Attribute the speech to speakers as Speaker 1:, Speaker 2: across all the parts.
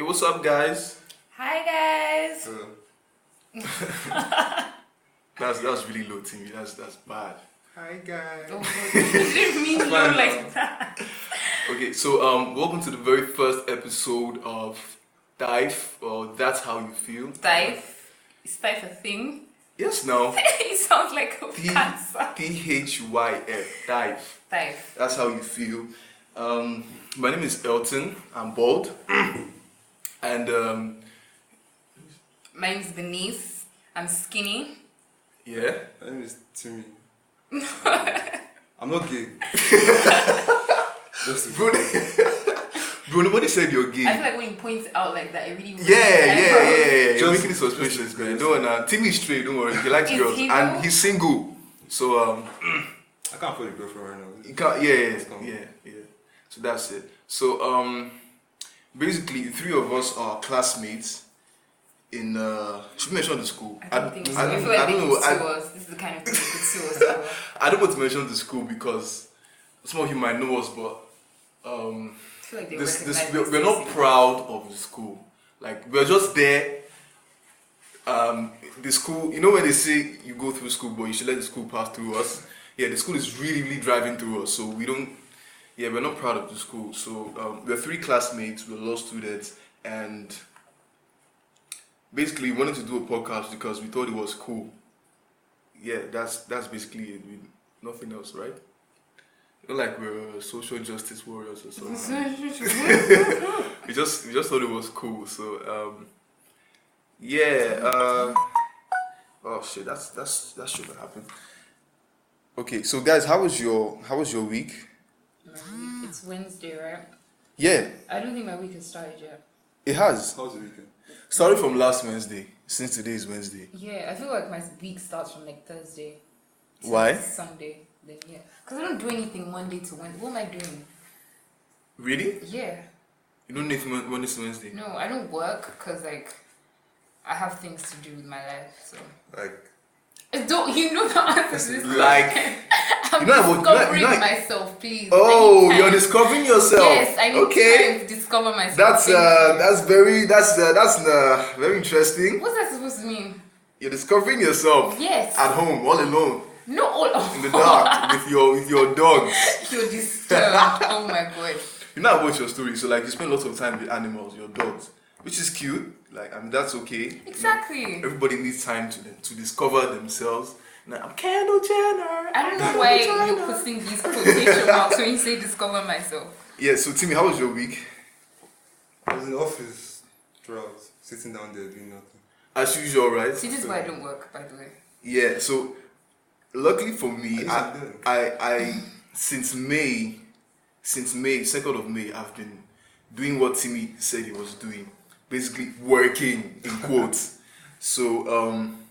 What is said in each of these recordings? Speaker 1: what's up, guys?
Speaker 2: Hi guys.
Speaker 1: Uh, that's that's really low, Timmy. That's that's bad.
Speaker 3: Hi guys.
Speaker 2: Oh, didn't mean to
Speaker 1: Fine.
Speaker 2: look like that.
Speaker 1: Okay, so um, welcome to the very first episode of Dive or That's How You Feel.
Speaker 2: Dive. Is dive a thing?
Speaker 1: Yes, now
Speaker 2: it sounds like a
Speaker 1: D
Speaker 2: cancer.
Speaker 1: D H Y F Dive.
Speaker 2: Dive.
Speaker 1: That's how you feel. Um, my name is Elton. I'm bald, and um,
Speaker 2: Mine's Denise. I'm skinny.
Speaker 1: yeah,
Speaker 3: My name is Timmy. I'm not gay. Just to-
Speaker 1: Bruno. Bruno, when you said you're gay,
Speaker 2: I feel like when you point it out like that, it really.
Speaker 1: Yeah, yeah, yeah, yeah. You're
Speaker 3: Just-
Speaker 1: making it suspicious,
Speaker 3: just-
Speaker 1: man. Don't worry. Timmy is straight. Don't worry. He likes
Speaker 2: Is
Speaker 1: girls,
Speaker 2: he though?
Speaker 1: and he's single. So um,
Speaker 3: I can't find a girlfriend right now.
Speaker 1: you can't. Yeah, yeah,
Speaker 3: It's gone.
Speaker 1: yeah, yeah. So that's it. So um, basically, the three of us are classmates. In uh, should we mention the school?
Speaker 2: I don't think so.
Speaker 1: I
Speaker 2: I
Speaker 1: don't,
Speaker 2: feel like
Speaker 1: I don't
Speaker 2: they
Speaker 1: know.
Speaker 2: could
Speaker 1: I-
Speaker 2: sue us. This is the kind of thing they could sue us for.
Speaker 1: I don't want to mention the school because some of you might know us, but um,
Speaker 2: I feel like they
Speaker 1: this, this
Speaker 2: recognize
Speaker 1: we're,
Speaker 2: us
Speaker 1: we're not
Speaker 2: easily.
Speaker 1: proud of the school. Like we're just there. Um, the school, you know, when they say you go through school, but you should let the school pass through us. Yeah, the school is really, really driving through us. So we don't. Yeah, we're not proud of the school. So um, we're three classmates. We're law students, and basically we wanted to do a podcast because we thought it was cool. Yeah, that's that's basically it. We, nothing else, right? Not like we're social justice warriors or something. we just we just thought it was cool. So um, yeah. Uh, oh shit, that's that's that should have happened. Okay, so guys, how was your how was your week?
Speaker 2: it's Wednesday, right?
Speaker 1: Yeah,
Speaker 2: I don't think my week has started yet.
Speaker 1: it has.
Speaker 3: How's the weekend?
Speaker 1: Started from last Wednesday. Since today is Wednesday.
Speaker 2: Yeah, I feel like my week starts from like Thursday. to
Speaker 1: Why?
Speaker 2: Sunday. Then yeah, because I don't do anything Monday to Wednesday. What am I doing?
Speaker 1: Really?
Speaker 2: Yeah,
Speaker 1: You don't need to when it's Wednesday.
Speaker 2: no, I don't work because like I have things to do with my life. So
Speaker 3: Like,
Speaker 2: I don't you know the answer to this?
Speaker 1: Like
Speaker 2: I'm
Speaker 1: you know I work- you know I-
Speaker 2: discovering
Speaker 1: you know I-
Speaker 2: myself, please.
Speaker 1: oh,
Speaker 2: Anytime.
Speaker 1: you're discovering yourself.
Speaker 2: Yes, I need
Speaker 1: okay.
Speaker 2: time to discover myself.
Speaker 1: That's
Speaker 2: Thank
Speaker 1: uh,
Speaker 2: you.
Speaker 1: that's very that's uh, that's uh, very interesting.
Speaker 2: What's that supposed to mean?
Speaker 1: You're discovering yourself
Speaker 2: Yes.
Speaker 1: at home, all alone,
Speaker 2: no, all of
Speaker 1: in the dark with your with your dogs.
Speaker 2: You're disturbed. oh my god.
Speaker 1: You know, I watch your story, so like you spend lots of time with animals, your dogs, which is cute. Like, I mean, that's okay.
Speaker 2: Exactly.
Speaker 1: Everybody needs time to to discover themselves. Now, I'm Kendall Jenner.
Speaker 2: I don't
Speaker 1: I'm
Speaker 2: know why
Speaker 1: Kendall
Speaker 2: you're
Speaker 1: Jenner.
Speaker 2: putting these quotation marks when you say discover myself.
Speaker 1: Yeah. So, Timmy, how was your week?
Speaker 3: I was in the office throughout, sitting down there doing nothing.
Speaker 1: As usual, right?
Speaker 2: See, this is why I don't work, by the way.
Speaker 1: Yeah. So, luckily for
Speaker 3: At
Speaker 1: me,
Speaker 3: least
Speaker 1: I,
Speaker 3: I'm doing.
Speaker 1: I, I, since May, since May, second of May, I've been doing what Timmy said he was doing, basically working in quotes. so um,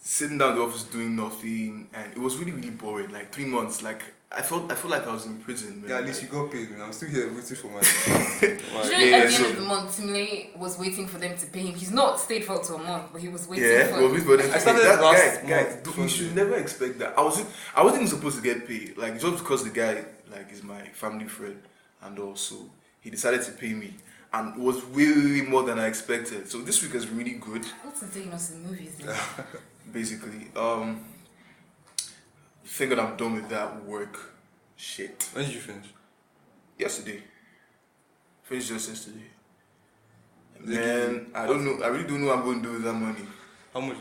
Speaker 1: sitting down in the office doing nothing, and it was really really boring. Like three months, like I felt I felt like I was in prison. Man.
Speaker 3: Yeah, at least you got paid, man. I'm still here waiting for my.
Speaker 2: You
Speaker 3: my
Speaker 2: know,
Speaker 1: yeah,
Speaker 2: at the
Speaker 1: so-
Speaker 2: end of the month, Timile was waiting for them to pay him. He's not stayed for up to a month, but he was waiting
Speaker 1: yeah,
Speaker 2: for
Speaker 1: well, we got it.
Speaker 3: I started
Speaker 1: that
Speaker 3: last
Speaker 1: guy, guy,
Speaker 3: month,
Speaker 1: do- you
Speaker 3: Sunday.
Speaker 1: should never expect that. I wasn't, I wasn't even supposed to get paid. Like just because the guy, like, is my family friend, and also he decided to pay me, and it was way, way, way more than I expected. So this week is really good,
Speaker 2: What's doing us in movies? then?
Speaker 1: basically. Um, thank God I'm done with that work shit.
Speaker 3: when did you finish?
Speaker 1: Yesterday, finished just yesterday.
Speaker 3: They give
Speaker 1: Man, I don't know. I really don't know what I'm going to do with that money.
Speaker 3: How much?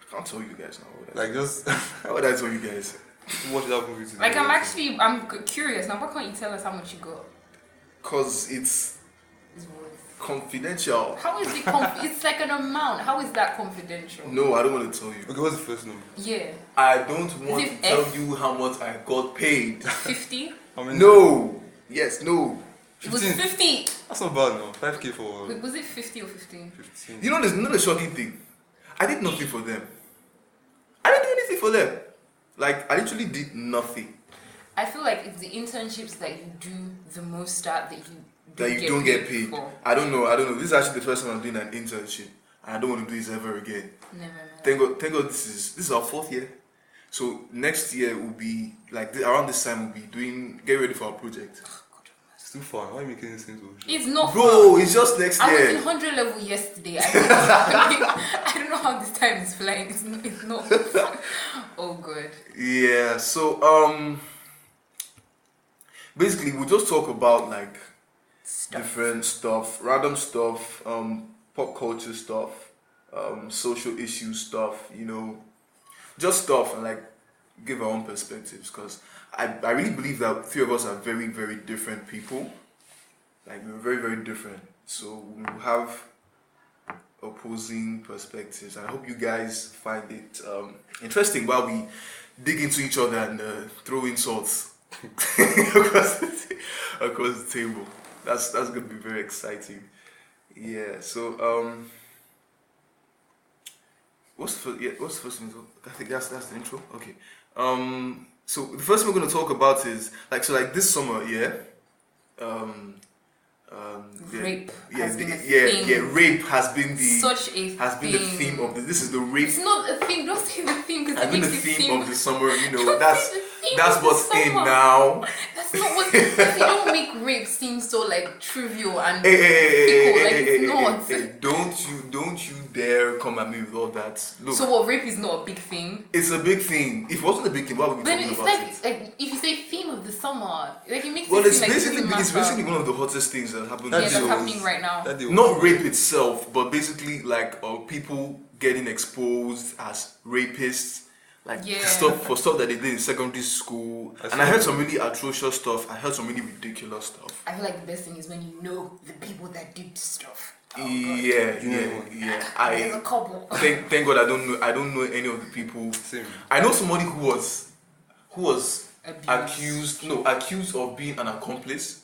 Speaker 1: I can't tell you guys now. Like,
Speaker 3: Like, just watch
Speaker 1: how would I tell you guys?
Speaker 3: that movie today.
Speaker 2: Like, I'm actually, I'm c- curious now. Why can't you tell us how much you got?
Speaker 1: Cause it's
Speaker 2: It's worth-
Speaker 1: confidential.
Speaker 2: How is it? Conf- it's like an amount. How is that confidential?
Speaker 1: No, I don't want to tell you.
Speaker 3: Okay, what's the first number?
Speaker 2: Yeah,
Speaker 1: I don't want
Speaker 2: Is
Speaker 1: to
Speaker 2: it
Speaker 1: tell
Speaker 2: F?
Speaker 1: you how much I got paid.
Speaker 2: fifty.
Speaker 3: How many?
Speaker 1: No. Yes. No.
Speaker 2: It was
Speaker 3: 15.
Speaker 2: fifty.
Speaker 3: That's not bad, no. 5k for
Speaker 2: Wait, was it fifty or fifteen?
Speaker 3: 15.
Speaker 1: You know, there's not a shocking thing. I did nothing for them. I didn't do anything for them. Like I literally did nothing
Speaker 2: I feel like it's the internships that you do the most at that you
Speaker 1: that you don't get paid.
Speaker 2: for.
Speaker 1: I don't know. I don't know. This is actually the first time I'm doing an internship, and I don't want to do this ever again.
Speaker 2: Never mind.
Speaker 1: Thank God, thank God this is this is our fourth year. So next year will be like th- around this time we'll be doing get ready for our project.
Speaker 3: too far. Why are you making it seem so?
Speaker 2: It's not
Speaker 1: Bro,
Speaker 2: far.
Speaker 1: it's just next
Speaker 2: I was in
Speaker 1: year.
Speaker 2: 100 level yesterday. I, think. I don't know how this time is flying. It's, n- it's not. oh, good.
Speaker 1: Yeah, so um basically we just talk about like
Speaker 2: Stuff.
Speaker 1: different stuff, random stuff, um, pop culture stuff, um, social issue stuff, you know, just stuff and like give our own perspectives because I, I really believe that three of us are very, very different people. Like, we're very, very different. So, we have opposing perspectives. I hope you guys find it um, interesting while we dig into each other and uh, throw insults across, the ta- across the table. That's that's gonna be very exciting. Yeah. So um, what's the first, yeah, what's the first thing? I think that's that's the intro. Okay. Um. So the first thing we're gonna talk about is like so like this summer. Yeah. Um. Um, yeah,
Speaker 2: Rape
Speaker 1: yeah,
Speaker 2: has
Speaker 1: the-
Speaker 2: been a
Speaker 1: yeah,
Speaker 2: thing.
Speaker 1: yeah. Rape has been the
Speaker 2: Such a
Speaker 1: has been
Speaker 2: thing.
Speaker 1: the theme of this. This is the rape.
Speaker 2: It's not a thing. Don't say the theme because
Speaker 1: Has
Speaker 2: it
Speaker 1: been the
Speaker 2: makes it
Speaker 1: theme
Speaker 2: seem.
Speaker 1: of the summer. You know
Speaker 2: Don't
Speaker 1: that's
Speaker 2: say the theme
Speaker 1: that's
Speaker 2: of the
Speaker 1: what's in
Speaker 2: summer.
Speaker 1: now.
Speaker 2: That's not what. because you don't make rape seem so like trivial and
Speaker 1: Hey, hey, hey,
Speaker 2: fickle.
Speaker 1: hey,
Speaker 2: Like
Speaker 1: hey,
Speaker 2: it's
Speaker 1: hey, hey,
Speaker 2: not.
Speaker 1: hey, hey, eh, don't you don't you dare come at me with all that. Look,
Speaker 2: So what? Rape is not a big thing.
Speaker 1: it's a big thing. If it wasn't a big thing, why would we be
Speaker 2: Then
Speaker 1: talking
Speaker 2: it's
Speaker 1: about
Speaker 2: like,
Speaker 1: it?
Speaker 2: like if you say theme of the summer, like it makes
Speaker 1: Well,
Speaker 2: it
Speaker 1: it's
Speaker 2: seem like
Speaker 1: basically
Speaker 2: it doesn't
Speaker 1: it's
Speaker 2: matter.
Speaker 1: basically one of the hottest things that happened.
Speaker 2: yeah,
Speaker 1: this
Speaker 2: that's
Speaker 1: year.
Speaker 2: happening right now.
Speaker 3: That day was-
Speaker 1: Not rape itself, but basically like uh, people getting exposed as rapists, like
Speaker 2: Yeah.
Speaker 1: stuff for stuff that they did in secondary school.
Speaker 3: I
Speaker 1: and I
Speaker 3: saw
Speaker 1: heard
Speaker 3: that.
Speaker 1: some really atrocious stuff. I heard some really ridiculous stuff.
Speaker 2: I feel like the best thing is when you know the people that did stuff. Oh, God.
Speaker 1: yeah,
Speaker 3: You know
Speaker 1: yeah,
Speaker 3: what?
Speaker 1: yeah.
Speaker 2: There's a
Speaker 1: I
Speaker 2: couple.
Speaker 1: thank thank God I don't know I don't know any of the people
Speaker 3: Same.
Speaker 1: I know somebody who was who was
Speaker 2: Abused.
Speaker 1: accused no accused of being an accomplice.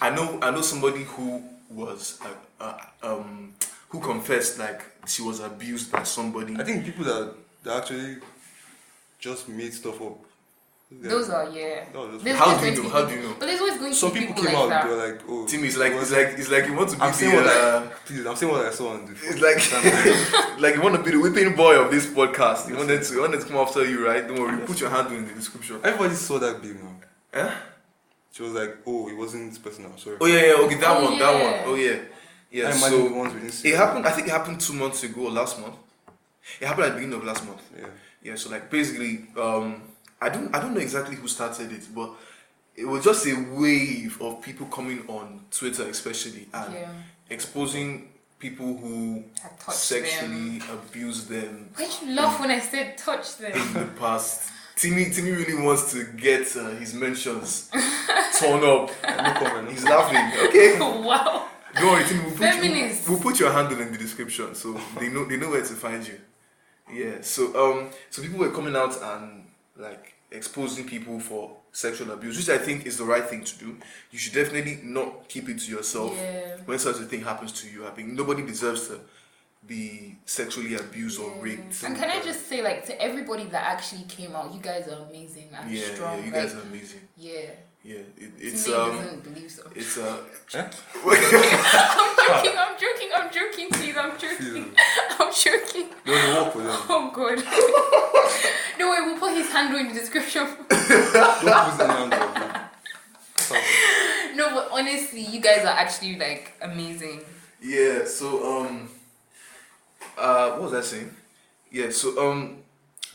Speaker 1: I know I know somebody who was like uh, um who confessed like she was abused by somebody.
Speaker 3: I think people that, that actually just made stuff up. They're-
Speaker 2: Those are yeah.
Speaker 3: No, those-
Speaker 2: There's
Speaker 1: How
Speaker 2: always
Speaker 1: do you know?
Speaker 2: going to be
Speaker 1: How do you
Speaker 2: people-
Speaker 1: know?
Speaker 2: But there's always going to
Speaker 3: Some
Speaker 2: be
Speaker 3: people
Speaker 2: people
Speaker 3: came
Speaker 2: like
Speaker 3: out.
Speaker 2: that.
Speaker 3: They were like, "Oh,
Speaker 1: Tim is like
Speaker 3: what-
Speaker 1: it's like it's like you want to be
Speaker 3: I'm saying
Speaker 1: the
Speaker 3: what
Speaker 1: uh,
Speaker 3: I please. I'm saying what I saw on the.
Speaker 1: it's like like you want to be the whipping boy of this podcast. You wanted to you wanted to come after you, right? Don't worry, put your handle in the description.
Speaker 3: Everybody saw that babe now.
Speaker 1: Eh?
Speaker 3: She was like, "Oh, it wasn't personal. Sorry."
Speaker 1: Oh yeah, yeah, okay, that
Speaker 2: Oh,
Speaker 1: one, that
Speaker 2: yeah.
Speaker 1: one. Oh yeah, yeah.
Speaker 3: I imagine
Speaker 1: so
Speaker 3: the ones we didn't see.
Speaker 1: It happened. I think it happened two months ago or last month. It happened at the beginning of last month.
Speaker 3: Yeah.
Speaker 1: Yeah. So like basically, um, I don't I don't know exactly who started it, but it was just a wave of people coming on Twitter, especially and
Speaker 2: Yeah.
Speaker 1: exposing people who
Speaker 2: Had touched
Speaker 1: sexually abused them
Speaker 2: Why did you laugh when I said touch them?
Speaker 1: in the past. Timmy Timmy really wants to get uh, his mentions torn up.
Speaker 3: No comment.
Speaker 1: He's laughing. Okay.
Speaker 2: wow.
Speaker 1: Don't worry, Timmy, we'll put,
Speaker 2: Feminist.
Speaker 1: We'll, we'll put your handle in the description so they know they know where to find you. Yeah. So um so people were coming out and like exposing people for sexual abuse, which I think is the right thing to do. You should definitely not keep it to yourself
Speaker 2: Yeah.
Speaker 1: when such a thing happens to you. I think nobody deserves to be sexually abused or raped.
Speaker 2: And can I just say, like, to everybody that actually came out, you guys are amazing and
Speaker 1: Yeah,
Speaker 2: strong.
Speaker 1: yeah, you guys
Speaker 2: like,
Speaker 1: are amazing.
Speaker 2: yeah.
Speaker 1: Yeah, it, it's
Speaker 2: Timmy
Speaker 1: um
Speaker 2: doesn't believe so.
Speaker 1: it's uh
Speaker 3: Eh?
Speaker 2: I'm joking, I'm joking, I'm joking, please, I'm joking. I'm joking.
Speaker 3: There's a walk for them.
Speaker 2: Oh god. no way, we'll put his handle in the description.
Speaker 3: Don't put them down there. Stop.
Speaker 2: No, but honestly, you guys are actually like amazing.
Speaker 1: Yeah, so um uh what was I saying? Yeah, so um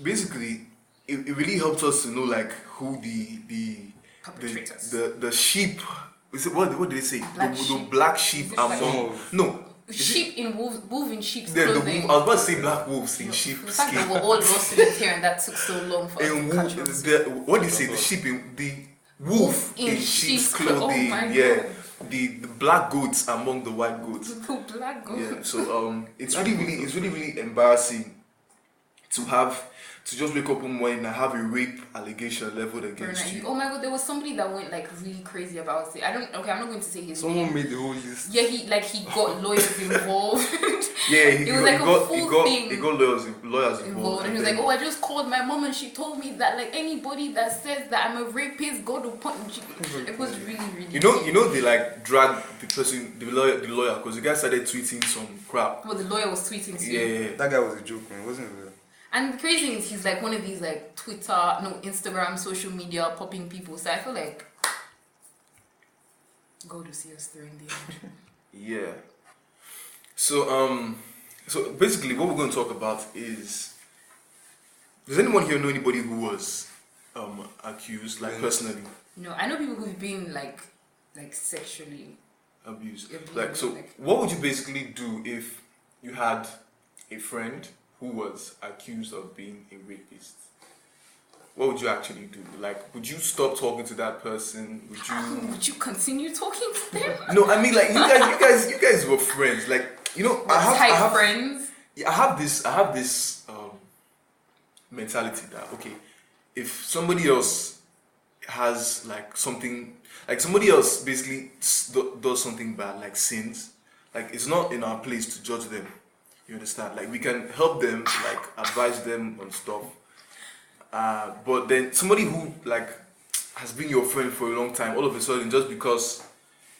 Speaker 1: basically it, it really helped us to know like who the the the
Speaker 2: Perpetrators.
Speaker 1: the, the sheep is it what what did they say?
Speaker 2: Black
Speaker 1: the, the
Speaker 2: sheep.
Speaker 1: black sheep
Speaker 2: Is it like-
Speaker 1: among no is it-
Speaker 2: Sheep in wolf, wolf in sheep's
Speaker 1: yeah, the,
Speaker 2: clothing.
Speaker 1: wolf- I was about to say black wolves in sheep
Speaker 2: The fact that
Speaker 1: skin.
Speaker 2: we're all lost in here and that took so long for us
Speaker 1: And
Speaker 2: to catch
Speaker 1: wolf,
Speaker 2: up.
Speaker 1: the, what did you say? The sheep in the wolf in, sheep's
Speaker 2: clo- oh
Speaker 1: clothing.
Speaker 2: my
Speaker 1: yeah,
Speaker 2: God.
Speaker 1: the, the black goats among the white goats.
Speaker 2: Little black girl.
Speaker 1: yeah so um it's really really it's really really embarrassing to have to just wake up one morning and have a rape allegation leveled against
Speaker 2: Bernard, you-
Speaker 1: you
Speaker 2: Oh my god, there was somebody that went like really crazy about it. I don't. Okay, I'm not going to say his name.
Speaker 3: Someone made the whole list.
Speaker 2: Yeah, he like he got lawyers involved.
Speaker 1: yeah he,
Speaker 2: oh, It
Speaker 1: got-
Speaker 2: was like
Speaker 1: he
Speaker 2: a
Speaker 1: got he
Speaker 2: full
Speaker 1: got
Speaker 2: thing.
Speaker 1: he got lawyers lawyers
Speaker 2: involved
Speaker 1: involved
Speaker 2: and he
Speaker 1: and
Speaker 2: was
Speaker 1: then-
Speaker 2: like, Oh, I just called my mom and she told me that like anybody that says that I'm a rapist, God will punch you. It was really, really
Speaker 1: you know you know they like dragged the person the lawyer the lawyer because the guy started tweeting some crap
Speaker 2: well the lawyer was tweeting to
Speaker 1: yeah,
Speaker 2: you.
Speaker 1: yeah, yeah.
Speaker 3: That guy was a joke, man. It wasn't real.
Speaker 2: And the crazy thing is he's like one of these like Twitter, no Instagram, social media popping people. So I feel like God will see us through in the end.
Speaker 1: Yeah. So um, so basically, what we're going to talk about is, does anyone here know anybody who was um accused, like
Speaker 3: Yeah.
Speaker 1: personally
Speaker 2: No, I know people who've been like, like sexually.
Speaker 1: abused?
Speaker 2: Yeah, but
Speaker 1: Like, so
Speaker 2: like-
Speaker 1: what would you basically do if you had a friend who was accused of being a rapist? What would you actually do? Like, would you stop talking to that person? Would you?
Speaker 2: Would you continue talking to them?
Speaker 1: Mm. No, I mean like you guys, you guys, you guys were friends. Like you know, I have, I
Speaker 2: Tight
Speaker 1: have
Speaker 2: friends.
Speaker 1: yeah, I have this I have this um, mentality that okay, if somebody else has like something like somebody else basically s- do- does something bad like sins, like it's not in our place to judge them. You understand? Like we can help them, like advise them on stuff. Uh, but then somebody who like has been your friend for a long time, all of a sudden just because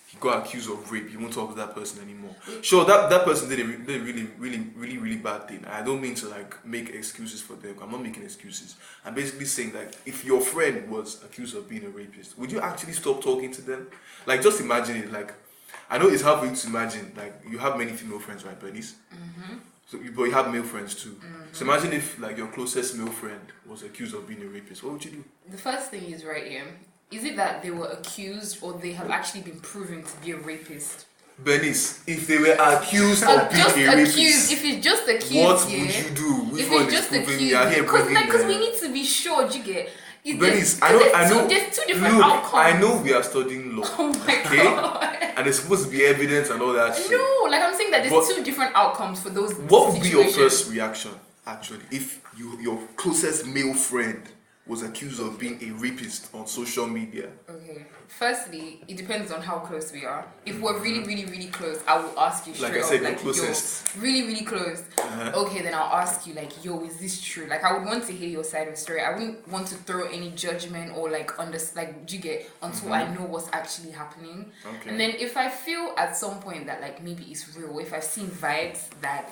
Speaker 1: he got accused of rape, you won't talk to that person anymore. Sure, that, that person did a, re- did a really, really, really, really bad thing. I don't mean to like make excuses for them. I'm not making excuses. I'm basically saying like, if your friend was accused of being a rapist, would you actually stop talking to them? Like, just imagine it. Like, I know it's hard for you to imagine. Like, you have many female friends, right, Bernice?
Speaker 2: Mm-hmm.
Speaker 1: So, you- but you have male friends too. So imagine if like your closest male friend was accused of being a rapist. What would you do?
Speaker 2: The first thing is right here. Is it that they were accused or they have actually been proven to be a rapist?
Speaker 1: Bernice, if they were accused
Speaker 2: Uh,
Speaker 1: of being
Speaker 2: just
Speaker 1: a rapist.
Speaker 2: accused. If it's just accused,
Speaker 1: What
Speaker 2: yeah.
Speaker 1: would you do? Which
Speaker 2: if
Speaker 1: one
Speaker 2: it's
Speaker 1: is
Speaker 2: just
Speaker 1: proving
Speaker 2: accused,
Speaker 1: me? I hear
Speaker 2: because
Speaker 1: proving
Speaker 2: like, cause
Speaker 1: them.
Speaker 2: we need to be sure. Do you get? Is
Speaker 1: Bernice, I
Speaker 2: there-
Speaker 1: know-
Speaker 2: 'cause there's
Speaker 1: I
Speaker 2: two-
Speaker 1: know-
Speaker 2: There's two different
Speaker 1: Look,
Speaker 2: outcomes.
Speaker 1: I know we are studying law,
Speaker 2: Oh my
Speaker 1: Okay.
Speaker 2: god.
Speaker 1: and there's supposed to be evidence and all that shit.
Speaker 2: No, like I'm saying that there's
Speaker 1: But-
Speaker 2: two different outcomes for those.
Speaker 1: What would be your
Speaker 2: situations.
Speaker 1: first reaction, actually, if you, your closest male friend was accused of being a rapist on social media?
Speaker 2: Okay. Firstly, it depends on how close we are. If we're really, really, really close, I will ask you
Speaker 1: Mm-hmm. Like I
Speaker 2: straight
Speaker 1: said,
Speaker 2: up,
Speaker 1: we're
Speaker 2: like
Speaker 1: closest.
Speaker 2: yo, really, really close.
Speaker 1: Uh-huh.
Speaker 2: Okay, then I'll ask you, like, yo, is this true? Like, I would want to hear your side of the story. I wouldn't want to throw any judgment or like under, like, do you get until I know what's actually happening.
Speaker 1: Mm-hmm. Okay.
Speaker 2: And then if I feel at some point that like maybe it's real, if I've seen vibes that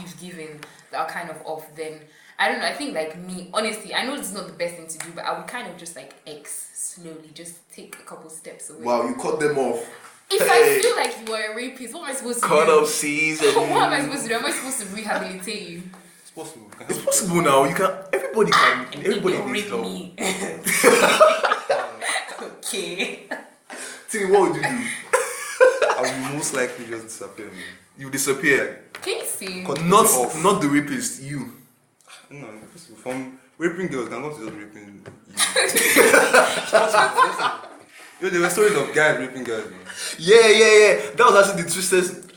Speaker 2: you've given that are kind of off, then I don't know. I think like me, honestly, I know it's not the best thing to do, but I would kind of just like X slowly, just take a couple steps away.
Speaker 1: Wow, you cut them off.
Speaker 2: If I feel like you are a rapist, what am I supposed to
Speaker 1: Cut
Speaker 2: do?
Speaker 1: off season.
Speaker 2: what am I supposed to do? Am I supposed to rehabilitate you?
Speaker 3: It's possible. Can
Speaker 1: It's
Speaker 3: help
Speaker 1: possible now. You can. Everybody can.
Speaker 2: And
Speaker 1: Everybody
Speaker 2: people
Speaker 1: needs
Speaker 2: rape
Speaker 1: help.
Speaker 2: me. okay.
Speaker 1: Tini, what would you do?
Speaker 3: you. I will most likely just disappear. Man.
Speaker 1: You disappear.
Speaker 2: Can you see?
Speaker 3: Cut-
Speaker 1: Not
Speaker 3: Off.
Speaker 1: not the rapist. You.
Speaker 3: No, it's possible. From raping girls, can come to just raping you. Yo, there were stories of guys raping girls. Man.
Speaker 1: Yeah, yeah, yeah. That was actually the twistest.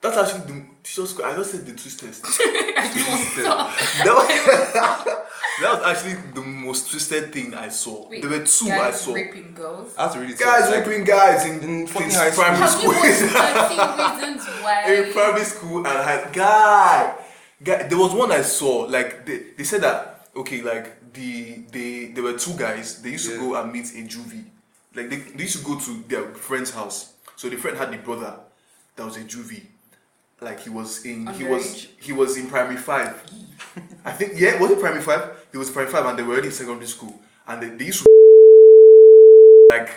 Speaker 1: That's actually the Jesus Christ. I just said the twistest.
Speaker 2: I don't want to stop.
Speaker 1: that, was, that was actually the most twisted thing I saw.
Speaker 2: Wait,
Speaker 1: there were two I
Speaker 2: guys
Speaker 1: saw.
Speaker 2: raping girls.
Speaker 3: I had to read it.
Speaker 1: Guys
Speaker 3: like,
Speaker 1: raping guys in,
Speaker 3: In
Speaker 1: in
Speaker 3: fucking high school.
Speaker 1: primary
Speaker 2: Have you
Speaker 1: school.
Speaker 2: watched 13 Reasons
Speaker 1: in
Speaker 2: Why?
Speaker 1: primary school and high guy. guy. There was one I saw. Like they, they said that okay, like the they there were two guys. They used
Speaker 3: Yeah.
Speaker 1: to go and meet a juvie. Like they, they used to go to their friend's house. So the friend had the brother that was a juvie. Like he was in he was
Speaker 2: Underage.
Speaker 1: he was in primary five. I think yeah, was it primary five? He was primary five and they were already in secondary school. And they, they used to like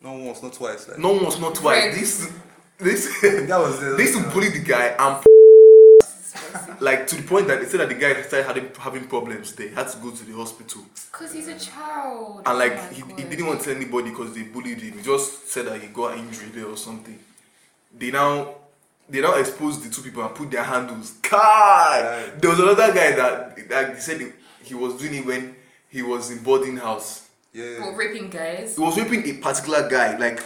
Speaker 3: Not once, not twice. Like,
Speaker 1: no once, not twice.
Speaker 2: Friends.
Speaker 1: This this
Speaker 3: That was the.
Speaker 1: they used to bully the guy and like to the point that they said that the guy started having, having problems. They had to go to the hospital,
Speaker 2: Because he's a child.
Speaker 1: and
Speaker 2: Oh
Speaker 1: like
Speaker 2: my
Speaker 1: he, he
Speaker 2: God.
Speaker 1: didn't want to tell anybody because they bullied him. He just said that he got an injury there or something. They now they now exposed the two people and put their handles. God,
Speaker 3: Right.
Speaker 1: there was another guy that that he said he, he was doing it when he was in boarding house.
Speaker 2: For
Speaker 3: Yeah.
Speaker 2: raping guys.
Speaker 1: He was raping a particular guy like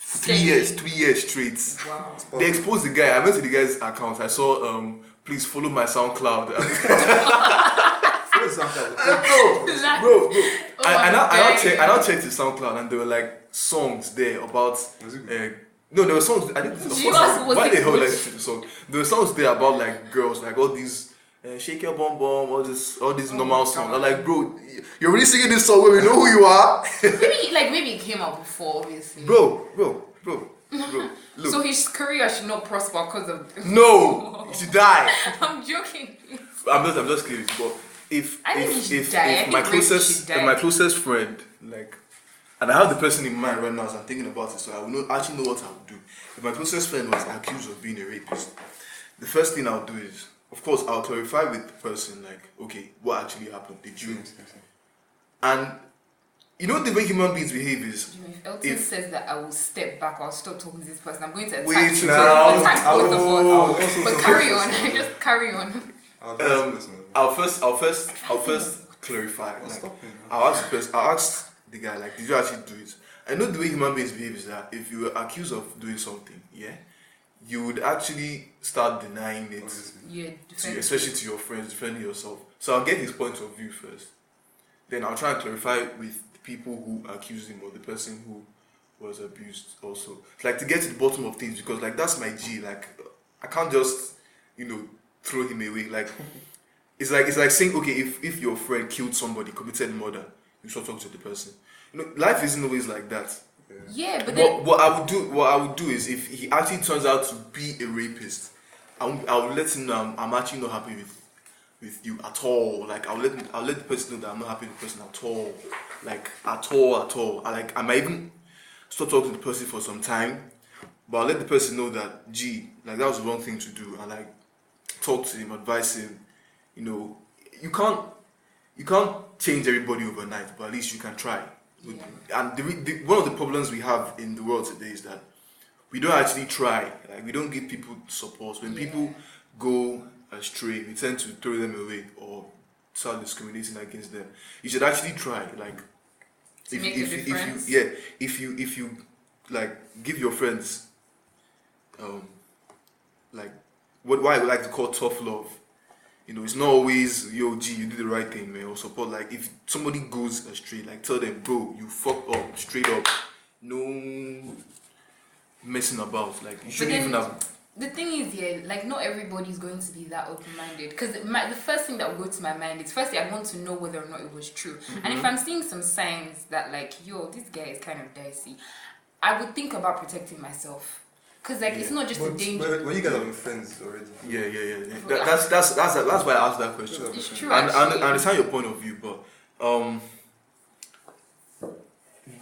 Speaker 1: three
Speaker 2: Steady.
Speaker 1: years, three years straight.
Speaker 2: Wow.
Speaker 1: They exposed the guy. I went to the guy's account. I saw, um, please follow my SoundCloud.
Speaker 3: For example,
Speaker 1: bro,
Speaker 2: That-
Speaker 1: bro, bro. I, I,
Speaker 2: my
Speaker 1: now, I, now
Speaker 2: God.
Speaker 1: check, I now checked the SoundCloud and there were like songs there about.
Speaker 3: Was it
Speaker 1: Uh, no, there were songs. I didn't.
Speaker 2: Jesus was
Speaker 1: why
Speaker 2: the
Speaker 1: the hell would I
Speaker 2: coach.
Speaker 1: listen to the song? There were songs there about like girls, like all these. Uh, shake your bum bum, all this, all these
Speaker 2: Oh
Speaker 1: normal
Speaker 2: my
Speaker 1: songs. I'm
Speaker 2: God.
Speaker 1: like, bro, you're really singing this song where we know who you are,
Speaker 2: Maybe, like, maybe it came out before, obviously.
Speaker 1: bro, bro, bro, bro. Look,
Speaker 2: So his career should not prosper because of.
Speaker 1: no, you should die.
Speaker 2: I'm joking.
Speaker 1: I'm just, I'm just kidding. But if,
Speaker 2: I think you
Speaker 1: if,
Speaker 2: should
Speaker 1: if,
Speaker 2: die. I
Speaker 1: if my
Speaker 2: think rape should
Speaker 1: closest, if
Speaker 2: die.
Speaker 1: my closest friend, like, And I have the person in mind right now as I'm thinking about it, so I will know, actually know what I would do. If my closest friend was accused of being a rapist, the first thing I'll do is, of course, I'll clarify with the person, like, okay, what actually happened? Did you? And you know the way human beings behave is,
Speaker 2: You know, If Elton
Speaker 1: If-
Speaker 2: says that I will step back, I'll stop talking to this person. I'm going to attack
Speaker 1: Wait
Speaker 2: you.
Speaker 1: now.
Speaker 2: I'll attack both
Speaker 1: Oh.
Speaker 2: of us.
Speaker 3: I'll also
Speaker 2: But
Speaker 3: support
Speaker 2: carry
Speaker 3: this
Speaker 2: on.
Speaker 3: one.
Speaker 2: Just carry on.
Speaker 3: I'll just
Speaker 1: um,
Speaker 3: listen.
Speaker 1: I'll first, I'll first, I'll first clarify.
Speaker 3: I'll
Speaker 1: Like,
Speaker 3: stop him.
Speaker 1: I'll ask the person, I'll ask the guy, like, did you actually do it? I know the way human beings behave is that if you were accused of doing something, yeah, you would actually start denying it,
Speaker 3: Obviously.
Speaker 2: You're
Speaker 1: to,
Speaker 2: defensive.
Speaker 1: especially to your friends, defending yourself. So I'll get his point of view first. Then I'll try and clarify with the people who accused him or the person who was abused also. It's like to get to the bottom of things because, like, that's my G. Like, I can't just, you know, throw him away. Like, it's like it's like saying, okay, if if your friend killed somebody, committed murder, you should talk to the person. You know, life isn't always like that.
Speaker 3: Yeah.
Speaker 2: Yeah, but
Speaker 1: What
Speaker 2: then
Speaker 1: what I would do what I would do is if he actually turns out to be a rapist, I would, I would let him know I'm, I'm actually not happy with with you at all. Like I'll let him- I'll let the person know that I'm not happy with the person at all. Like at all at all. I like I might even stop talking to the person for some time, but I'll let the person know that gee, like that was the wrong thing to do. And like talk to him, advise him. You know, you can't you can't change everybody overnight, but at least you can try.
Speaker 2: Yeah.
Speaker 1: And the, re- the, one of the problems we have in the world today is that we don't actually try. Like we don't give people support. When
Speaker 2: Yeah.
Speaker 1: people go astray, we tend to throw them away or start discriminating against them. You should actually try. Like
Speaker 2: To make a
Speaker 1: if,
Speaker 2: difference.
Speaker 1: if you yeah, if you if you like give your friends um like what why I would like to call tough love. You know, it's not always yo G, you did the right thing, man, or support. Like if somebody goes astray, like tell them, bro, you fucked up, straight up. No messing about. Like you shouldn't
Speaker 2: then-
Speaker 1: even have
Speaker 2: the thing is, yeah, like not everybody's going to be that open-minded. Because the first thing that would go to my mind is, firstly, I want to know whether or not it was true. And
Speaker 1: Mm-hmm.
Speaker 2: if I'm seeing some signs that, like, yo, this guy is kind of dicey, I would think about protecting myself. Because like, it's
Speaker 1: Yeah.
Speaker 2: not just a
Speaker 3: But,
Speaker 2: danger.
Speaker 3: but, but you guys have been friends already.
Speaker 1: Yeah, yeah, yeah. yeah. That, that's that's that's that's why I asked that question.
Speaker 3: Yeah.
Speaker 2: it's true.
Speaker 1: And, and
Speaker 2: actually.
Speaker 1: I understand your point of view, but um,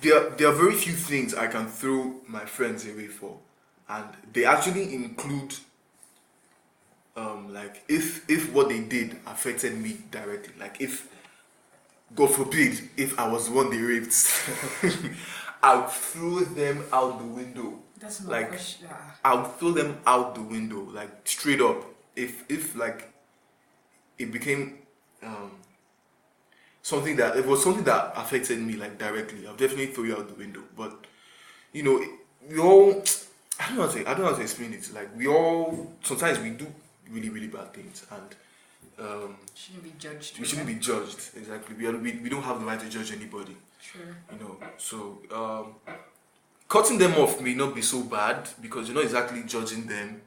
Speaker 1: there there are very few things I can throw my friends away for, and they actually include um like if if what they did affected me directly, like if God forbid if I was the one they raped, I'll throw them out the window.
Speaker 2: That's my
Speaker 1: like-
Speaker 2: question. Ah.
Speaker 1: I'll throw them out the window, like straight up. If if like it became um something that it was something that affected me like directly, I'll definitely throw you out the window. But you know, it- we all I don't know how to I don't know how to explain it. Like we all sometimes we do really really bad things and um
Speaker 2: Shouldn't be judged.
Speaker 1: we shouldn't be judged exactly. We, are, we we don't have the right to judge anybody
Speaker 2: True.
Speaker 1: you know so um, cutting them off may not be so bad because you're not exactly judging them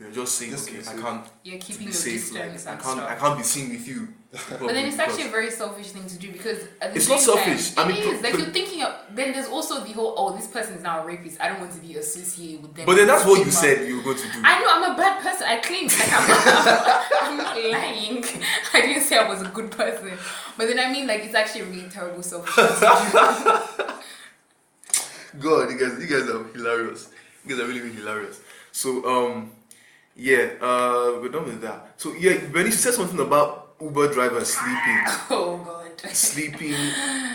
Speaker 1: you're just saying
Speaker 3: Just
Speaker 1: okay
Speaker 3: be
Speaker 1: i
Speaker 3: safe.
Speaker 1: can't
Speaker 2: You're
Speaker 1: to
Speaker 2: keeping
Speaker 1: be
Speaker 2: your
Speaker 1: safe like,
Speaker 2: distance
Speaker 1: i
Speaker 2: and
Speaker 1: can't i
Speaker 2: stuff.
Speaker 1: can't be seen with you
Speaker 2: But then it's actually
Speaker 1: Because-
Speaker 2: a very selfish thing to do because at the
Speaker 1: It's
Speaker 2: same
Speaker 1: not
Speaker 2: time,
Speaker 1: selfish. I mean,
Speaker 2: it is. Like
Speaker 1: but-
Speaker 2: you're thinking of. Then there's also the whole oh this person is now a rapist. I don't want to be associated with them.
Speaker 1: but then that's what you
Speaker 2: Stigma.
Speaker 1: said you were going to do
Speaker 2: I know I'm a bad person. I claim like I'm, I'm not lying. I didn't say I was a good person. But then I mean like it's actually a really terrible selfish. thing to do.
Speaker 1: god you guys you guys are hilarious you guys are really really hilarious so um yeah uh we're done with that so yeah when you said something about uber drivers sleeping
Speaker 2: oh god.
Speaker 1: sleeping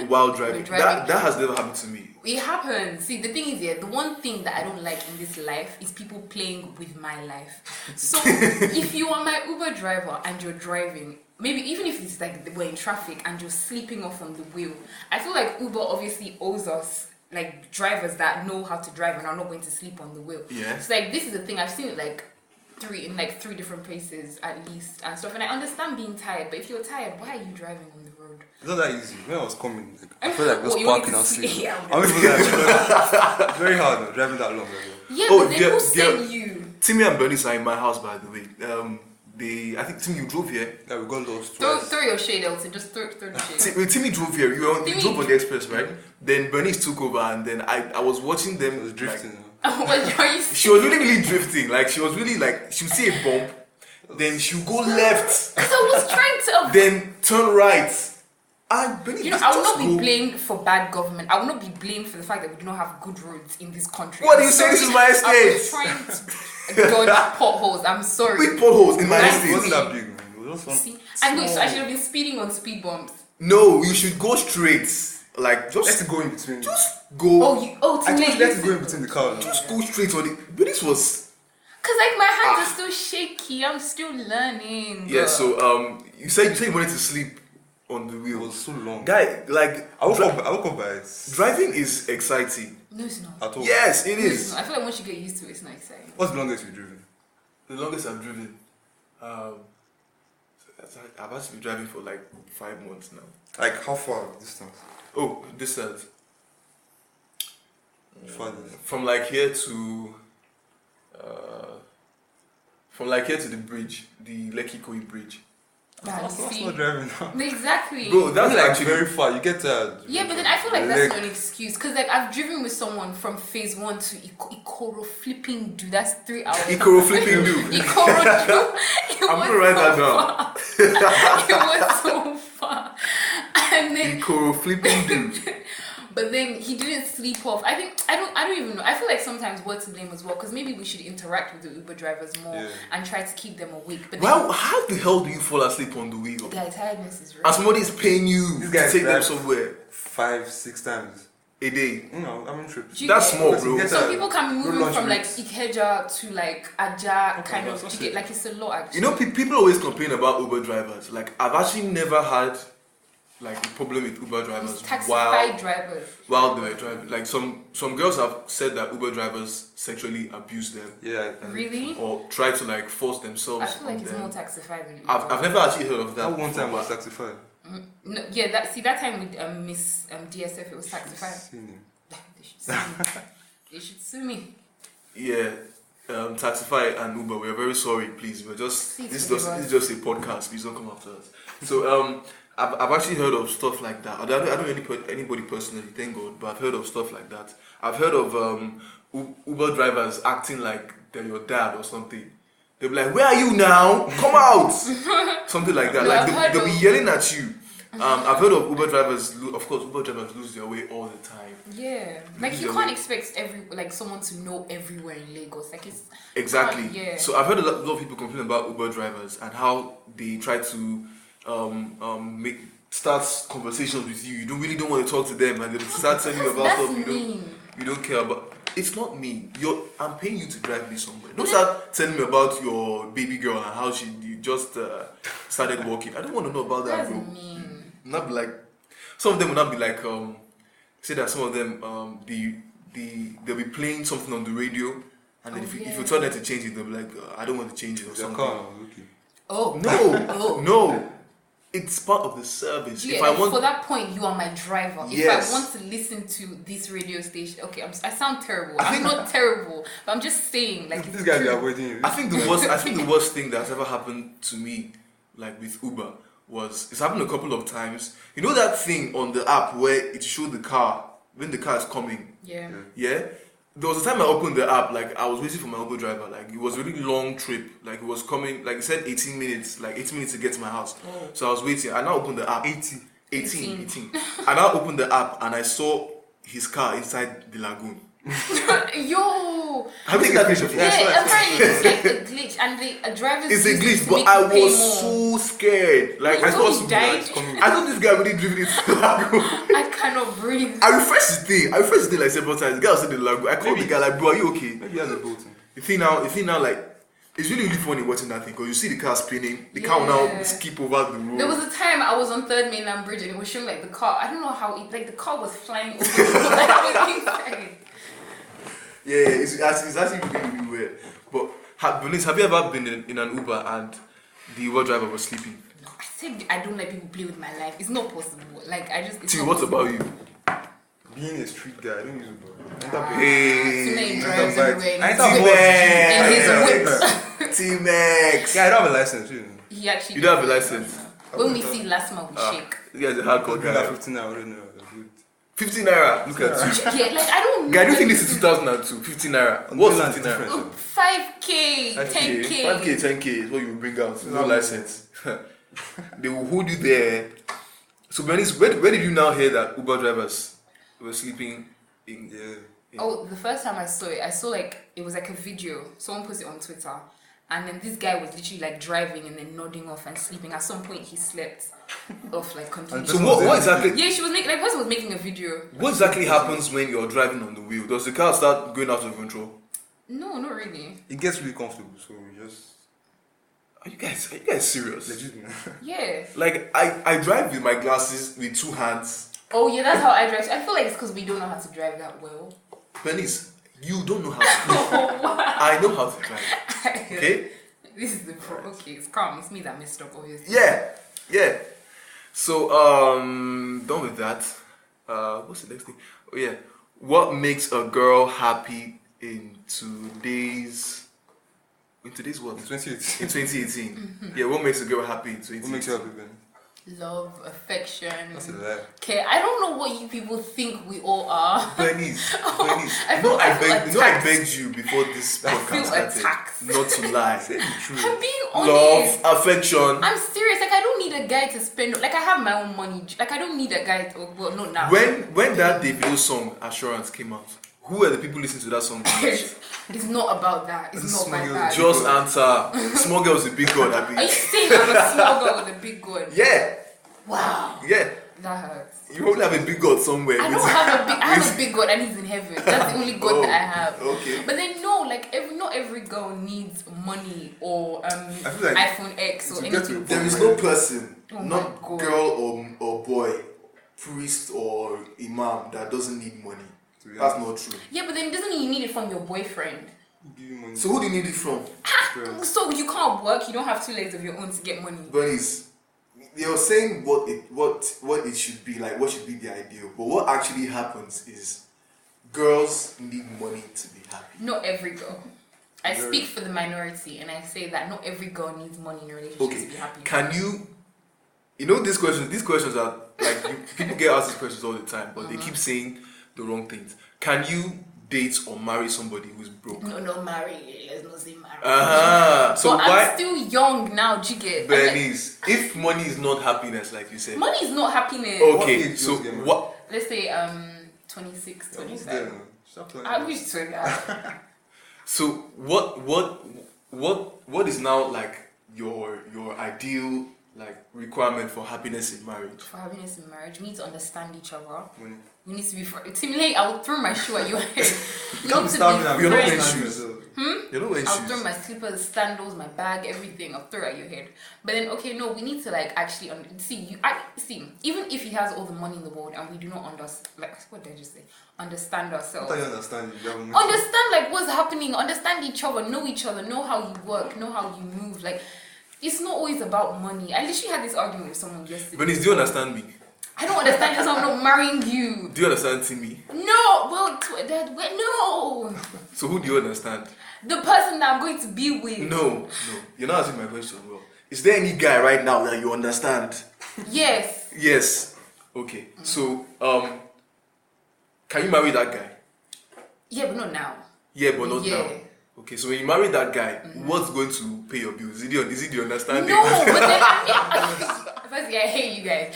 Speaker 1: while driving that
Speaker 2: driving.
Speaker 1: that has never happened to me
Speaker 2: It happens. See, the thing is, yeah, the one thing that I don't like in this life is people playing with my life. So, if you are my Uber driver and you're driving, maybe even if it's like we're in traffic and you're sleeping off on the wheel, I feel like Uber obviously owes us like drivers that know how to drive and are not going to sleep on the wheel.
Speaker 1: Yeah.
Speaker 2: So, like, this is the thing I've seen it like three in like three different places at least and stuff. And I understand being tired, but if you're tired, why are you driving on the road?
Speaker 3: It's not that easy. When I was coming, like, I felt like
Speaker 2: Oh,
Speaker 3: just
Speaker 2: you wanted
Speaker 3: parking
Speaker 2: to
Speaker 3: and
Speaker 2: sleep.
Speaker 3: sleeping.
Speaker 2: Yeah.
Speaker 3: I'm even like, very hard though, driving that long. Like,
Speaker 2: Yeah,
Speaker 1: Oh,
Speaker 2: but then
Speaker 1: yeah,
Speaker 2: who
Speaker 1: yeah.
Speaker 2: sent you?
Speaker 1: Timmy and Bernice are in my house, by the way. Um, they, I think Timmy, you drove here.
Speaker 3: yeah, we got lost
Speaker 2: Throw,
Speaker 3: twice.
Speaker 2: throw your shade, Elton. Just throw, throw the shade.
Speaker 1: Ti- well, Timmy drove here. You, were on, you
Speaker 2: Timmy-
Speaker 1: drove on the express, right? Then Bernice took over, and then I, I was watching them.
Speaker 3: It was drifting.
Speaker 1: like-
Speaker 3: you know.
Speaker 2: what Oh, are you
Speaker 1: she was really, really drifting. Like she was really like she would see a bump, then she would go left,
Speaker 2: Because I was trying to.
Speaker 1: then turn right, I believe
Speaker 2: You know,
Speaker 1: it's
Speaker 2: I will
Speaker 1: just
Speaker 2: not be
Speaker 1: go-
Speaker 2: blamed for bad government. I will not be blamed for the fact that we do not have good roads in this country.
Speaker 1: What
Speaker 2: I'm
Speaker 1: are you saying? This is
Speaker 2: sorry.
Speaker 1: my
Speaker 2: I
Speaker 1: estate.
Speaker 2: was trying to dodge potholes. I'm sorry.
Speaker 1: Big potholes in my
Speaker 2: Nice.
Speaker 3: It
Speaker 1: estate.
Speaker 3: wasn't that big, man. It was just one.
Speaker 2: See, I know. So I should have been speeding on speed bumps.
Speaker 1: No, you should go straight. Like
Speaker 3: Let
Speaker 1: just
Speaker 3: it go in between.
Speaker 1: just go.
Speaker 2: Oh, you. Oh, to
Speaker 3: I
Speaker 2: make
Speaker 3: told you let it go in between the cows.
Speaker 1: just go straight on it. But this was
Speaker 2: Cause like my hands are still shaky. I'm still learning.
Speaker 1: yeah. So um, you said you said you wanted to sleep on the
Speaker 3: It
Speaker 1: wheel.
Speaker 3: was so long.
Speaker 1: Guy, like
Speaker 3: I woke
Speaker 1: dri-
Speaker 3: up. I woke up by it.
Speaker 1: driving is exciting.
Speaker 2: no, it's not.
Speaker 3: At all.
Speaker 1: Yes, it
Speaker 2: No, it's
Speaker 1: is.
Speaker 2: not. I feel like once you get used to it, it's not exciting.
Speaker 3: What's the longest you've driven?
Speaker 1: The longest I've driven, um, that's- I've actually been driving for like five months now.
Speaker 3: Like how far distance?
Speaker 1: Oh, distance
Speaker 3: Far distance.
Speaker 1: from like here to, uh, from like here to the bridge, the Lekki Koi Bridge.
Speaker 2: Bad,
Speaker 3: That's, that's
Speaker 2: see?
Speaker 3: not driving now.
Speaker 2: Exactly.
Speaker 1: Bro, that's
Speaker 3: like
Speaker 1: actually
Speaker 3: very far. You get uh, tired.
Speaker 2: yeah, but then I feel like that's
Speaker 3: Leg.
Speaker 2: not an excuse because like I've driven with someone from phase one to Iko- Ikoro flipping dude. That's three hours.
Speaker 1: Ikoro flipping dude.
Speaker 2: Ikoro dude. It
Speaker 1: I'm
Speaker 2: was
Speaker 1: gonna write that
Speaker 2: so
Speaker 1: down.
Speaker 2: far. it was so far, and then
Speaker 1: Ikoro flipping dude.
Speaker 2: But then he didn't sleep off. I think I don't. I don't even know. I feel like sometimes we're to blame as well because maybe we should interact with the Uber drivers more
Speaker 3: Yeah.
Speaker 2: and try to keep them awake. But then,
Speaker 1: Well, how the hell do you fall asleep on the wheel?
Speaker 2: guy, tiredness is
Speaker 1: And
Speaker 2: real.
Speaker 1: somebody is paying you
Speaker 3: This
Speaker 1: to
Speaker 3: guy
Speaker 1: take them
Speaker 3: drives-
Speaker 1: somewhere
Speaker 3: Five, six times.
Speaker 1: a day.
Speaker 3: You know, I'm in trip.
Speaker 2: Do you
Speaker 1: That's
Speaker 2: get-
Speaker 1: small,
Speaker 3: Because you
Speaker 1: bro.
Speaker 3: get
Speaker 2: So
Speaker 3: tired.
Speaker 2: people can be
Speaker 3: No
Speaker 2: moving
Speaker 3: lunch
Speaker 2: from like
Speaker 3: breaks.
Speaker 2: Ikeja to like Aja, kind
Speaker 3: no,
Speaker 2: of.
Speaker 3: it's not
Speaker 2: you get-
Speaker 3: safe.
Speaker 2: like it's a lot actually.
Speaker 1: You know, pe- people always complain about Uber drivers. Like, I've actually never had like a problem with Uber drivers
Speaker 2: It's taxified
Speaker 1: while
Speaker 2: drivers.
Speaker 1: while they were driving. Like some some girls have said that Uber drivers sexually abuse them
Speaker 3: Yeah. I-
Speaker 2: Really?
Speaker 1: or try to like force themselves.
Speaker 2: I feel like
Speaker 1: on
Speaker 2: it's
Speaker 1: them.
Speaker 2: more taxified than Uber.
Speaker 1: I've, I've never actually heard of that.
Speaker 3: That one
Speaker 1: before,
Speaker 3: time I was
Speaker 1: but
Speaker 3: satisfied.
Speaker 2: Mm, no, yeah, that see that time with um, Miss um, DSF, it was taxified.
Speaker 3: Seen him.
Speaker 2: they should sue me. they should sue me.
Speaker 1: yeah. Um, Taxify and Uber, we are very sorry. Please, we're just
Speaker 2: Please
Speaker 1: this is
Speaker 2: forgive
Speaker 1: just
Speaker 2: us.
Speaker 1: this is just a podcast. Please don't come after us. So um, I've, I've actually heard of stuff like that. I don't, I don't know any, per- anybody personally, thank God, but I've heard of stuff like that. I've heard of um, U- Uber drivers acting like they're your dad or something. They'll be like, "Where are you now? Come out!" something like that.
Speaker 2: No,
Speaker 1: like
Speaker 2: I've heard
Speaker 1: they'll, they'll be
Speaker 2: of-
Speaker 1: yelling at you. Um, I've heard of Uber drivers. Lo- of course, Uber drivers lose their way all the time.
Speaker 2: Yeah, like you
Speaker 1: Yeah,
Speaker 2: can't
Speaker 1: we-
Speaker 2: expect every like someone to know everywhere in Lagos. Like it's
Speaker 1: Exactly.
Speaker 2: Ah, yeah.
Speaker 1: So I've heard a lot, lot of people complain about Uber drivers and how they try to um, um, make start conversations with you. You don't really don't want to talk to them, and they start telling you about
Speaker 2: that's
Speaker 1: stuff you don't
Speaker 2: mean.
Speaker 1: you don't care about. It's not me. You're, I'm paying you to drive me somewhere. Don't start telling me about your baby girl and how she you just uh, started walking. I don't want to know about that,
Speaker 2: That's
Speaker 1: bro.
Speaker 2: mean.
Speaker 1: Not be like some of them will not be like um say that some of them um the the they'll be playing something on the radio and then
Speaker 2: Oh,
Speaker 1: if, you, if
Speaker 2: yeah.
Speaker 1: you tell them to change it they'll be like uh, I don't want to change it or
Speaker 3: Your
Speaker 1: something.
Speaker 3: car was okay.
Speaker 2: Oh
Speaker 1: No,
Speaker 2: Oh.
Speaker 1: no, it's part of the service.
Speaker 2: Yeah,
Speaker 1: if I
Speaker 2: like, for
Speaker 1: want,
Speaker 2: that point, you are my driver. If
Speaker 1: Yes.
Speaker 2: I want to listen to this radio station, okay, I'm, I sound terrible.
Speaker 1: I
Speaker 2: I'm
Speaker 1: think-
Speaker 2: not terrible, but I'm just saying, like,
Speaker 3: These
Speaker 2: it's
Speaker 3: guys are
Speaker 2: true.
Speaker 3: avoiding you.
Speaker 1: I think the worst. I think the worst thing that's ever happened to me, like with Uber, was it's happened a couple of times. You know that thing on the app where it showed the car when the car is coming.
Speaker 2: Yeah.
Speaker 1: Yeah. There was a time I opened the app, like I was waiting for my Uber driver. Like it was a really long trip. Like it was coming, like it said 18 minutes, like 18 minutes to get to my house.
Speaker 2: Oh.
Speaker 1: So I was waiting. I now opened the app.
Speaker 3: 80.
Speaker 1: 18,
Speaker 2: 18.
Speaker 1: 18. I now opened the app and I saw his car inside the lagoon.
Speaker 2: Yo.
Speaker 1: Have you
Speaker 3: Take
Speaker 1: seen
Speaker 3: a
Speaker 1: that
Speaker 3: picture.
Speaker 1: picture?
Speaker 3: Yeah,
Speaker 2: Yeah,
Speaker 3: so I-
Speaker 2: apparently it's like a glitch, and the a driver's
Speaker 1: It's a
Speaker 2: use it
Speaker 1: glitch,
Speaker 2: to
Speaker 1: but
Speaker 2: make
Speaker 1: I
Speaker 2: you pay
Speaker 1: was
Speaker 2: more.
Speaker 1: so scared. Like I
Speaker 2: You thought
Speaker 1: thought,
Speaker 2: Oh, he
Speaker 1: some-
Speaker 2: died?
Speaker 1: I thought this guy really driven into the lagoon.
Speaker 2: I cannot breathe.
Speaker 1: I refreshed his thing. I refreshed his thing like several times. The guy was in the lagoon. I called the guy like, bro, are you okay?
Speaker 3: Maybe he has a boat.
Speaker 1: The thing now, the thing now, like, it's really really funny watching that thing because you see the car spinning, the car will now
Speaker 2: Yeah.
Speaker 1: skip over the road.
Speaker 2: There was a time I was on Third Mainland Bridge and it was showing like the car. I don't know how it like the car was flying over. the road. Like, I was inside.
Speaker 1: yeah, yeah, it's, it's, it's actually really, really weird. But have, Bernice, have you ever been in, in an Uber and the Uber driver was sleeping?
Speaker 2: No, I said I don't let people play with my life. It's not possible. Like I just. It's
Speaker 1: T,
Speaker 2: not
Speaker 1: what
Speaker 2: possible.
Speaker 1: about you?
Speaker 3: Being a street guy, I don't use Uber.
Speaker 2: Ah,
Speaker 1: Hey,
Speaker 2: too many
Speaker 1: you
Speaker 2: drives
Speaker 3: don't
Speaker 2: everywhere.
Speaker 3: bite. I
Speaker 2: and
Speaker 3: thought-
Speaker 2: he's- And he's a
Speaker 1: T
Speaker 2: whip.
Speaker 1: Max, T Max.
Speaker 3: Yeah, I don't have a license, you know.
Speaker 2: He actually.
Speaker 1: You don't have a license. Ah.
Speaker 2: When we see last month, we shake.
Speaker 1: This guy's a
Speaker 3: I'll
Speaker 1: hardcore
Speaker 3: do that
Speaker 1: guy.
Speaker 3: 15 hour, I don't know. I'll do it.
Speaker 1: Fifteen naira. Look at you.
Speaker 2: Yeah, like I don't.
Speaker 1: Guy, do you
Speaker 2: know Oh,
Speaker 1: think
Speaker 2: when
Speaker 1: this is
Speaker 2: we
Speaker 1: 2002? 15 naira.
Speaker 3: On
Speaker 1: What's
Speaker 3: mainland,
Speaker 1: 15 naira?
Speaker 3: different.
Speaker 2: see- 5k,
Speaker 3: 5K,
Speaker 2: 10k.
Speaker 1: 5k, 10k is what you bring out. No
Speaker 3: Yeah.
Speaker 1: license. they will hold you there So, Bernice, where, where did you now hear that Uber drivers were sleeping in?
Speaker 3: Yeah.
Speaker 1: in
Speaker 2: Oh, the first time I saw it, I saw like it was like a video. Someone posted it on Twitter, and then this guy was literally like driving and then nodding off and sleeping. At some point, he slept off like
Speaker 1: So,
Speaker 2: completely.
Speaker 3: just-
Speaker 1: what, what exactly?
Speaker 2: Yeah, she was making like person was making a video.
Speaker 1: What exactly happens when you're driving on the wheel? Does the car start going out of control?
Speaker 2: No, not really.
Speaker 3: It gets really comfortable, so we just
Speaker 1: Are you guys are you guys serious?
Speaker 3: legit. man.
Speaker 2: Yeah.
Speaker 1: Like I, I drive with my glasses with two hands.
Speaker 2: Oh yeah, that's how I drive. I feel like it's because we don't know how to drive that well. Oh,
Speaker 1: Bernice, you don't know how to drive. I know how to drive. Okay?
Speaker 2: This is the pro- okay. It's calm. It's me that messed up, obviously.
Speaker 1: Yeah. Yeah. So um done with that. Uh what's the next thing? Oh yeah. What makes a girl happy in today's in today's what?
Speaker 3: In 28.
Speaker 1: In 2018.
Speaker 2: Mm-hmm.
Speaker 1: Yeah, what makes a girl happy in 2018?
Speaker 3: What makes you happy, Ben?
Speaker 2: Love, affection.
Speaker 3: That's a lie.
Speaker 2: Okay, I don't know what you people think we all are.
Speaker 1: Bernice, Bernice,
Speaker 2: I
Speaker 1: you
Speaker 2: feel-
Speaker 1: know I,
Speaker 2: I feel
Speaker 1: beg, you know I
Speaker 2: attacked.
Speaker 1: begged you before this podcast
Speaker 2: feel
Speaker 1: started
Speaker 2: attacked.
Speaker 1: not to
Speaker 3: Say
Speaker 1: lie.
Speaker 3: the
Speaker 2: I'm
Speaker 3: truth.
Speaker 2: being honest.
Speaker 1: Love, affection.
Speaker 2: I'm serious. Like I don't need a guy to spend. Like I have my own money. Like I don't need a guy. To, well, not now.
Speaker 1: When when that debut song Assurance came out, who were the people listening to that song?
Speaker 2: it's not about that. It's
Speaker 3: This
Speaker 2: not about
Speaker 3: small
Speaker 2: that.
Speaker 3: girl.
Speaker 1: Just answer. Small girl's a big god, I
Speaker 2: Are you
Speaker 1: mean.
Speaker 2: saying I'm a small girl with a big god?
Speaker 1: Yeah,
Speaker 2: Wow,
Speaker 1: yeah.
Speaker 2: that hurts.
Speaker 1: You probably have a big god somewhere.
Speaker 2: I
Speaker 1: with-
Speaker 2: don't have a big. I have a big god, and he's in heaven. That's the only god
Speaker 1: Oh,
Speaker 2: that I have.
Speaker 1: Okay.
Speaker 2: But then no, like every not every girl needs money or um
Speaker 3: I feel like
Speaker 2: iPhone X or
Speaker 3: to get to
Speaker 2: anything.
Speaker 3: a point-
Speaker 1: There is no person,
Speaker 2: Oh my
Speaker 1: not
Speaker 2: God.
Speaker 1: girl or, or boy, priest or imam that doesn't need money.
Speaker 3: To be
Speaker 1: That's
Speaker 3: honest.
Speaker 1: not true.
Speaker 2: Yeah, but then doesn't mean you need it from your boyfriend?
Speaker 3: Give you money.
Speaker 1: So who do you need it from?
Speaker 3: Girl.
Speaker 2: So you can't work. You don't have two legs of your own to get money.
Speaker 1: Bernice, you're saying what it what what it should be like, what should be the ideal, but what actually happens is girls need money to be happy.
Speaker 2: Not every girl. I
Speaker 3: Very-
Speaker 2: speak for the minority, and I say that not every girl needs money in a relationship
Speaker 1: Okay,
Speaker 2: to be happy.
Speaker 1: can you? You know these questions. These questions are like you, people get asked these questions all the time, but
Speaker 2: Uh-huh.
Speaker 1: they keep saying the wrong things. Can you date or marry somebody who's broke?
Speaker 2: no, no, marry. Let's not say marry.
Speaker 1: Uh-huh. So
Speaker 2: but
Speaker 1: why,
Speaker 2: I'm still young now, Jigget.
Speaker 1: Bernice? If money is not happiness, like you said,
Speaker 2: Money is not happiness.
Speaker 3: What
Speaker 1: okay.
Speaker 3: age
Speaker 1: So
Speaker 3: was Gemma?
Speaker 1: what?
Speaker 2: Let's say um 26,
Speaker 1: Oh,
Speaker 3: Yeah, who's
Speaker 2: 27.
Speaker 3: there, man? Stop playing.
Speaker 2: I wish to
Speaker 1: So what what what what is now like your your ideal like requirement for happiness in marriage?
Speaker 2: for happiness in marriage. We need to understand each other.
Speaker 3: Money.
Speaker 2: We need to be friends. Timmy, I will throw my shoe at your head. You need
Speaker 3: Can't
Speaker 2: to
Speaker 3: be starving
Speaker 2: be
Speaker 3: and
Speaker 1: You're not
Speaker 2: friends.
Speaker 1: wearing
Speaker 3: starving
Speaker 1: shoes.
Speaker 3: yourself.
Speaker 1: You know when
Speaker 2: I'll throw
Speaker 1: she's
Speaker 2: my slippers, sandals, my bag, everything. I'll throw it at your head. But then, okay, no, we need to like actually un- see you. I see even if he has all the money in the world and we do not understand, like what did I just say? Understand
Speaker 3: I
Speaker 2: ourselves.
Speaker 3: thought you understand. You have money.
Speaker 2: understand like what's happening understand each other know each other know how you work know how you move like it's not always about money i literally had this argument with someone yesterday
Speaker 1: Bernice, do you understand me?
Speaker 2: i don't understand because i'm not marrying you
Speaker 1: Do you understand Timmy?
Speaker 2: no well t- that well, no
Speaker 1: So who do you understand?
Speaker 2: the person that i'm going to be with
Speaker 1: No, no. You're not answering my question well. Is there any guy right now that you understand?
Speaker 2: yes
Speaker 1: Yes. Okay. So um can you marry that guy?
Speaker 2: yeah but not now
Speaker 1: Yeah, but not
Speaker 2: Yeah. Mm-hmm.
Speaker 1: now. Okay, so when you marry that guy, what's going to pay your bills? Is it, the- is it the understanding?
Speaker 2: no but then i Firstly, I hate you guys.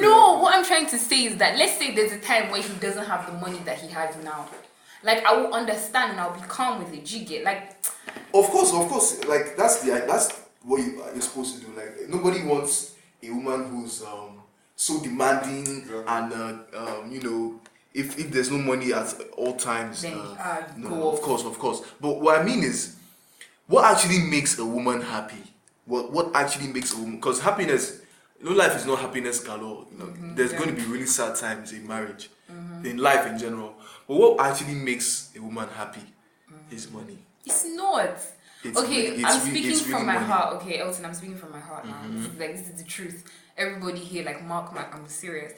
Speaker 2: No, what I'm trying to say is that let's say there's a time where he doesn't have the money that he has now. Like I will understand and I'll be calm with it. You get like
Speaker 1: Of course, of course. Like that's the that's what you, you're supposed to do. Like nobody wants a woman who's um so demanding
Speaker 3: Yeah.
Speaker 1: and uh, um you know if if there's no money at all times.
Speaker 2: Then,
Speaker 1: uh,
Speaker 2: uh,
Speaker 1: no,
Speaker 2: go
Speaker 1: of
Speaker 2: off.
Speaker 1: course, of course. But what I mean is, what actually makes a woman happy? What what actually makes a woman? Because happiness, no life is not happiness galore. You know, there's
Speaker 2: Mm-hmm. yeah. Mm-hmm.
Speaker 1: going to be really sad times in marriage, in life in general. But what actually makes a woman happy
Speaker 2: Mm-hmm.
Speaker 1: is money.
Speaker 2: It's not.
Speaker 1: It's
Speaker 2: okay,
Speaker 1: really- it's
Speaker 2: I'm
Speaker 1: re-
Speaker 2: speaking
Speaker 1: it's really Mm-hmm.
Speaker 2: from my
Speaker 1: money.
Speaker 2: heart. Okay, Elton, I'm speaking from my heart now. This is, like this is the truth. Everybody here, like mark my, I'm serious.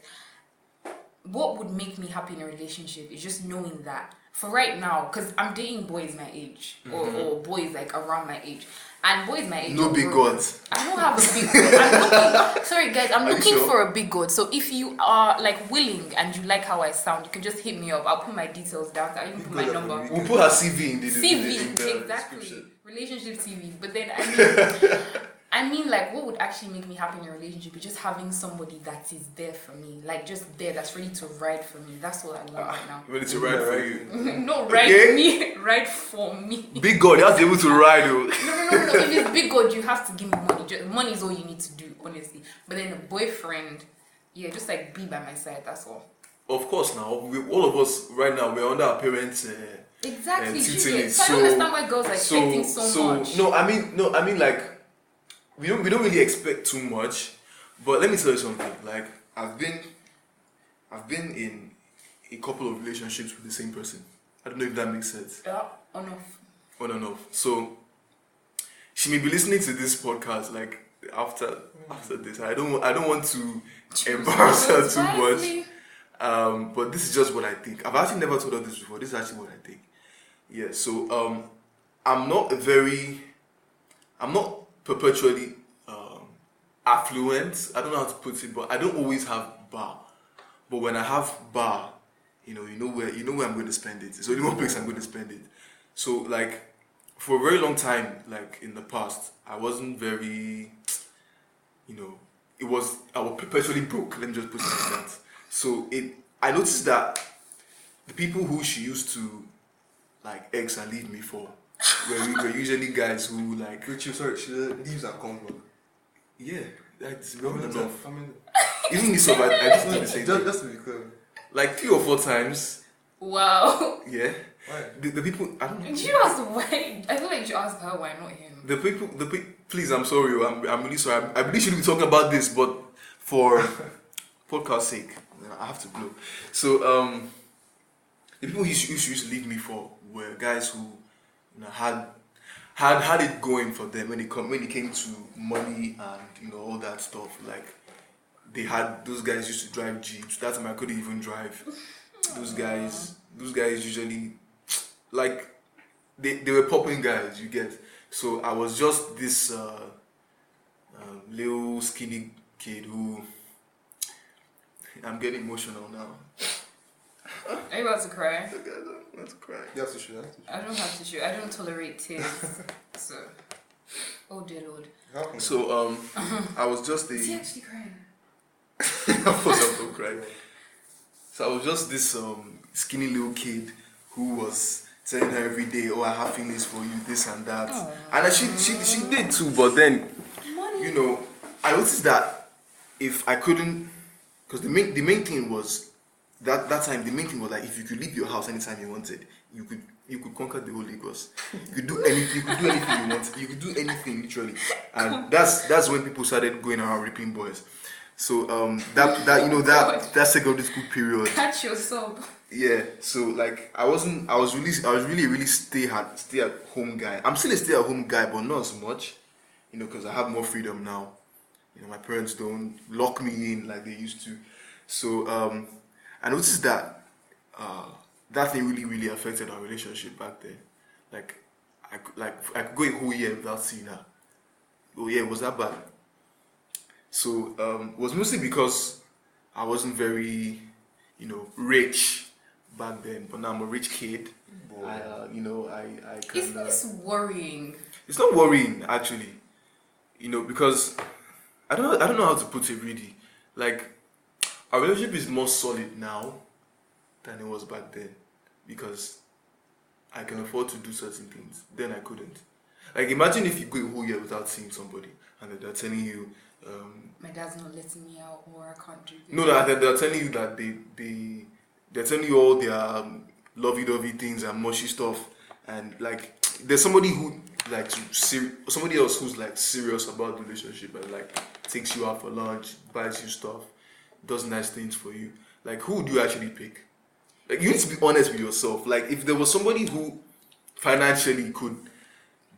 Speaker 2: What would make me happy in a relationship is just knowing that for right now, because I'm dating boys my age or, or boys like around my age, and boys my age.
Speaker 1: Mm-hmm. No
Speaker 2: are
Speaker 1: big
Speaker 2: broke.
Speaker 1: gods.
Speaker 2: I don't have a big God. I'm looking, sorry guys, I'm
Speaker 1: Are you
Speaker 2: looking
Speaker 1: sure?
Speaker 2: for a big God. So if you are like willing and you like how I sound, you can just hit me up. I'll put my details down. I'll even
Speaker 3: Big
Speaker 2: put my
Speaker 3: God of
Speaker 2: number.
Speaker 3: the
Speaker 1: We'll put her CV in the, in the- in the
Speaker 2: CV, exactly.
Speaker 1: description.
Speaker 2: Relationship TV. But then I mean, I mean, like, what would actually make me happy in a relationship is just having somebody that is there for me, like, just there, that's ready to ride for me. That's all I want right now.
Speaker 1: Ready to ride for you.
Speaker 2: no,
Speaker 1: Ah.
Speaker 2: ride
Speaker 1: Okay.
Speaker 2: me, ride for me.
Speaker 1: Big God, that's able to ride. Oh.
Speaker 2: No, no, no, no, no. If it's big God, you have to give me money. Just, money is all you need to do, honestly. But then a boyfriend, yeah, just like be by my side. That's all.
Speaker 1: Of course, now we, all of us right now we're under our parents. Uh,
Speaker 2: Exactly.
Speaker 1: And
Speaker 2: you
Speaker 1: cheating
Speaker 2: get-
Speaker 1: is
Speaker 2: so, I
Speaker 1: so-
Speaker 2: don't understand why girls are expecting so, much.
Speaker 1: no, I mean, no, I mean, like, we don't, we don't really expect too much. But let me tell you something. Like, I've been, I've been in a couple of relationships with the same person. I don't know if that makes sense.
Speaker 2: Yeah, on off.
Speaker 1: On and off. So, she may be listening to this podcast. Like after after this, I don't, I don't want to embarrass her too much.
Speaker 2: Wisely.
Speaker 1: Um, but this is just what I think. I've actually never told her this before. This is actually what I think. Yeah. So um, I'm not a very, I'm not perpetually um, affluent. I don't know how to put it, but I don't always have bar. But when I have bar, you know, you know where you know where I'm going to spend it. It's only one place I'm going to spend it. So like, for a very long time, like in the past, I wasn't very, you know, it was I was perpetually broke. Let me just put it like that. So it, I noticed that the people who she used to like ex and leave me for were, were usually guys who like
Speaker 3: Which you sorry, she leaves her combo.
Speaker 1: yeah, that's
Speaker 3: How
Speaker 1: good
Speaker 3: many
Speaker 1: enough.
Speaker 3: times- how many-
Speaker 1: Even this of I, I just did the
Speaker 3: Just
Speaker 1: same thing.
Speaker 3: just to be clear,
Speaker 1: Like three or four times.
Speaker 2: Wow.
Speaker 1: Yeah.
Speaker 3: why?
Speaker 1: The, the people I don't know.
Speaker 2: Did you ask why? I feel like you should ask her why, not him.
Speaker 1: The people the pe- please I'm sorry, oh, I'm I'm really sorry. I, I really shouldn't be talking about this, but for podcast sake, you know, I have to blow. So um the people who used, used, used to leave me for were guys who you know had had had it going for them when it come when it came to money and you know all that stuff. Like they had those guys used to drive jeeps. That time I couldn't even drive. Those guys, those guys usually like they they were popping guys. You get so I was just this uh, um little skinny kid who. I'm getting emotional now.
Speaker 2: Are you about to cry?
Speaker 1: Look, I don't want to cry.
Speaker 3: You have to shoot that.
Speaker 2: I don't have tissue. I don't tolerate tears. so. Oh dear lord.
Speaker 3: Happened.
Speaker 1: So um, I was just
Speaker 2: Is he
Speaker 1: a
Speaker 2: actually crying?
Speaker 1: of course I'm not crying. So I was just this um skinny little kid who was telling her every day, "Oh, I have feelings for you, this and that," and she she she did too. But then
Speaker 2: Money.
Speaker 1: you know, I noticed that if I couldn't, because the main the main thing was that that time the main thing was like if you could leave your house anytime you wanted, you could you could conquer the whole Lagos. You could do anything. You could do anything you want. You could do anything literally, and that's that's when people started going around raping boys. So um that that you know that that secondary school period
Speaker 2: Catch yourself.
Speaker 1: yeah so like i wasn't i was really i was really really stay at stay at home guy i'm still a stay at home guy but not as much you know because i have more freedom now you know my parents don't lock me in like they used to so um i noticed that uh that thing really really affected our relationship back then like i could like i could go a whole year without seeing her oh yeah it was that bad so um it was mostly because i wasn't very you know rich back then but now i'm a rich kid
Speaker 3: Boy.
Speaker 1: I, uh, you know i i
Speaker 2: Is
Speaker 1: can uh,
Speaker 2: this worrying?
Speaker 1: it's not worrying actually you know because i don't know i don't know how to put it really like our relationship is more solid now than it was back then because i can afford to do certain things then i couldn't like imagine if you go a whole year without seeing somebody and then they're telling you um,
Speaker 2: My dad's not letting me out, or I can't do this.
Speaker 1: no that they're, they're telling you that they they they're telling you all their um, lovey-dovey things and mushy stuff and like there's somebody who like ser- somebody else who's like serious about the relationship and like takes you out for lunch buys you stuff does nice things for you like who do you actually pick like you need to be honest with yourself like if there was somebody who financially could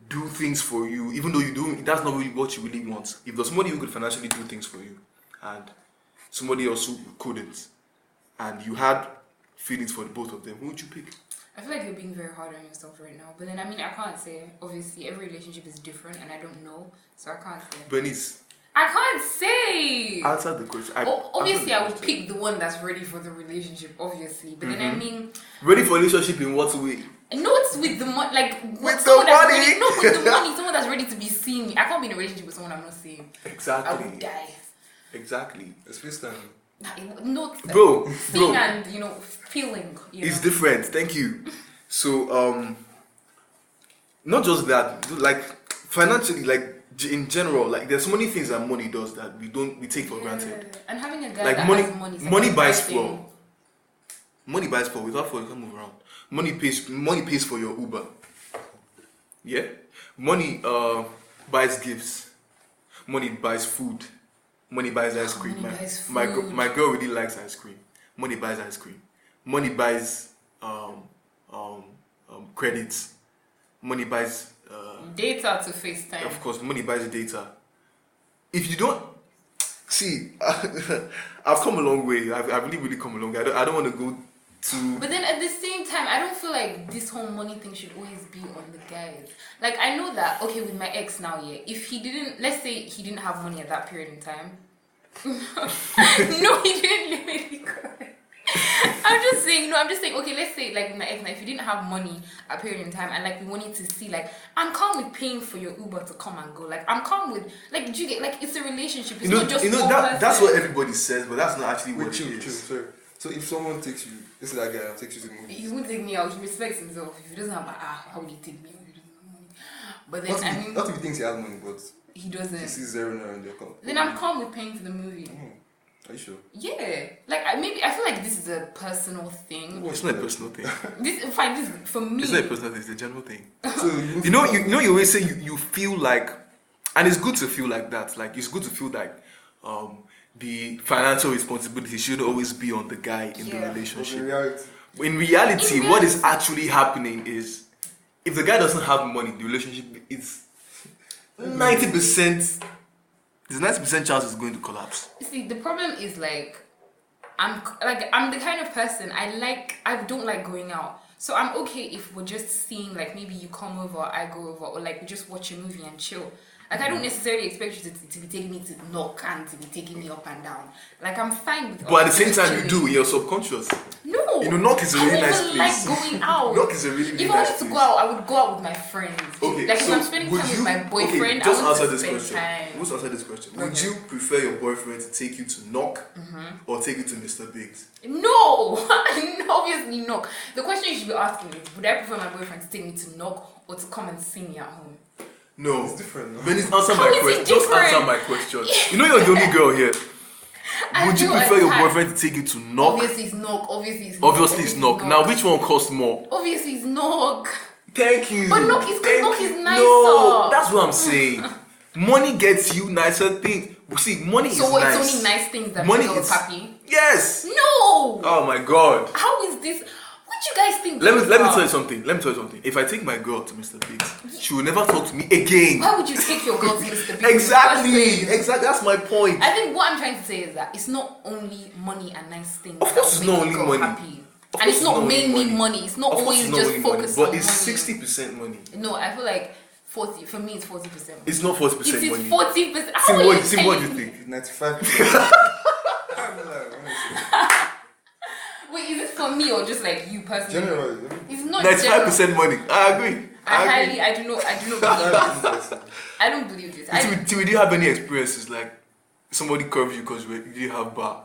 Speaker 1: do things for you even though you do that's not really what you really want if there's somebody who could financially do things for you and somebody else who couldn't, and you had feelings for the both of them, who would you pick?
Speaker 2: I feel like you're being very hard on yourself right now. But then, I mean, I can't say. Obviously, every relationship is different, and I don't know, so I can't say.
Speaker 1: Bernice.
Speaker 2: I can't say.
Speaker 1: Answer the question. I,
Speaker 2: O- obviously,
Speaker 1: answer the
Speaker 2: I would
Speaker 1: question.
Speaker 2: pick the one that's ready for the relationship, obviously. But then I
Speaker 1: Mm-hmm.
Speaker 2: mean,
Speaker 1: Ready for relationship in what way?
Speaker 2: not with the money, like
Speaker 1: With
Speaker 2: someone
Speaker 1: the
Speaker 2: that's
Speaker 1: money.
Speaker 2: ready- no, with the money, someone that's ready to be seen. I can't be in a relationship with someone I'm not seeing. I would
Speaker 1: Exactly.
Speaker 2: die.
Speaker 1: Exactly.
Speaker 3: It's FaceTime.
Speaker 2: Nah, it- Not
Speaker 1: Bro, bro.
Speaker 2: seeing and you know feeling. You
Speaker 1: It's
Speaker 2: know?
Speaker 1: different. Thank you. So, um, not just that, like financially, like g- in general, like there's so many things that money does that we don't we take for granted.
Speaker 2: Yeah. And having a guy
Speaker 1: Like
Speaker 2: that
Speaker 1: money,
Speaker 2: has money, is like
Speaker 1: money
Speaker 2: the
Speaker 1: buys
Speaker 2: best thing.
Speaker 1: floor. Money buys floor. Without floor, you can't move around. Money pays. Money pays for your Uber. Yeah. Money uh, buys gifts. Money buys food. Money buys ice cream.
Speaker 2: Money
Speaker 1: my,
Speaker 2: buys
Speaker 1: my gr-
Speaker 2: food.
Speaker 1: my girl really likes ice cream. Money buys ice cream. Money buys um, um, um, credits. Money buys. Uh,
Speaker 2: Data to FaceTime.
Speaker 1: of course, money buys data. If you don't see, I've come a long way. I've, I've really, really come a long way. I don't, I don't want to go too.
Speaker 2: But then at the same time, I don't feel like this whole money thing should always be on the guys. Like I know that okay with my ex now, yeah. If he didn't, let's say he didn't have money at that period in time. no, he didn't live in Ikoi. I'm just saying, no, I'm just saying, okay, let's say like with my ex now, if you didn't have money at period in time and like we wanted to see, like, I'm calm with paying for your Uber to come and go. Like I'm calm with like do you get like it's a relationship, it's
Speaker 1: You know,
Speaker 2: not just
Speaker 1: you know
Speaker 2: one
Speaker 1: that, that's
Speaker 2: person.
Speaker 1: what everybody says, but that's not actually
Speaker 3: Wait,
Speaker 1: what it
Speaker 3: chill, chill,
Speaker 1: is.
Speaker 3: sorry. So if someone takes you, this is that guy that takes you to the
Speaker 2: He
Speaker 3: movie.
Speaker 2: won't take me out. He respects himself. If he doesn't have my ah, how will he take me out? He doesn't have money. But then
Speaker 3: What
Speaker 2: I
Speaker 3: if, he-
Speaker 2: mean,
Speaker 3: what if he thinks he has money, but
Speaker 2: he
Speaker 3: he
Speaker 2: doesn't.
Speaker 3: sees zero naira in your account?
Speaker 2: Then I'm calm with paying for the movie.
Speaker 3: Hmm. Are you sure?
Speaker 2: Yeah, like I, maybe I feel like this is a personal thing.
Speaker 1: It's not a personal thing.
Speaker 2: This fine. This is- for me.
Speaker 1: It's not a personal thing. It's a general thing.
Speaker 3: So you,
Speaker 1: You know, you, you know, you always say you, you feel like, and it's good to feel like that. Like it's good to feel like um, the financial responsibility should always be on the guy in the
Speaker 2: Yeah.
Speaker 3: But
Speaker 1: relationship.
Speaker 3: in reality,
Speaker 1: In reality,
Speaker 2: In
Speaker 1: what is actually happening is if the guy doesn't have money, the relationship is 90%, there's 90% chance it's going to collapse.
Speaker 2: See, the problem is like, I'm c- like I'm the kind of person I like. I don't like going out, so I'm okay if we're just seeing like maybe you come over, I go over, or like we just watch a movie and chill. Like
Speaker 1: Mm-hmm.
Speaker 2: I don't necessarily expect you to, to be taking me to knock and to be taking me up and down. Like I'm fine with.
Speaker 1: But at the
Speaker 2: us
Speaker 1: same
Speaker 2: just
Speaker 1: time, you do,
Speaker 2: chilling.
Speaker 1: in your subconscious.
Speaker 2: No,
Speaker 1: You know, knock is a
Speaker 2: I
Speaker 1: really
Speaker 2: don't
Speaker 1: nice place.
Speaker 2: even Like going out.
Speaker 1: Knock is a really, really
Speaker 2: if I wanted
Speaker 1: nice
Speaker 2: to go
Speaker 1: place.
Speaker 2: out, I would go out with my friends.
Speaker 1: Okay,
Speaker 2: like
Speaker 1: so
Speaker 2: if I'm spending
Speaker 1: would
Speaker 2: time
Speaker 1: you-
Speaker 2: with my boyfriend,
Speaker 1: okay,
Speaker 2: I
Speaker 1: just
Speaker 2: want
Speaker 1: answer
Speaker 2: to
Speaker 1: this
Speaker 2: spend
Speaker 1: question.
Speaker 2: time.
Speaker 1: Just answer this question. Would
Speaker 2: Okay.
Speaker 1: you prefer your boyfriend to take you to knock
Speaker 2: Mm-hmm.
Speaker 1: or take you to Mr. Biggs?
Speaker 2: No, obviously not. The question you should be asking is, would I prefer my boyfriend to take me to knock or to come and see me at home?
Speaker 1: No.
Speaker 3: it's different. No?
Speaker 1: Venice, answer
Speaker 2: How is
Speaker 1: my
Speaker 2: it
Speaker 1: question. Just
Speaker 2: different?
Speaker 1: answer my question. You know you're the only girl here.
Speaker 2: I
Speaker 1: Would you
Speaker 2: feel
Speaker 1: prefer your
Speaker 2: attacked.
Speaker 1: boyfriend to take you to knock?
Speaker 2: Obviously it's knock. Obviously it's knock.
Speaker 1: Obviously it's knock. Now which one costs more?
Speaker 2: Obviously it's knock.
Speaker 1: Thank you.
Speaker 2: But knock is-
Speaker 1: Thank
Speaker 2: knock
Speaker 1: you.
Speaker 2: is
Speaker 1: No,
Speaker 2: nicer.
Speaker 1: that's what I'm saying. money gets you nicer things. See, money
Speaker 2: So
Speaker 1: is
Speaker 2: what,
Speaker 1: nice.
Speaker 2: it's only nice things that
Speaker 1: Money
Speaker 2: make us
Speaker 1: is-
Speaker 2: happy.
Speaker 1: Yes.
Speaker 2: No.
Speaker 1: Oh my god.
Speaker 2: How is this? What you guys think?
Speaker 1: Let me
Speaker 2: this
Speaker 1: let me
Speaker 2: about?
Speaker 1: tell you something. Let me tell you something. If I take my girl to Mr. Biggs, she will never talk to me again.
Speaker 2: Why would you take your girl to Mr. Big?
Speaker 1: Exactly. Exactly. That's my point.
Speaker 2: I think what I'm trying to say is that it's not only money and nice things.
Speaker 1: Of course it's
Speaker 2: that make
Speaker 1: not
Speaker 2: a
Speaker 1: only
Speaker 2: girl
Speaker 1: money.
Speaker 2: Happy.
Speaker 1: Of
Speaker 2: And
Speaker 1: course
Speaker 2: it's not mainly
Speaker 1: money.
Speaker 2: money. It's not
Speaker 1: Of course
Speaker 2: always
Speaker 1: it's not
Speaker 2: just
Speaker 1: only money,
Speaker 2: focused
Speaker 1: but
Speaker 2: on
Speaker 1: it's
Speaker 2: money.
Speaker 1: sixty percent money.
Speaker 2: No, I feel like forty. For me, it's forty percent.
Speaker 1: It's not forty
Speaker 2: It
Speaker 1: percent
Speaker 2: is
Speaker 1: money.
Speaker 2: forty percent.
Speaker 1: See what, see what you think.
Speaker 3: 95 I'm like, honestly.
Speaker 2: Wait, is this for me or just like you personally?
Speaker 3: Generally, let me-
Speaker 2: It's not
Speaker 1: Ninety-five
Speaker 2: general.
Speaker 1: percent money. I agree.
Speaker 2: I
Speaker 1: I agree.
Speaker 2: highly, I do not, I do not believe.
Speaker 3: that is interesting.
Speaker 2: I don't believe this.
Speaker 1: Till
Speaker 2: I,
Speaker 1: we- till we didn't have any experiences like somebody curved you because you didn't have bar.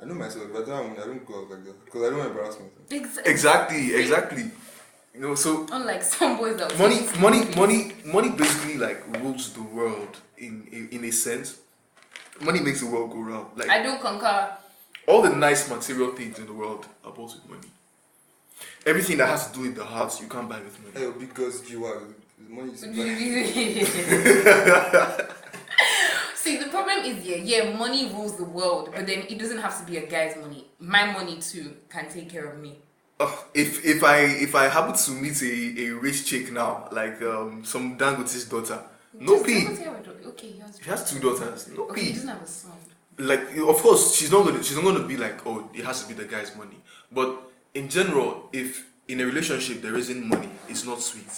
Speaker 3: I know myself, but I don't, I don't go out like that because I don't want to embarrass myself.
Speaker 2: ex-
Speaker 1: Exactly, exactly. You know, so
Speaker 2: Unlike some boys that would
Speaker 1: money,
Speaker 2: just-
Speaker 1: money, money, money basically like rules the world in in, in a sense. Money makes the world go round. Like
Speaker 2: I don't concur.
Speaker 1: all the nice material things in the world are bought with money. Everything that has to do with the house, you can't buy with money.
Speaker 3: Hey, big girls, you are the money is like,
Speaker 2: See, the problem is yeah, yeah, money rules the world, but then it doesn't have to be a guy's money. My money too can take care of me.
Speaker 1: Ugh, Uh, if if I if I happen to meet a, a rich chick now, like um some Dangote's daughter, no
Speaker 2: Just
Speaker 1: pee.
Speaker 2: someone say I would do- Okay, he has.
Speaker 1: She has two daughters. No
Speaker 2: Okay, he
Speaker 1: pee.
Speaker 2: doesn't have a son.
Speaker 1: like of course she's not gonna she's not gonna be like oh it has to be the guy's money but in general if in a relationship there isn't money it's not sweet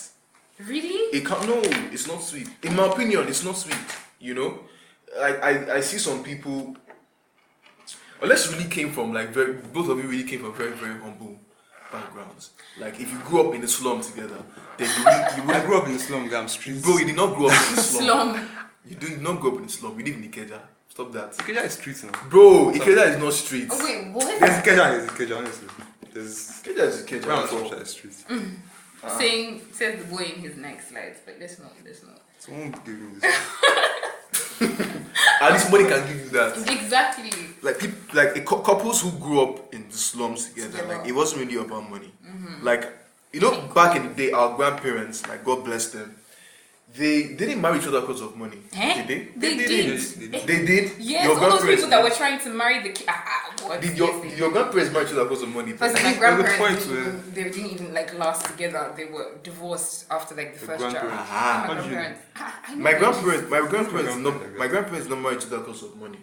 Speaker 2: Really?
Speaker 1: it can't no it's not sweet in my opinion it's not sweet you know I, I, I see some people, unless you really came from like very, both of you really came from very, very humble backgrounds. Like if you grew up in the slum together, then you, really, you
Speaker 3: I
Speaker 1: wouldn't.
Speaker 3: grew up in the slum, I'm streets.
Speaker 1: Bro, you did not grow up in the slum.
Speaker 2: Slum.
Speaker 1: You did not grow up in the slum. You live in Ikeja. Stop that.
Speaker 3: Ikeja is streets now.
Speaker 1: Bro, Ikeja is not street.
Speaker 2: Oh, wait, what?
Speaker 3: There's Ikeja, there's Ikeja, honestly. There's
Speaker 1: Ikeja is Ikeja.
Speaker 3: Brown
Speaker 1: that's all.
Speaker 3: Swamp is streets.
Speaker 2: Saying says the boy in his next slides, but let's not, let's not.
Speaker 3: Someone give me this.
Speaker 1: At least somebody can give you that.
Speaker 2: Exactly.
Speaker 1: like peop like a cou- couples who grew up in the slums together,
Speaker 2: Together.
Speaker 1: like it wasn't really about money.
Speaker 2: Mm-hmm.
Speaker 1: Like you know, back in the day, our grandparents, like God bless them, they, they didn't marry each other because of money.
Speaker 2: Eh?
Speaker 1: Did they?
Speaker 2: They
Speaker 1: didn't.
Speaker 3: did.
Speaker 1: They, did.
Speaker 2: Yes,
Speaker 1: Your
Speaker 2: all those
Speaker 1: grandparents-
Speaker 2: people that were trying to marry the kid. Ah, ah, what?
Speaker 1: Did
Speaker 2: Yes,
Speaker 1: your,
Speaker 2: they
Speaker 1: did
Speaker 2: did.
Speaker 1: your grandparents marry each other because of money?
Speaker 2: First, my
Speaker 3: There's a point
Speaker 2: grandparents didn't
Speaker 1: eh?
Speaker 3: where-
Speaker 2: even- they didn't even like last together. They were divorced after like the
Speaker 3: The
Speaker 2: first child.
Speaker 3: grandparents.
Speaker 1: Ah.
Speaker 2: My
Speaker 3: What do you-
Speaker 2: grandparents. Ah, I know
Speaker 1: My
Speaker 2: that
Speaker 1: grandparents, my grandparents,
Speaker 3: grandparents,
Speaker 1: not, my grandparents not married each other because of money.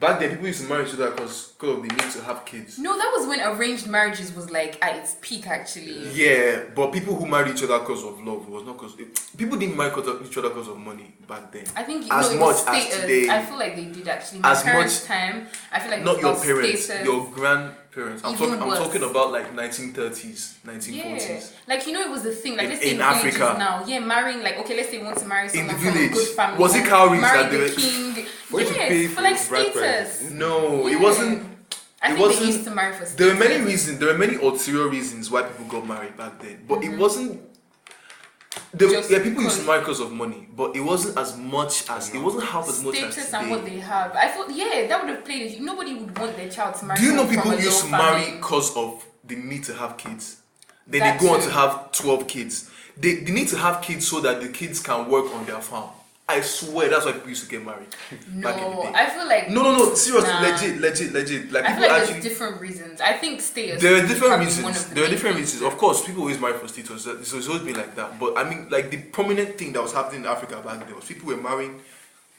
Speaker 1: Back then, people used to marry each other because of the need to have kids.
Speaker 2: No, that was when arranged marriages was like at its peak, actually.
Speaker 1: Yeah, but people who married each other because of love was not because people didn't marry 'cause of- each other because of money back then.
Speaker 2: I think
Speaker 1: As
Speaker 2: no, it was
Speaker 1: much as
Speaker 2: status.
Speaker 1: today-
Speaker 2: I feel like they did actually. My
Speaker 1: As
Speaker 2: parents' time, I feel like it
Speaker 1: not
Speaker 2: was
Speaker 1: your
Speaker 2: about
Speaker 1: parents,
Speaker 2: status.
Speaker 1: your grandparents. I'm,
Speaker 2: Even
Speaker 1: talking, I'm
Speaker 2: worse.
Speaker 1: talking about like 1930s, 1940s.
Speaker 2: Yeah, like you know, it was the thing. Like
Speaker 1: In-
Speaker 2: let's say
Speaker 1: in
Speaker 2: in Africa
Speaker 1: Africa.
Speaker 2: now, yeah, marrying like okay, let's say you want to marry
Speaker 1: the
Speaker 2: someone from a
Speaker 1: village.
Speaker 2: good family.
Speaker 1: Was it cowries
Speaker 2: Marry
Speaker 1: that
Speaker 2: the
Speaker 1: they were-
Speaker 2: king?
Speaker 3: What you pay
Speaker 2: yes,
Speaker 3: for
Speaker 2: for like
Speaker 3: the bride price?
Speaker 2: status.
Speaker 1: No,
Speaker 2: Yeah.
Speaker 1: it wasn't.
Speaker 2: I
Speaker 1: it
Speaker 2: think
Speaker 1: wasn't-
Speaker 2: they used to marry for status.
Speaker 1: There were many reasons. There were many ulterior reasons why people got married back then, but it wasn't. There,
Speaker 2: Mm-hmm. Just
Speaker 1: yeah, people used to
Speaker 2: because-
Speaker 1: marry because of money, but it wasn't as much as it wasn't half as much as
Speaker 2: Status and what
Speaker 1: today.
Speaker 2: they have. I thought, yeah, that would have played. a hu- Nobody would want their child to marry.
Speaker 1: Do you know
Speaker 2: someone
Speaker 1: people
Speaker 2: from a
Speaker 1: used to
Speaker 2: low
Speaker 1: marry
Speaker 2: family.
Speaker 1: because of the need to have kids? Then
Speaker 2: That
Speaker 1: they go on
Speaker 2: too.
Speaker 1: to have 12 kids. They, they need to have kids so that the kids can work on their farm. I swear that's why people used to get married back in the
Speaker 2: No,
Speaker 1: day.
Speaker 2: I feel like
Speaker 1: no, no, no, seriously,
Speaker 2: Nah.
Speaker 1: legit, legit, legit. Like
Speaker 2: I feel
Speaker 1: people
Speaker 2: like
Speaker 1: actually.
Speaker 2: there's different reasons. I think status.
Speaker 1: There are
Speaker 2: would
Speaker 1: different
Speaker 2: probably be one
Speaker 1: reasons.
Speaker 2: of the
Speaker 1: there are
Speaker 2: main
Speaker 1: different
Speaker 2: things.
Speaker 1: reasons. Of course, people always marry for status. So It's always been like that. But I mean, like the prominent thing that was happening in Africa back then was people were marrying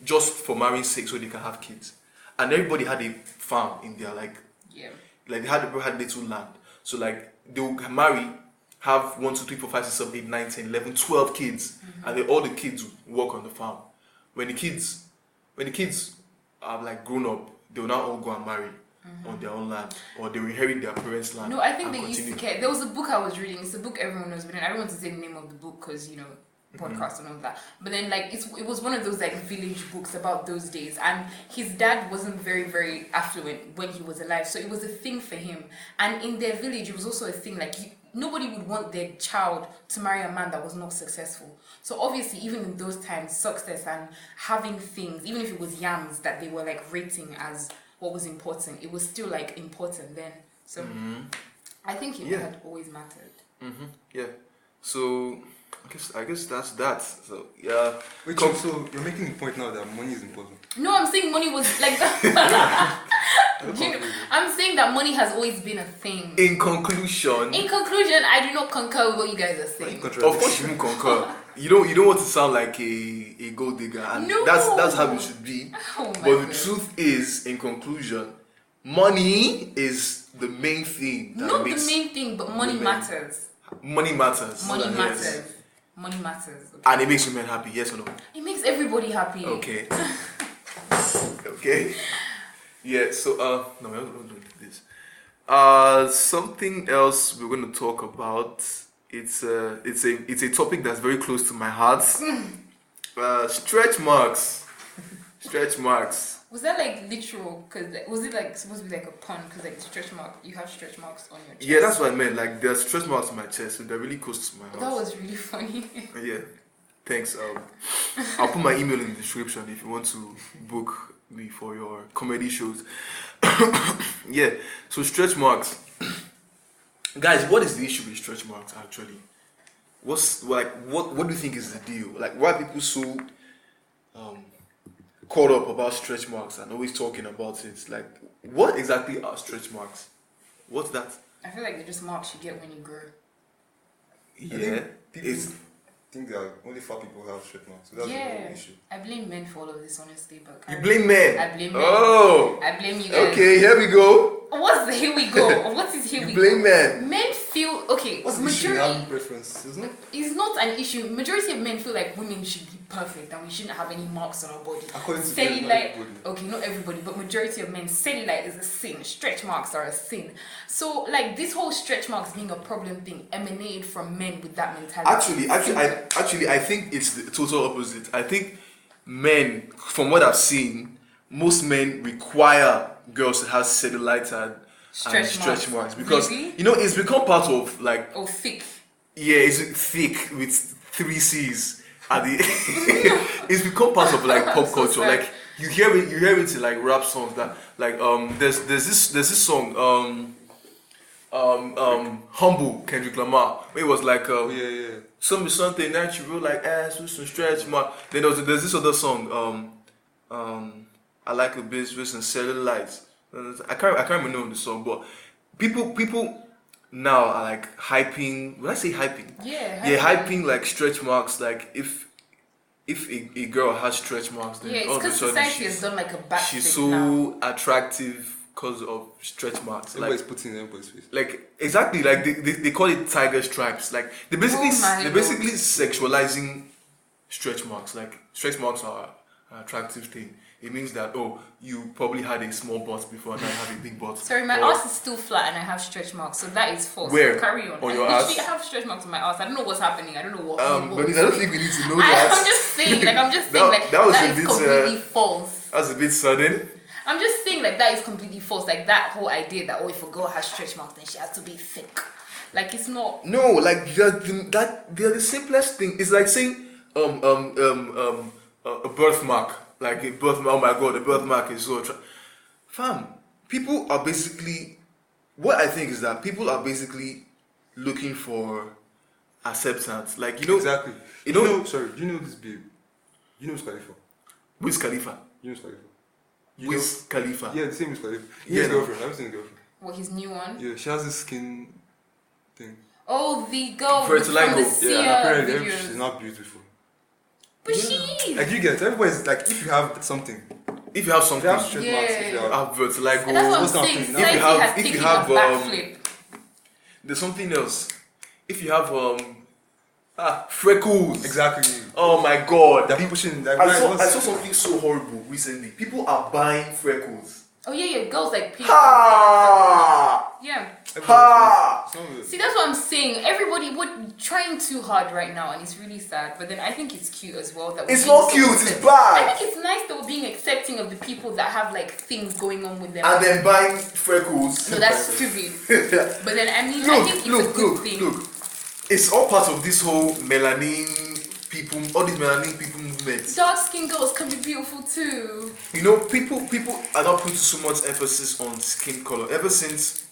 Speaker 1: just for marrying sake so they can have kids, and everybody had a farm in their like
Speaker 2: Yeah.
Speaker 1: like they had people had little land. So like they would marry, have one, two, three, four, five, six, seven, eight, nine, ten, eleven, twelve kids,
Speaker 2: Mm-hmm.
Speaker 1: and then all the kids would work on the farm. When the kids, when the kids are like grown up, they will now all go and marry on their own land, or they will inherit their parents' land.
Speaker 2: Mm-hmm. No, I think
Speaker 1: and
Speaker 2: they used to
Speaker 1: continue.
Speaker 2: care. There was a book I was reading. It's a book everyone knows, but then I don't want to say the name of the book because you know podcast and all that. But then like it's, it was one of those like village books about those days, and his dad wasn't very very affluent when he was alive, so it was a thing for him. And in their village, it was also a thing like you, nobody would want their child to marry a man that was not successful. So obviously, even in those times, success and having things, even if it was yams that they were like rating as what was important, it was still like important then. So. I think it
Speaker 1: Yeah.
Speaker 2: had always mattered.
Speaker 1: Mhm, Yeah. So I guess I guess that's that. So yeah.
Speaker 3: Wait,
Speaker 1: Com-
Speaker 3: so you're making the point now that money is important.
Speaker 2: No, I'm saying money was like. You know, I'm saying that money has always been a thing.
Speaker 1: In conclusion,
Speaker 2: In conclusion, I do not concur with what you guys are saying.
Speaker 1: Of course, you won't concur. You don't. You don't want to sound like a, a gold digger, and
Speaker 2: No.
Speaker 1: that's that's how it should be.
Speaker 2: Oh my
Speaker 1: but the
Speaker 2: God.
Speaker 1: truth is, in conclusion, money is the main thing that
Speaker 2: Not the
Speaker 1: makes
Speaker 2: main thing, but money
Speaker 1: women-
Speaker 2: matters.
Speaker 1: money matters.
Speaker 2: Money
Speaker 1: Yes.
Speaker 2: matters. Money matters.
Speaker 1: and it makes women happy. Yes or no?
Speaker 2: It makes everybody happy.
Speaker 1: Okay. okay. Yeah. So uh, no, we're not doing this. Uh, something else we're going to talk about. It's uh, it's a it's a topic that's very close to my heart. Uh, stretch marks. Stretch marks.
Speaker 2: Was that like literal? Cause like, was it like supposed to be like a pun? Cause like stretch mark, you have stretch marks on your chest.
Speaker 1: Yeah, that's what I meant. Like there's stretch marks on my chest, so they're really close to my heart.
Speaker 2: That was really funny.
Speaker 1: Yeah. Thanks. Um, I'll put my email in the description if you want to book me for your comedy shows. yeah. So stretch marks. Guys, what is the issue with stretch marks actually? What's like what what do you think is the deal? Like why are people so um caught up about stretch marks and always talking about it? Like what exactly are stretch marks? What's that?
Speaker 2: I feel like they're just marks you get when you grow.
Speaker 1: Yeah. It's
Speaker 3: People think that only fat people have straight marks, so that's the
Speaker 2: yeah,
Speaker 3: whole issue.
Speaker 2: I blame men for all of this, honestly. But
Speaker 1: you blame men.
Speaker 2: I blame men.
Speaker 1: Oh.
Speaker 2: I blame you guys.
Speaker 1: Okay, here we go.
Speaker 2: What's the here we go? What is here
Speaker 1: You
Speaker 2: we
Speaker 1: blame
Speaker 2: go?
Speaker 1: men.
Speaker 2: Men feel okay.
Speaker 3: What's the issue with
Speaker 2: majority
Speaker 3: having preference? There's no-
Speaker 2: it's not an issue. Majority of men feel like women should be perfect and we shouldn't have any marks on our body.
Speaker 3: according to them, not
Speaker 2: Cellulite,
Speaker 3: everybody.
Speaker 2: okay, not everybody, but majority of men, cellulite is a sin. Stretch marks are a sin. So, like this whole stretch marks being a problem thing emanated from men with that mentality.
Speaker 1: Actually, actually, I, actually, I think it's the total opposite. I think men, from what I've seen, most men require girls to have cellulite and
Speaker 2: Stretch
Speaker 1: and stretch marks
Speaker 2: marks.
Speaker 1: because
Speaker 2: Really?
Speaker 1: you know it's become part of like
Speaker 2: oh, thick.
Speaker 1: yeah, it's thick with three C's at the. it's become part of like pop
Speaker 2: So
Speaker 1: culture.
Speaker 2: sad.
Speaker 1: like you hear it, you hear it in like rap songs that like um there's there's this there's this song um um um humble Kendrick Lamar. It was like um,
Speaker 3: Oh, yeah, yeah.
Speaker 1: some something natural like ass with some stretch mark. Then there's, there's this other song. Um, um, I like a bitch with some cellulite. I can't I can't remember the name of the song, but people people now are like hyping. When I say hyping,
Speaker 2: Yeah.
Speaker 1: yeah,
Speaker 2: high-
Speaker 1: hyping like stretch marks. Like if if a, a girl has stretch marks, then
Speaker 2: Yeah, it's
Speaker 1: all of a
Speaker 2: because
Speaker 1: sudden
Speaker 2: society has
Speaker 1: she's,
Speaker 2: done like a back
Speaker 1: she's
Speaker 2: thing
Speaker 1: so
Speaker 2: now.
Speaker 1: attractive because of stretch marks. Like
Speaker 3: Everybody's putting in everybody's face.
Speaker 1: like exactly like they, they, they call it tiger stripes like they basically
Speaker 2: Oh my
Speaker 1: they
Speaker 2: lord.
Speaker 1: basically sexualizing stretch marks like stretch marks are an attractive thing it means that oh you probably had a small butt before and now you have a big butt
Speaker 2: Sorry, my
Speaker 1: Or-
Speaker 2: ass is still flat and I have stretch marks, so that is false.
Speaker 1: Where?
Speaker 2: Carry on.
Speaker 1: On
Speaker 2: I
Speaker 1: your
Speaker 2: literally
Speaker 1: ass?
Speaker 2: have stretch marks on my ass. I don't know what's happening. I don't know what.
Speaker 1: um
Speaker 2: what
Speaker 1: but I don't think we need to know
Speaker 2: I, I'm
Speaker 1: that
Speaker 2: just saying, like, I'm just saying,
Speaker 1: That-
Speaker 2: like,
Speaker 1: that was
Speaker 2: that
Speaker 1: a
Speaker 2: is
Speaker 1: bit, uh,
Speaker 2: completely false.
Speaker 1: that's a bit sudden
Speaker 2: I'm just saying, like, that is completely false. Like, that whole idea that, oh, if a girl has stretch marks, then she has to be thick. Like, it's not.
Speaker 1: no like they're the, that they're the simplest thing it's like saying um um um um uh, a birthmark like a birthmark oh my god a birthmark is so attra- fam people are basically what i think is that people are basically looking for acceptance like you know
Speaker 3: exactly.
Speaker 1: you
Speaker 3: You
Speaker 1: know-
Speaker 3: know, sorry, do you know this babe? You know Wiz Khalifa?
Speaker 1: Wiz Khalifa
Speaker 3: You know Wiz Khalifa? You
Speaker 1: Wiz Khalifa
Speaker 3: know, yeah, the same Wiz Khalifa.
Speaker 1: Yeah,
Speaker 3: Yeah, his
Speaker 1: no.
Speaker 3: girlfriend. I've seen his girlfriend.
Speaker 2: What, his new one?
Speaker 3: Yeah, she has this skin thing.
Speaker 2: Oh, the girl with- from
Speaker 1: Fertiligo.
Speaker 2: the
Speaker 1: Yeah,
Speaker 2: Sia
Speaker 3: and apparently every- she's
Speaker 2: uh, videos.
Speaker 3: not beautiful.
Speaker 2: But she is.
Speaker 3: Like you get, everybody's like, if you have something,
Speaker 1: if you have
Speaker 3: if
Speaker 1: something
Speaker 3: you have straight marks, if you
Speaker 2: Yeah.
Speaker 3: have
Speaker 1: have oh, vitiligo
Speaker 2: and that's what I'm
Speaker 3: what's
Speaker 2: saying.
Speaker 3: happening now?
Speaker 2: Society
Speaker 1: If you have-
Speaker 2: has
Speaker 1: if you
Speaker 2: taken
Speaker 1: have,
Speaker 2: a
Speaker 1: um,
Speaker 2: backflip.
Speaker 1: there's something else if you have um ah freckles
Speaker 3: exactly,
Speaker 1: oh my god
Speaker 3: they're pushing. Like,
Speaker 1: I saw,
Speaker 3: what's-
Speaker 1: I saw something so horrible recently. People are buying freckles.
Speaker 2: Oh, yeah, yeah, girls like pink.
Speaker 1: Ha!
Speaker 2: Yeah.
Speaker 3: everybody's
Speaker 1: Ha!
Speaker 3: like, some of it.
Speaker 2: See, that's what I'm saying. Everybody would trying too hard right now, and it's really sad. But then I think it's cute as well that we're
Speaker 1: It's
Speaker 2: being
Speaker 1: not
Speaker 2: so
Speaker 1: cute, it's
Speaker 2: accept-
Speaker 1: bad.
Speaker 2: I think it's nice that we're being accepting of the people that have like things going on with them.
Speaker 1: And then buying freckles.
Speaker 2: no, that's stupid.
Speaker 1: look,
Speaker 2: But then I mean, I
Speaker 1: look,
Speaker 2: think it's a
Speaker 1: look,
Speaker 2: good
Speaker 1: look,
Speaker 2: thing.
Speaker 1: It's all part of this whole melanin people, all these melanin people movement.
Speaker 2: Dark skinned girls can be beautiful too.
Speaker 1: You know, people people are not putting so much emphasis on skin color ever since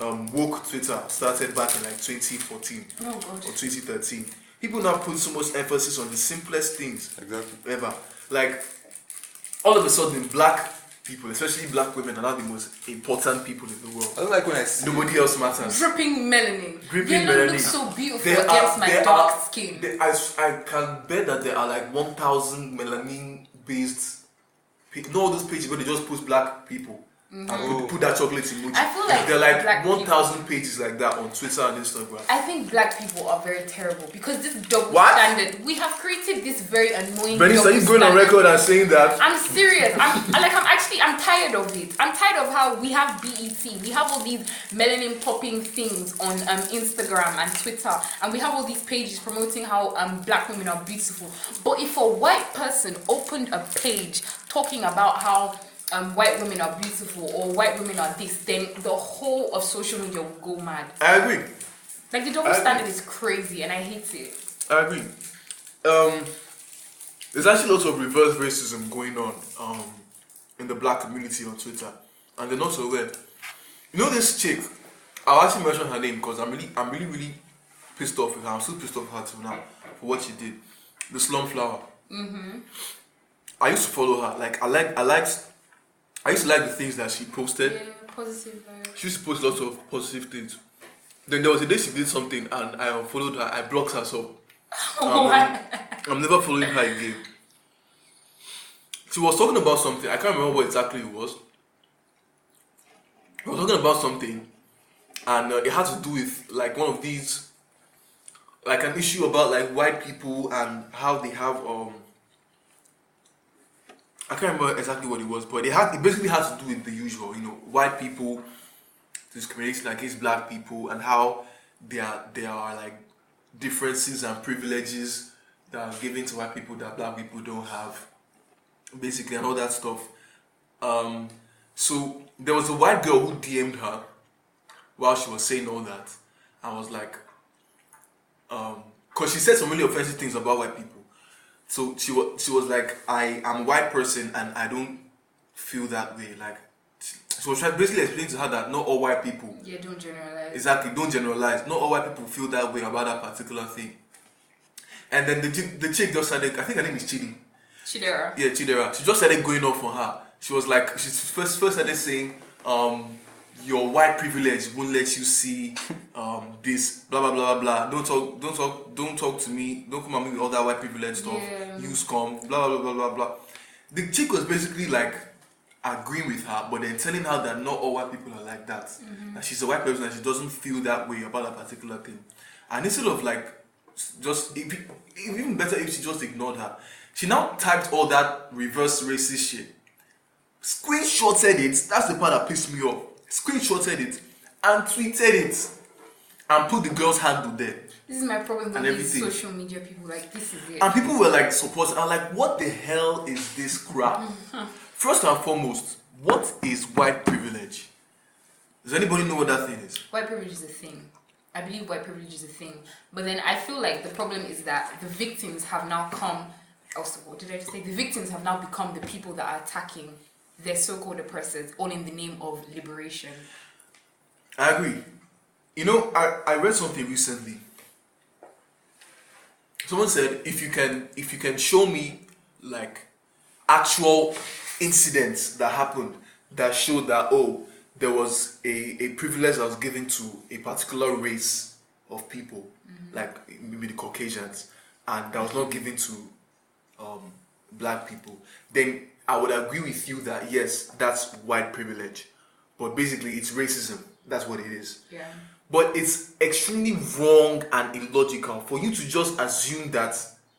Speaker 1: um, woke Twitter started back in like 2014
Speaker 2: Oh
Speaker 1: or
Speaker 2: god.
Speaker 1: 2013. People now put so much emphasis on the simplest things.
Speaker 3: Exactly.
Speaker 1: ever. Like, all of a sudden, black people, especially black women, are now the most important people in the
Speaker 3: I
Speaker 1: world.
Speaker 3: don't like when I see.
Speaker 1: Nobody else matters.
Speaker 2: Dripping melanin.
Speaker 1: Dripping
Speaker 2: Yellow
Speaker 1: melanin.
Speaker 2: looks so beautiful
Speaker 1: There
Speaker 2: against
Speaker 1: are-
Speaker 2: my
Speaker 1: there
Speaker 2: dark
Speaker 1: are-
Speaker 2: skin.
Speaker 1: There- I, s- I can bet that there are like 1,000 melanin based. Not all those pages where they just put black people and
Speaker 3: Oh.
Speaker 1: put, put that chocolate emoji.
Speaker 2: I feel like
Speaker 1: there are like
Speaker 2: black
Speaker 1: 1,000 pages like that on Twitter and Instagram.
Speaker 2: I think black people are very terrible because this double
Speaker 1: What?
Speaker 2: standard. We have created this very annoying.
Speaker 1: Bernice, are you
Speaker 2: double
Speaker 1: going on
Speaker 2: standard.
Speaker 1: record as saying that?
Speaker 2: I'm serious. I'm like I'm actually I'm tired of it. I'm tired of how we have BET, we have all these melanin popping things on um, Instagram and Twitter, and we have all these pages promoting how um black women are beautiful. But if a white person opened a page talking about how um, white women are beautiful or white women are this, then the whole of social media will go mad.
Speaker 1: I agree.
Speaker 2: Like the double
Speaker 1: I-
Speaker 2: standard is crazy, and I hate it.
Speaker 1: I agree. Um, there's actually lots of reverse racism going on um, in the black community on Twitter, and they're not aware. You know this chick? I'll actually mention her name because I'm really, I'm really, really pissed off with her. I'm still pissed off with her till now for what she did. The slum flower. Mm-hmm. I used to follow her. Like I like, I liked, I used to like the things that she posted
Speaker 2: Yeah, positive vibes.
Speaker 1: she used to post lots of positive things. Then there was a day she did something and I unfollowed her. I blocked her, so um, I'm never following her again. She was talking about something. I can't remember what exactly it was. We were talking about something, and uh, it had to do with like one of these, like an issue about like white people and how they have um. I can't remember exactly what it was, but it had it basically had to do with the usual, you know, white people discrimination against black people and how there there are like differences and privileges that are given to white people that black people don't have, basically, and all that stuff. Um, so there was a white girl who DM'd her while she was saying all that. I was like, um, cause she said some really offensive things about white people. So she was she was like, I am a white person and I don't feel that way. Like, so she was basically explaining to her that not all white people
Speaker 2: Yeah, don't generalize.
Speaker 1: Exactly. Don't generalize. Not all white people feel that way about that particular thing. And then the chick, the chick just started. I think her name is Chidi.
Speaker 2: Chidera.
Speaker 1: Yeah, Chidera. She just started going off on her. She was like, she first first started saying, um, your white privilege won't let you see um, this blah blah blah blah blah. Don't talk, don't talk, don't talk to me. Don't come at me with all that white privilege stuff.
Speaker 2: Yeah.
Speaker 1: You scum. Blah blah blah blah blah. The chick was basically like agreeing with her, but then telling her that not all white people are like that. That she's a white person and she doesn't feel that way about a particular thing. And instead of like s- just if, even better if she just ignored her, she now typed all that reverse racist shit screenshotted it. That's the part that pissed me off. Screenshotted it and tweeted it and put the girl's handle there.
Speaker 2: This is my problem with
Speaker 1: And
Speaker 2: these
Speaker 1: everything.
Speaker 2: social media people. Like, this is it.
Speaker 1: And people were like supporting. I'm like, what the hell is this crap? First and foremost, what is white privilege? Does anybody know what that thing is?
Speaker 2: white privilege is a thing. I believe white privilege is a thing. But then I feel like the problem is that the victims have now come. Also, what did I just say? The victims have now become the people that are attacking their so-called oppressors, all in the name of liberation.
Speaker 1: I agree. You know, I, I read something recently. Someone said if you can if you can show me like actual incidents that happened that showed that oh there was a, a privilege that was given to a particular race of people, like maybe the Caucasians, and that was not given to um, black people, then I would agree with you that yes, that's white privilege. But basically, it's racism. That's what it is.
Speaker 2: Yeah.
Speaker 1: But it's extremely wrong and illogical for you to just assume that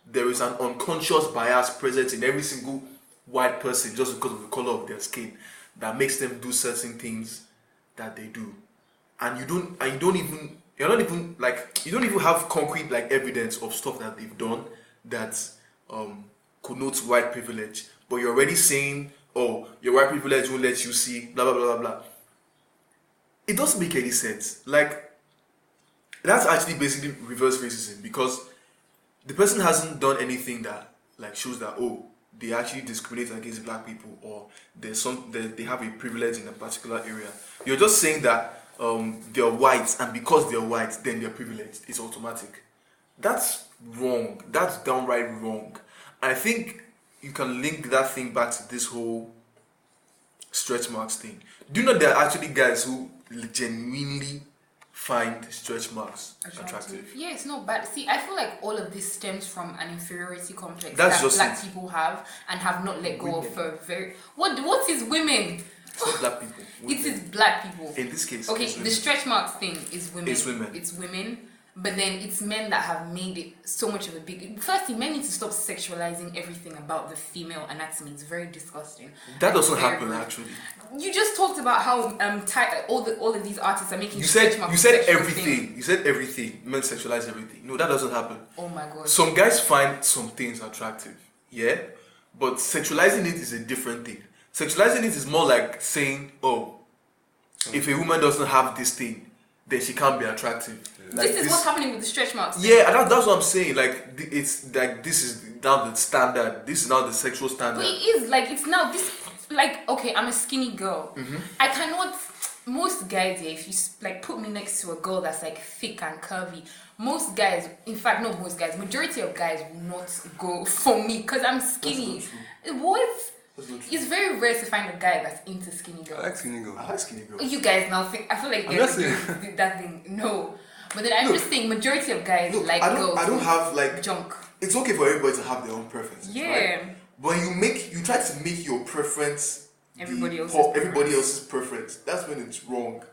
Speaker 1: there is an unconscious bias present in every single white person just because of the color of their skin that makes them do certain things that they do. And you don't and you don't even you're not even like you don't even have concrete like evidence of stuff that they've done that um connotes white privilege. But you're already saying, oh, your white privilege won't let you see, blah blah blah blah blah it doesn't make any sense. Like, that's actually basically reverse racism because the person hasn't done anything that like shows that oh they actually discriminate against black people or there's some they, they have a privilege in a particular area. You're just saying that um, they're white and because they're white then they're privileged. It's automatic. That's wrong. That's downright wrong. I think you can link that thing back to this whole stretch marks thing. Do you know there are actually guys who genuinely find stretch marks attractive?
Speaker 2: Yeah, it's not bad. See, I feel like all of this stems from an inferiority complex
Speaker 1: That's
Speaker 2: that
Speaker 1: just
Speaker 2: black
Speaker 1: it.
Speaker 2: people have and have not let go
Speaker 1: Women.
Speaker 2: of for very. What what is women?
Speaker 1: It's not black people.
Speaker 2: It is
Speaker 1: women.
Speaker 2: black people.
Speaker 1: in this case.
Speaker 2: Okay,
Speaker 1: it's
Speaker 2: the
Speaker 1: women.
Speaker 2: stretch marks thing is women.
Speaker 1: It's women.
Speaker 2: It's women. But then it's men that have made it so much of a big. Firstly, men need to stop sexualizing everything about the female anatomy. It's very disgusting.
Speaker 1: that doesn't
Speaker 2: Very
Speaker 1: happen
Speaker 2: rude.
Speaker 1: actually.
Speaker 2: You just talked about how um ty- all the all of these artists are making
Speaker 1: You
Speaker 2: stretch
Speaker 1: said
Speaker 2: marks
Speaker 1: you
Speaker 2: a
Speaker 1: said
Speaker 2: sexual
Speaker 1: everything.
Speaker 2: thing.
Speaker 1: You said everything. Men sexualize everything. No, that doesn't happen.
Speaker 2: Oh my god.
Speaker 1: Some guys find some things attractive, yeah, but sexualizing it is a different thing. Sexualizing it is more like saying, "Oh, if a woman doesn't have this thing, then she can't be attractive." Like
Speaker 2: this is what's happening with the stretch marks.
Speaker 1: Yeah, and that, that's what I'm saying. Like th- it's like this is now the standard. This is now the sexual standard.
Speaker 2: But it is like it's now this like okay, I'm a skinny girl.
Speaker 1: Mm-hmm.
Speaker 2: I cannot. Most guys, yeah, if you s- like put me next to a girl that's like thick and curvy, most guys, in fact, not most guys, majority of guys will not go for me because I'm skinny. What?
Speaker 1: That's not true.
Speaker 2: It's very rare to find a guy that's into skinny
Speaker 3: I
Speaker 2: girls.
Speaker 3: like skinny girl.
Speaker 1: I like skinny girls.
Speaker 2: you guys now think I feel like
Speaker 3: I'm
Speaker 2: you guys
Speaker 3: not saying-
Speaker 2: did that thing. No, but then I'm
Speaker 1: Look.
Speaker 2: just saying majority of guys
Speaker 1: Look,
Speaker 2: like
Speaker 1: I don't.
Speaker 2: girls.
Speaker 1: I don't have like.
Speaker 2: junk.
Speaker 1: It's okay for everybody to have their own preferences.
Speaker 2: Yeah.
Speaker 1: Right? When you make, you try to make your preference the
Speaker 2: Everybody else's
Speaker 1: pop- everybody
Speaker 2: preference.
Speaker 1: else's preference. That's when it's wrong.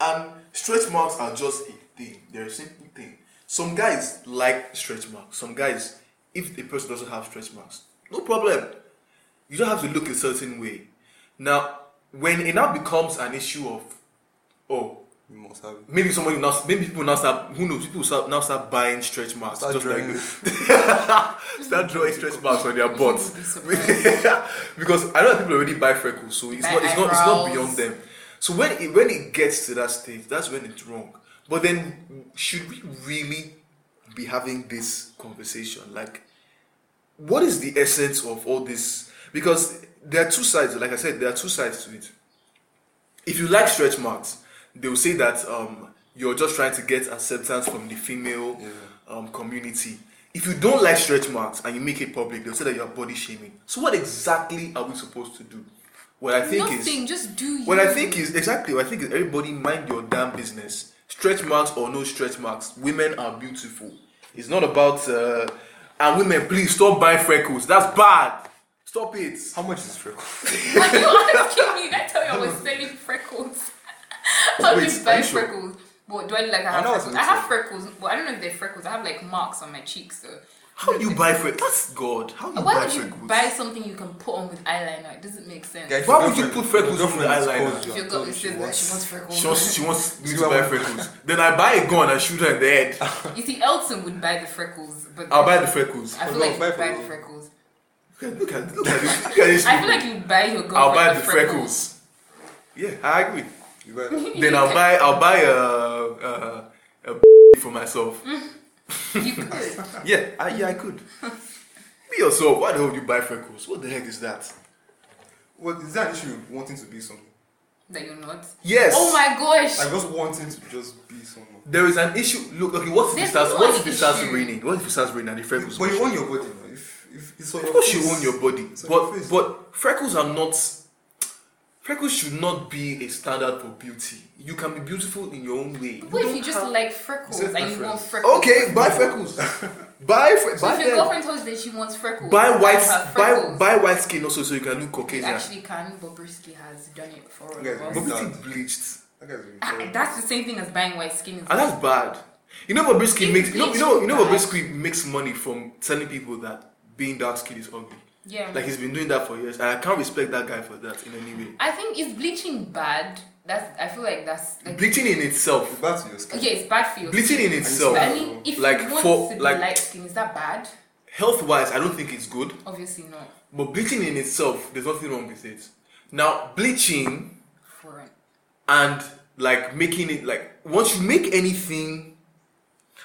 Speaker 1: And stretch marks are just a thing. They're a simple thing. Some guys like stretch marks. Some guys, if the person doesn't have stretch marks, no problem. You don't have to look a certain way. Now, when it now becomes an issue of, oh,
Speaker 3: You must have it.
Speaker 1: maybe somebody now, maybe people now start, who knows, people start, now start buying stretch marks.
Speaker 3: Start
Speaker 1: just
Speaker 3: drawing.
Speaker 1: like start drawing stretch marks on their butts.
Speaker 2: Be surprised.
Speaker 1: because I know that people already buy freckles, so it's
Speaker 2: Buy
Speaker 1: not it's not it's not
Speaker 2: eyebrows.
Speaker 1: beyond them. So when it when it gets to that stage, that's when it's wrong. But then should we really be having this conversation? Like what is the essence of all this? Because there are two sides, like I said, there are two sides to it. If you like stretch marks, they will say that um, you're just trying to get acceptance from the female
Speaker 3: Yeah.
Speaker 1: um, community. If you don't like stretch marks and you make it public, they'll say that you're body shaming. So what exactly are we supposed to do? What I think is
Speaker 2: Nothing, just do you.
Speaker 1: what I think is exactly what I think is everybody mind your damn business. Stretch marks or no stretch marks, women are beautiful. It's not about uh, and women please stop buying freckles. That's bad. Stop it.
Speaker 3: How much is freckle?
Speaker 2: Are you asking me? Did I tell you I was selling freckles? I
Speaker 1: Wait,
Speaker 2: just
Speaker 1: are
Speaker 2: buy
Speaker 1: you sure?
Speaker 2: freckles. But do I look like I have
Speaker 3: know
Speaker 2: freckles?
Speaker 3: it's
Speaker 2: I
Speaker 3: little.
Speaker 2: have freckles, but I don't know if they're freckles. I have like marks on my cheeks. So
Speaker 1: How do you buy freckles? That's God. How do you
Speaker 2: why
Speaker 1: buy
Speaker 2: would you
Speaker 1: freckles?
Speaker 2: buy something you can put on with eyeliner? It doesn't make sense.
Speaker 3: Guys,
Speaker 1: Why
Speaker 3: your
Speaker 1: would you
Speaker 3: girlfriend-
Speaker 1: put freckles
Speaker 3: your
Speaker 1: on the
Speaker 3: girlfriend
Speaker 1: eyeliner?
Speaker 3: exposed you
Speaker 2: if your
Speaker 3: and
Speaker 2: girl
Speaker 3: told
Speaker 2: says
Speaker 3: you
Speaker 2: that she wants freckles,
Speaker 1: she wants she wants me
Speaker 3: You
Speaker 1: to buy
Speaker 3: are-
Speaker 1: freckles. then I buy a gun and shoot her in the head.
Speaker 2: you see, Elton would buy the freckles, but
Speaker 1: I'll buy the freckles.
Speaker 2: I feel
Speaker 3: No,
Speaker 2: like you
Speaker 3: buy
Speaker 2: would buy the
Speaker 3: freckles.
Speaker 2: freckles.
Speaker 1: Look at look at this. Look at this.
Speaker 2: I feel like you buy your girl.
Speaker 1: I'll buy the freckles. Yeah, I agree.
Speaker 3: You better-
Speaker 1: Then I'll buy I'll buy a, a, a for myself.
Speaker 2: You could.
Speaker 1: Yeah, I, yeah, I could. Be yourself. Why the hell would you buy freckles? What the heck is that?
Speaker 3: Well, is that an issue with wanting to be someone?
Speaker 2: that you're not.
Speaker 1: Yes.
Speaker 2: Oh my gosh.
Speaker 3: Like just wanting to just be someone.
Speaker 1: There is an issue. Look, okay. What if it
Speaker 2: There's
Speaker 1: starts?
Speaker 2: no
Speaker 1: What if it starts
Speaker 2: issue.
Speaker 1: raining? What if it starts raining and the freckles?
Speaker 3: But you own your body now. If if it's on
Speaker 1: Of
Speaker 3: your
Speaker 1: course, you
Speaker 3: face.
Speaker 1: own your body,
Speaker 3: It's on your
Speaker 1: but
Speaker 3: face.
Speaker 1: but freckles are not. Freckles should not be a standard for beauty. You can be beautiful in your own way.
Speaker 2: What if
Speaker 1: don't
Speaker 2: you just
Speaker 1: have-
Speaker 2: like freckles
Speaker 3: It's
Speaker 2: and
Speaker 3: a
Speaker 2: you want
Speaker 3: preference.
Speaker 2: freckles?
Speaker 1: Okay, buy freckles. buy fre-
Speaker 2: So
Speaker 1: buy
Speaker 2: if your
Speaker 1: them.
Speaker 2: girlfriend tells you that she wants freckles,
Speaker 1: Buy
Speaker 2: you
Speaker 1: white.
Speaker 2: have
Speaker 1: Buy
Speaker 2: freckles.
Speaker 1: buy white skin also, so you can look
Speaker 2: You
Speaker 1: Caucasian.
Speaker 2: actually can, but Bobrisky has done it for all
Speaker 3: Guys,
Speaker 2: of
Speaker 1: But
Speaker 2: us.
Speaker 3: Bobrisky-
Speaker 1: beauty
Speaker 3: That-
Speaker 1: bleached.
Speaker 3: That guy's really
Speaker 2: Ah,
Speaker 3: terrible.
Speaker 2: That's the same thing as buying white skin.
Speaker 1: And Ah, that's bad. You know what Brisky
Speaker 2: It's
Speaker 1: makes you know, you know you know what
Speaker 2: bad.
Speaker 1: Brisky makes money from telling people that being dark skinned is ugly.
Speaker 2: Yeah.
Speaker 1: Like he's been doing that for years and I can't respect that guy for that in any way.
Speaker 2: I think is bleaching bad. That's I feel like that's like
Speaker 1: Bleaching in
Speaker 3: It's
Speaker 1: itself.
Speaker 3: bad to your skin.
Speaker 2: okay, it's bad for you.
Speaker 1: Bleaching in
Speaker 2: But
Speaker 1: itself.
Speaker 2: I mean, if
Speaker 1: Like,
Speaker 2: you want
Speaker 1: for-
Speaker 2: to be
Speaker 1: like-
Speaker 2: light skin, is that bad?
Speaker 1: Health wise, I don't think it's good.
Speaker 2: Obviously not.
Speaker 1: But bleaching in itself, there's nothing wrong with it. Now bleaching
Speaker 2: For it.
Speaker 1: and like making it like once you make anything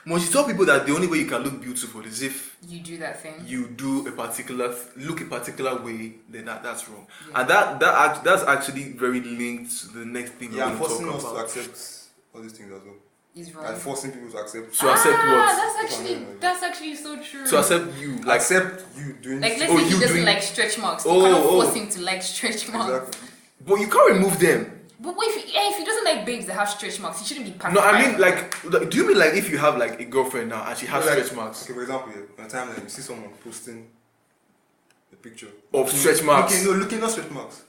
Speaker 1: once you tell people that the only way you can look beautiful is if
Speaker 2: you do that thing.
Speaker 1: you do a particular look a particular way, then that, that's wrong.
Speaker 2: Yeah.
Speaker 1: And that that act- that's actually very linked to the next thing
Speaker 3: Yeah,
Speaker 1: yeah,
Speaker 3: and
Speaker 1: we're going
Speaker 3: forcing
Speaker 1: to talk
Speaker 3: us to
Speaker 1: about.
Speaker 3: accept all these things as well.
Speaker 2: Is
Speaker 3: And
Speaker 2: wrong.
Speaker 3: forcing people to accept.
Speaker 1: So- To accept
Speaker 2: ah,
Speaker 1: what?
Speaker 2: That's actually that's actually so true.
Speaker 1: To accept you, like
Speaker 3: Mm. accept you doing.
Speaker 2: like let's
Speaker 1: Oh,
Speaker 2: say
Speaker 1: you
Speaker 2: he doesn't
Speaker 1: doing-
Speaker 2: like stretch marks.
Speaker 1: Oh,
Speaker 2: you cannot
Speaker 1: oh.
Speaker 2: force him to like stretch marks.
Speaker 3: Exactly.
Speaker 1: but you can't remove them.
Speaker 2: But what if he, yeah, if he doesn't like babes that have stretch marks, he shouldn't be passive.
Speaker 1: No, I mean like, like, do you mean like if you have like a girlfriend now and she has
Speaker 3: Like,
Speaker 1: stretch marks?
Speaker 3: Okay, for example, yeah, on a timeline, you see someone posting a picture
Speaker 1: Of stretch marks.
Speaker 3: Looking, no, looking at stretch marks,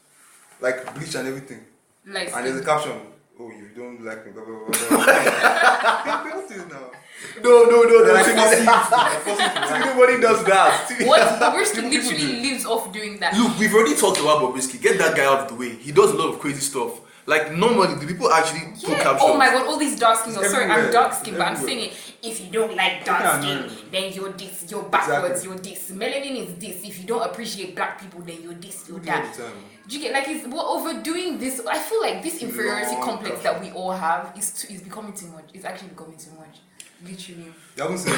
Speaker 3: like bleach and everything.
Speaker 2: like
Speaker 3: And there's a caption. Oh, you don't like me. Blah blah blah. blah." People do it
Speaker 1: Oh,
Speaker 3: now.
Speaker 1: No, no, no,
Speaker 3: They're
Speaker 1: no.
Speaker 3: like,
Speaker 1: see,
Speaker 3: forcing you
Speaker 1: nobody-
Speaker 3: to- they're forcing you to
Speaker 1: see,
Speaker 3: like-
Speaker 1: Nobody does that. See-
Speaker 2: what Bobrisky
Speaker 1: People
Speaker 2: literally
Speaker 1: do.
Speaker 2: lives off doing that.
Speaker 1: Look, we've already talked about Bobrisky. Get that guy out of the way. He does a lot of crazy stuff. Like normally, do people actually put
Speaker 2: Yeah.
Speaker 1: captions?
Speaker 2: Oh my god, all these dark skins.
Speaker 3: It's
Speaker 2: I'm sorry, I'm
Speaker 3: everywhere.
Speaker 2: dark skin,
Speaker 3: It's
Speaker 2: but I'm
Speaker 3: everywhere.
Speaker 2: saying it. If you don't like
Speaker 3: Yeah,
Speaker 2: dark
Speaker 3: no.
Speaker 2: skin, then you're this, you're backwards,
Speaker 3: Exactly.
Speaker 2: you're this. Melanin is this. If you don't appreciate black people, then you're this, you're
Speaker 3: People do it all
Speaker 2: that.
Speaker 3: the time.
Speaker 2: Do you get like it's we're overdoing this? I feel like this inferiority
Speaker 3: Long
Speaker 2: complex
Speaker 3: question.
Speaker 2: that we all have is too, is becoming too much. It's actually becoming too much, literally.
Speaker 3: You haven't seen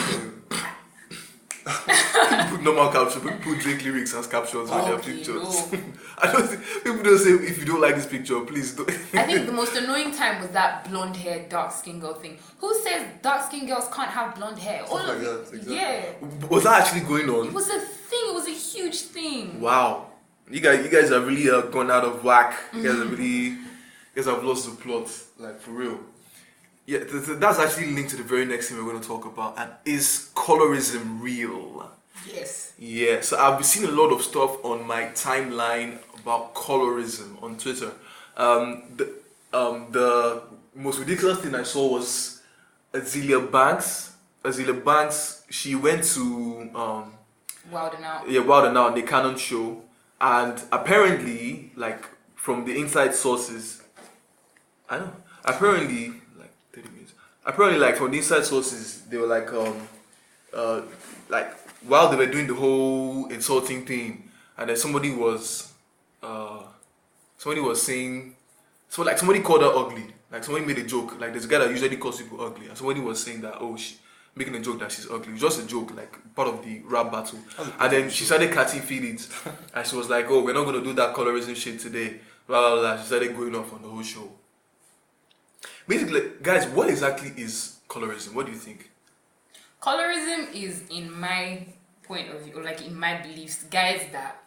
Speaker 3: it.
Speaker 1: put normal captions, but people drink lyrics as captions on their
Speaker 2: Okay,
Speaker 1: pictures.
Speaker 2: no.
Speaker 1: I don't think, people don't say if you don't like this picture, please don't.
Speaker 2: I think the most annoying time was that blonde hair, dark skin girl thing. Who says dark skin girls can't have blonde hair? All
Speaker 3: Stuff
Speaker 2: of
Speaker 3: like
Speaker 2: it,
Speaker 3: that, exactly.
Speaker 2: yeah.
Speaker 1: Was that actually going
Speaker 2: It
Speaker 1: on?
Speaker 2: was a thing. It was a huge thing.
Speaker 1: Wow, you guys, you guys have really uh, gone out of whack. You guys
Speaker 2: Mm-hmm.
Speaker 1: have really, you guys have lost the plot, like for real. Yeah, th- th- that's actually linked to the very next thing we're going to talk about, and is colorism real?
Speaker 2: Yes.
Speaker 1: Yeah, so I've seen a lot of stuff on my timeline about colorism on Twitter. Um, the, um, the most ridiculous thing I saw was Azealia Banks. Azealia Banks, she went to um,
Speaker 2: Wild and out.
Speaker 1: yeah, Wild and Out, the Canon show, and apparently, like from the inside sources, I know. Apparently, like thirty minutes. Apparently, like from the inside sources, they were like, um, uh, like while they were doing the whole insulting thing, and then somebody was, uh, somebody was saying, so like somebody called her ugly. Like somebody made a joke. Like there's a guy that usually calls people ugly, and somebody was saying that oh, she making a joke that she's ugly. It was just a joke, like part of the rap battle. And then she started catching feelings, and she was like, "Oh, we're not gonna do that colorism shit today." Blah blah blah. She started going off on the whole show. Basically, guys, what exactly is colorism? What do you think?
Speaker 2: Colorism is, in my point of view, or like in my beliefs, guys that,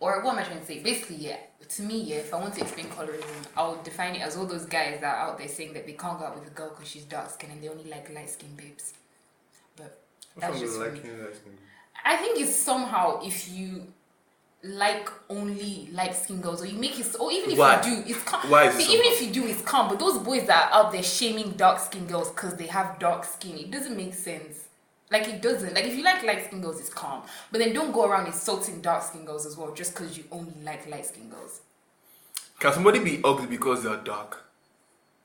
Speaker 2: or what am I trying to say? Basically, yeah, to me, yeah, if I want to explain colorism, I would define it as all those guys that are out there saying that they can't go out with a girl because she's dark skinned and they only like light skinned babes. But that's
Speaker 3: What's
Speaker 2: just
Speaker 3: wrong
Speaker 2: for
Speaker 3: with
Speaker 2: me.
Speaker 3: liking light skin?
Speaker 2: I think it's somehow if you like only light skinned girls, or you make it, so- or even if
Speaker 1: Why?
Speaker 2: you do, it's calm.
Speaker 1: Why is it
Speaker 2: even if you do, it's calm. But those boys that are out there shaming dark skinned girls because they have dark skin, it doesn't make sense. Like it doesn't. Like if you like light skinned girls, it's calm. But then don't go around insulting dark skinned girls as well just because you only like light skinned girls.
Speaker 1: Can somebody be ugly because they are dark?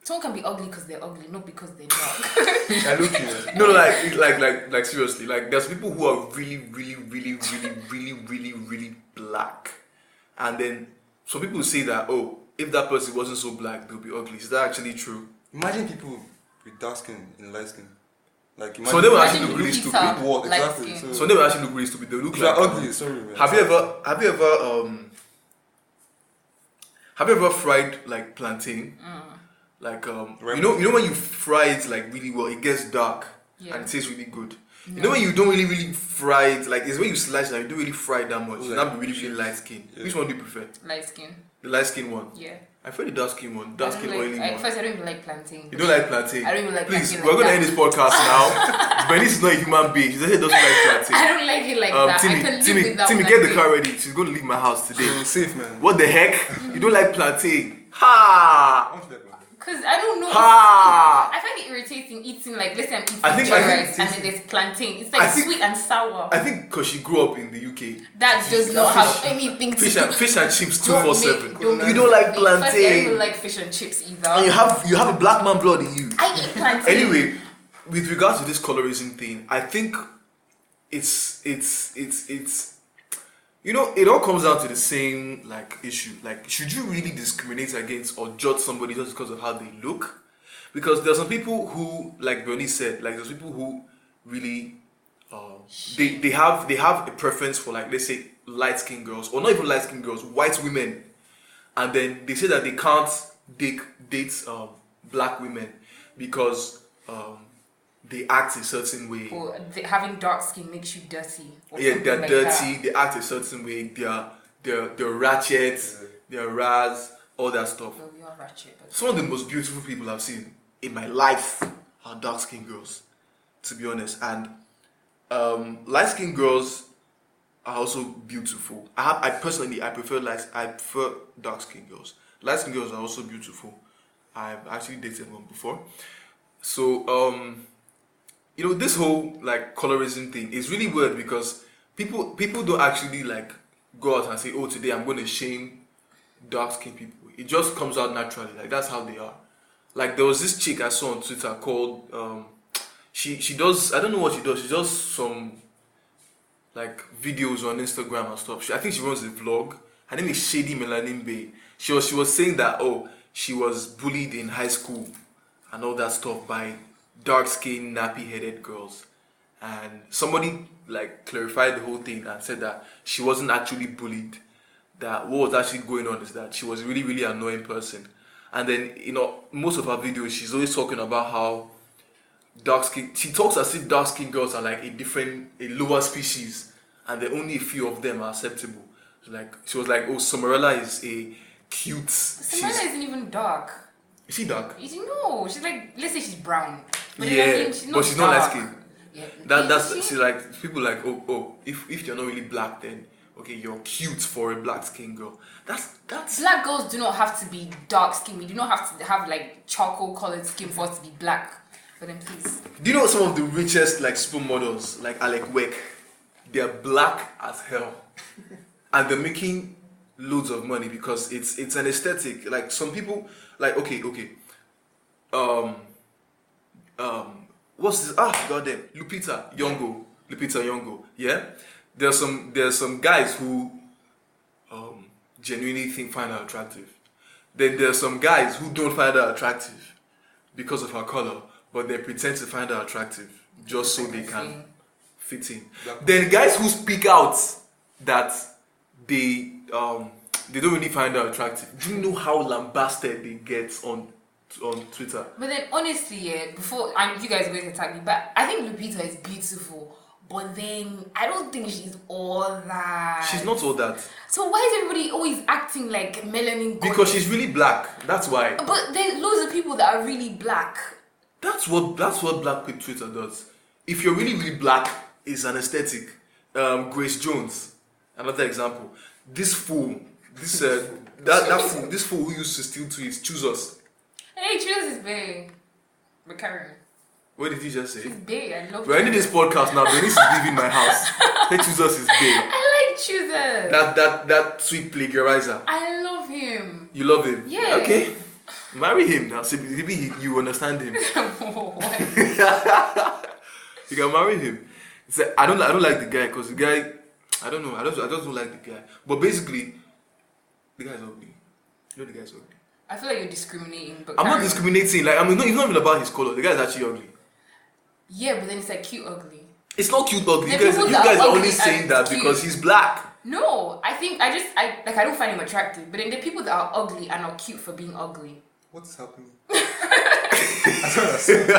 Speaker 2: Someone can be ugly because they're ugly, not because they're dark.
Speaker 3: I look here.
Speaker 1: No, no, like, it- like, like, like, seriously, like, there's people who are really, really, really, really, really, really, really black, and then some people say that, oh, if that person wasn't so black, they'll be ugly. Is that actually true?
Speaker 3: Imagine people with dark skin and light skin. Like imagine
Speaker 1: So they were
Speaker 2: Imagine
Speaker 1: actually look really
Speaker 2: Lupita.
Speaker 1: stupid.
Speaker 3: what
Speaker 2: Light
Speaker 3: exactly?
Speaker 2: skin.
Speaker 1: So they will actually look really stupid. They look
Speaker 3: if you're
Speaker 1: like
Speaker 3: Hmm. ugly, sorry. man.
Speaker 1: Have you ever, have you ever, um, have you ever fried like plantain?
Speaker 2: Mm.
Speaker 1: Like, um, you know, you know when you fry it like really well, it gets dark
Speaker 2: Yeah.
Speaker 1: and it tastes really good. You know when you don't really really fry it, like it's when you slice it, like you don't really fry it that much.
Speaker 3: Like
Speaker 1: You now be really really light skin.
Speaker 3: Yeah.
Speaker 1: Which one do you prefer?
Speaker 2: light skin,
Speaker 1: The light skin one.
Speaker 2: yeah.
Speaker 1: I prefer the dark skin one.
Speaker 2: I
Speaker 1: Dark
Speaker 2: don't
Speaker 1: skin
Speaker 2: like-
Speaker 1: oily
Speaker 2: I-
Speaker 1: one.
Speaker 2: First, I don't even like plantain.
Speaker 1: You don't like plantain.
Speaker 2: I don't even like
Speaker 1: Please,
Speaker 2: plantain
Speaker 1: we're
Speaker 2: like
Speaker 1: gonna end
Speaker 2: that.
Speaker 1: this podcast now. Bernice is not a human being. She said she doesn't like plantain.
Speaker 2: I don't like it like
Speaker 1: Um,
Speaker 2: that. I can
Speaker 1: Timmy,
Speaker 2: live
Speaker 1: Timmy,
Speaker 2: without
Speaker 1: Timmy, get the
Speaker 2: plantain.
Speaker 1: car ready. She's gonna leave my house today.
Speaker 3: So safe, man.
Speaker 1: What the heck? You don't like plantain? Ha!
Speaker 3: I want to like-
Speaker 2: Cause I don't know.
Speaker 1: Ha!
Speaker 2: I find it irritating eating like let's say I'm eating
Speaker 1: I think-
Speaker 2: joy
Speaker 1: I think-
Speaker 2: rice and then there's plantain. It's
Speaker 1: I
Speaker 2: like
Speaker 1: think-
Speaker 2: sweet and sour.
Speaker 1: I think because she grew up in the UK.
Speaker 2: that does not
Speaker 1: Fish-
Speaker 2: have anything to
Speaker 1: Fish
Speaker 2: do.
Speaker 1: and fish and chips two four seven.
Speaker 3: don't make-
Speaker 1: You don't like
Speaker 2: First, I don't
Speaker 1: plantain,
Speaker 2: like fish and chips either.
Speaker 1: and you have you have a black man blood in you.
Speaker 2: I eat plantain.
Speaker 1: Anyway, with regards to this colorism thing, I think it's it's it's it's you know it all comes down to the same like issue. Like, should you really discriminate against or judge somebody just because of how they look? Because there are some people who, like Bernie said, like there's people who really um, they they have they have a preference for like let's say light skinned girls or not even light skinned girls, white women, and then they say that they can't date date um, black women because um, they act a certain way.
Speaker 2: Or the- having dark skin makes you dirty. or
Speaker 1: yeah,
Speaker 2: something
Speaker 1: they're
Speaker 2: like that.
Speaker 1: dirty. They act a certain way. They're they're they're ratchet. They're raz. All that stuff.
Speaker 2: Well, we are ratchet, but
Speaker 1: Some of the most beautiful people I've seen in my life are dark skinned girls, to be honest. And um, light skinned girls are also beautiful. I have, I personally I prefer light I prefer dark skinned girls. Light skinned girls are also beautiful. I've actually dated one before. So um you know this whole like colorism thing is really weird because people people don't actually like go out and say, Oh today I'm gonna shame dark skinned people. It just comes out naturally. Like that's how they are. Like there was this chick I saw on Twitter called um, she she does I don't know what she does. She does some like videos on Instagram and stuff. She, I think she runs a vlog. Her name is Shady Melanin Bay. She was she was saying that oh she was bullied in high school and all that stuff by dark skinned nappy headed girls. And somebody like clarified the whole thing and said that she wasn't actually bullied that what was actually going on is that she was a really really annoying person and then you know most of her videos she's always talking about how dark skin she talks as if dark skinned girls are like a different a lower species and there only a few of them are acceptable like she was like oh Somerella is a cute
Speaker 2: Samara
Speaker 1: she's
Speaker 2: isn't even dark.
Speaker 1: is she dark
Speaker 2: You know, she's like let's say she's brown. But then
Speaker 1: Yeah,
Speaker 2: I mean, she's
Speaker 1: but
Speaker 2: not
Speaker 1: she's not light
Speaker 2: dark.
Speaker 1: skinned.
Speaker 2: Yeah,
Speaker 1: that
Speaker 2: is
Speaker 1: that's
Speaker 2: she?
Speaker 1: she's like people like oh oh if if you're not really black then okay, you're cute for a black skin girl. That's that's
Speaker 2: Black girls do not have to be dark skin. We do not have to have like charcoal colored skin for us to be black. For them, please.
Speaker 1: Do you know some of the richest like supermodels, like Alec Weck? They're black as hell, and they're making loads of money because it's it's an aesthetic. Like some people, like okay, okay, um, um, what's this? Ah, goddamn, Lupita Nyong'o, Lupita Nyong'o. Yeah, there's some there's some guys who um genuinely think find her attractive. Then there's some guys who don't find her attractive because of her color, but they pretend to find her attractive just so they can fit in.
Speaker 3: Black-
Speaker 1: Then guys who speak out that they um they don't really find her attractive. Do you know how lambasted they get on on Twitter?
Speaker 2: But then, honestly, yeah, before and you guys are going to attack me, but I think Lupita is beautiful. But then, I don't think she's all that.
Speaker 1: She's not all that
Speaker 2: So why is everybody always acting like Melanie? Gomez?
Speaker 1: because she's really black. That's why.
Speaker 2: But there's loads of people that are really black.
Speaker 1: That's what that's what black with Twitter does. If you're really really black, it's an aesthetic. Um, Grace Jones, another example. This fool, this uh, that that fool, this fool who used to steal tweets, choose us.
Speaker 2: Hey, Chills is big. But Karen,
Speaker 1: What did you just say?
Speaker 2: she's big. I love.
Speaker 1: We're ending this podcast now. Bernice is leaving my house. Hey, choose us is big.
Speaker 2: I like Chills.
Speaker 1: That that that sweet plagiarizer.
Speaker 2: I love him.
Speaker 1: You love him.
Speaker 2: Yeah.
Speaker 1: Okay. Marry him now. See, maybe he- you understand him.
Speaker 2: What?
Speaker 1: You can marry him. It's like, I don't I don't like the guy because the guy I don't know I don't I just don't like the guy. But basically, the guy's ugly. You know the guy's ugly.
Speaker 2: I feel like you're discriminating. But
Speaker 1: I'm not
Speaker 2: Karen-
Speaker 1: discriminating. Like I mean, no, it's not even about his color. The guy's actually ugly.
Speaker 2: Yeah, but then it's like cute, ugly.
Speaker 1: It's not cute ugly. You
Speaker 2: The
Speaker 1: guys,
Speaker 2: people
Speaker 1: you
Speaker 2: that
Speaker 1: guys
Speaker 2: are
Speaker 1: are
Speaker 2: ugly
Speaker 1: only saying
Speaker 2: and
Speaker 1: that
Speaker 2: cute.
Speaker 1: because he's black.
Speaker 2: No, I think I just I like I don't find him attractive. But then the people that are ugly are not cute for being ugly.
Speaker 3: What is happening? I don't understand.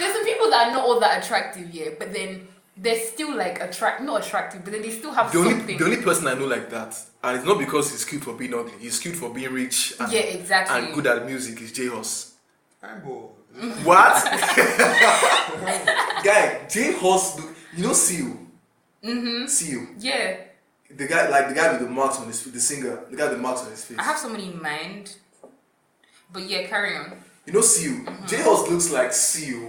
Speaker 2: There's some people that are not all that attractive, yeah. But then they're still like attract not attractive, but then they still have
Speaker 1: The only,
Speaker 2: something.
Speaker 1: the only person I know like that, and it's not because he's cute for being ugly, he's cute for being rich and,
Speaker 2: Yeah, exactly.
Speaker 1: and good at music, is J Horse.
Speaker 3: I'm bored.
Speaker 2: Mm-hmm.
Speaker 1: What? guy, J Horse, you know, E see you. Mm-hmm. See you.
Speaker 2: yeah,
Speaker 1: The guy, like the guy with the marks on his face, the singer, the guy with the marks on his face.
Speaker 2: I have somebody in mind. But yeah, carry on.
Speaker 1: You know, E see you.
Speaker 2: Mm-hmm.
Speaker 1: J Horse looks like see you,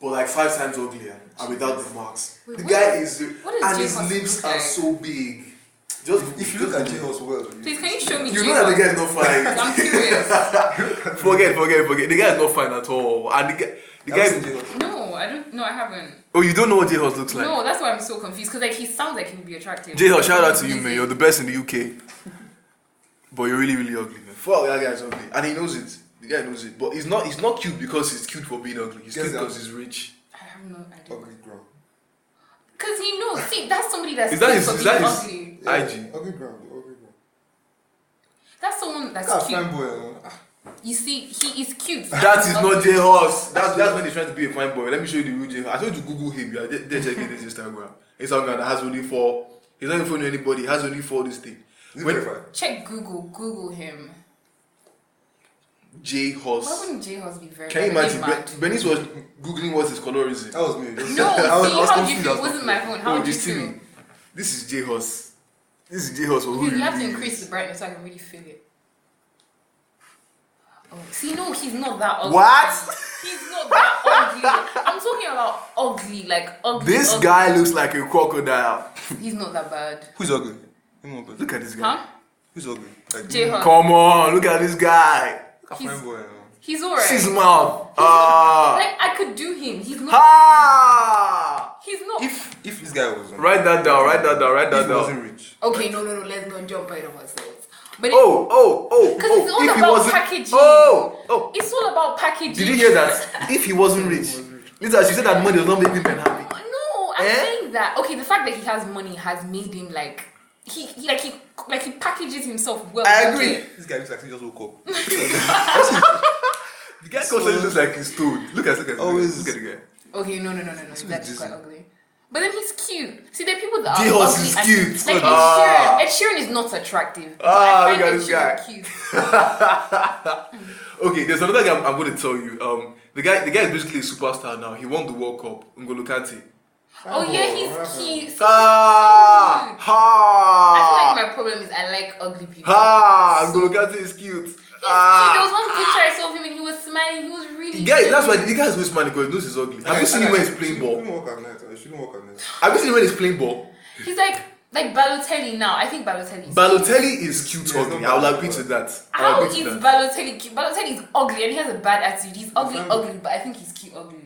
Speaker 1: but like five times uglier and without the marks.
Speaker 2: Wait,
Speaker 1: the
Speaker 2: what
Speaker 1: guy
Speaker 2: is-
Speaker 1: is,
Speaker 2: what does
Speaker 1: and
Speaker 2: J
Speaker 1: his
Speaker 2: Horse
Speaker 1: lips
Speaker 2: look
Speaker 1: are
Speaker 2: like?
Speaker 1: so big. Just
Speaker 3: If you look at J-Ho's world,
Speaker 2: Please, can you show me?
Speaker 1: you know that the
Speaker 2: J-Lo?
Speaker 1: guy is not fine.
Speaker 2: I'm curious.
Speaker 1: Forget, forget, forget. The guy is not fine at all. And the guy, the guy.
Speaker 2: no, I don't. No, I haven't.
Speaker 1: Oh, you don't know what J Horse looks like.
Speaker 2: no, that's why I'm so confused. Cause like he sounds like he would be attractive.
Speaker 1: J Horse, shout out to you, man.
Speaker 2: Easy.
Speaker 1: You're the best in the UK. But you're really, really ugly, man. Fuck, that guy's ugly, and he knows it. The guy knows it. But he's not. He's not cute because he's cute for being ugly. He's
Speaker 3: Guess
Speaker 1: cute
Speaker 3: that.
Speaker 1: because he's rich.
Speaker 2: I have no idea.
Speaker 3: Ugly girl.
Speaker 2: Cause he knows. See, that's somebody that's
Speaker 1: Is that
Speaker 2: cute
Speaker 1: his?
Speaker 2: for
Speaker 1: Is
Speaker 2: being
Speaker 1: that his?
Speaker 2: ugly.
Speaker 1: IG.
Speaker 3: Ugly girl. Ugly girl.
Speaker 2: That's someone that's
Speaker 3: That's
Speaker 2: cute.
Speaker 3: fine boy. oh. Ah,
Speaker 2: You see, he is cute.
Speaker 1: That is not J Horse. That's that's when he's trying to be a fine boy. Let me show you the real J Horse. I told you Google him. You are there there checking his Instagram. Instagram that has only four. He's not even following anybody. He has only four this thing.
Speaker 3: Is it
Speaker 1: When-
Speaker 3: verified?
Speaker 2: Check Google. Google him.
Speaker 1: J Horse.
Speaker 2: Why wouldn't J Horse be very?
Speaker 1: Can you
Speaker 2: very
Speaker 1: imagine?
Speaker 2: mad?
Speaker 1: Be- Bernice was googling what his color is.
Speaker 3: That was me. Just-
Speaker 2: No,
Speaker 3: I was,
Speaker 2: see,
Speaker 3: I was
Speaker 2: how
Speaker 3: confused.
Speaker 2: do you feel?
Speaker 3: as
Speaker 2: It wasn't
Speaker 3: fuck.
Speaker 2: my phone. How
Speaker 1: Oh,
Speaker 2: would you
Speaker 1: this
Speaker 2: feel?
Speaker 1: TV. This is J Horse. This is J Horse.
Speaker 2: You you have to increase the brightness so I can really feel it. Oh, see, no, he's not that ugly.
Speaker 1: What?
Speaker 2: He's not that ugly. I'm talking about ugly, like ugly.
Speaker 1: This
Speaker 2: ugly.
Speaker 1: guy looks like a crocodile.
Speaker 2: He's not that bad.
Speaker 3: Who's ugly? Him or ugly?
Speaker 1: Look at this guy.
Speaker 2: Huh?
Speaker 3: Who's ugly? Like,
Speaker 2: J Horse.
Speaker 1: Come on, look at this guy.
Speaker 3: Look at
Speaker 2: He's-
Speaker 3: fine boy. oh.
Speaker 2: He's alright.
Speaker 1: See his mouth. Ah.
Speaker 2: like I could do him. He's not.
Speaker 1: Ah.
Speaker 2: He's not.
Speaker 3: If if this guy was um,
Speaker 1: Write that down. Write that down. Write
Speaker 3: if
Speaker 1: that
Speaker 3: he wasn't
Speaker 1: down.
Speaker 3: rich,
Speaker 2: Okay, no, no, no. Let's not jump ahead of ourselves. But it-
Speaker 1: Oh, oh, oh,
Speaker 2: Because it's
Speaker 1: oh.
Speaker 2: all
Speaker 1: If he
Speaker 2: about
Speaker 1: wasn't.
Speaker 2: packaging.
Speaker 1: Oh, oh.
Speaker 2: It's all about packaging.
Speaker 1: Did you hear that? If he wasn't rich, Lisa, she said that money does not make women happy.
Speaker 2: No, I'm
Speaker 1: Eh?
Speaker 2: saying that. Okay, the fact that he has money has made him like he, he like he like he packages himself well.
Speaker 1: I agree.
Speaker 3: this guy looks like he just woke up.
Speaker 1: The guy constantly looks like he's stoned. Look at, look at,
Speaker 3: Always-
Speaker 1: look at the guy.
Speaker 2: Okay, no, no, no, no, no. That's
Speaker 3: Disney.
Speaker 2: quite ugly. But then he's cute. See, there are people that are
Speaker 1: D-Horse
Speaker 2: ugly
Speaker 1: is
Speaker 2: and-
Speaker 1: cute.
Speaker 2: Like Ed
Speaker 1: Ah.
Speaker 2: Sheeran. Ed Sheeran is not attractive. but
Speaker 1: Ah,
Speaker 2: I find
Speaker 1: look at
Speaker 2: Ed
Speaker 1: this
Speaker 2: Sheeran
Speaker 1: guy.
Speaker 2: Cute.
Speaker 1: Okay, there's another guy I'm, I'm going to tell you. Um, the guy, the guy is basically a superstar now. He won the World Cup. N'Golo Kante.
Speaker 2: Oh yeah, he's
Speaker 3: Whatever.
Speaker 2: cute. See,
Speaker 1: Ah,
Speaker 2: he's cute. I
Speaker 1: ha,
Speaker 2: feel like my problem is I like ugly people.
Speaker 1: Ah. ha.
Speaker 2: So-
Speaker 1: Ngolokati is cute.
Speaker 2: He's cute. There was
Speaker 1: Ah.
Speaker 2: one picture I saw of him and he was smiling. He was really.
Speaker 1: Yeah,
Speaker 2: cute.
Speaker 1: that's why the guy is waste money because he knows he's ugly. Have you seen him when he's playing
Speaker 3: She
Speaker 1: ball?
Speaker 3: shouldn't work at night. or She shouldn't work at night.
Speaker 1: Have you seen him when he's playing ball?
Speaker 2: He's like like Balotelli now. I think Balotelli. Is
Speaker 1: Balotelli is cute
Speaker 3: Yeah,
Speaker 1: ugly.
Speaker 3: no,
Speaker 1: I will
Speaker 3: but-
Speaker 1: agree to that. I
Speaker 2: How
Speaker 1: will
Speaker 2: is
Speaker 1: agree to that.
Speaker 2: Balotelli cute? Balotelli is ugly and he has a bad attitude. He's ugly,
Speaker 3: fine.
Speaker 2: ugly, but I think he's cute, ugly.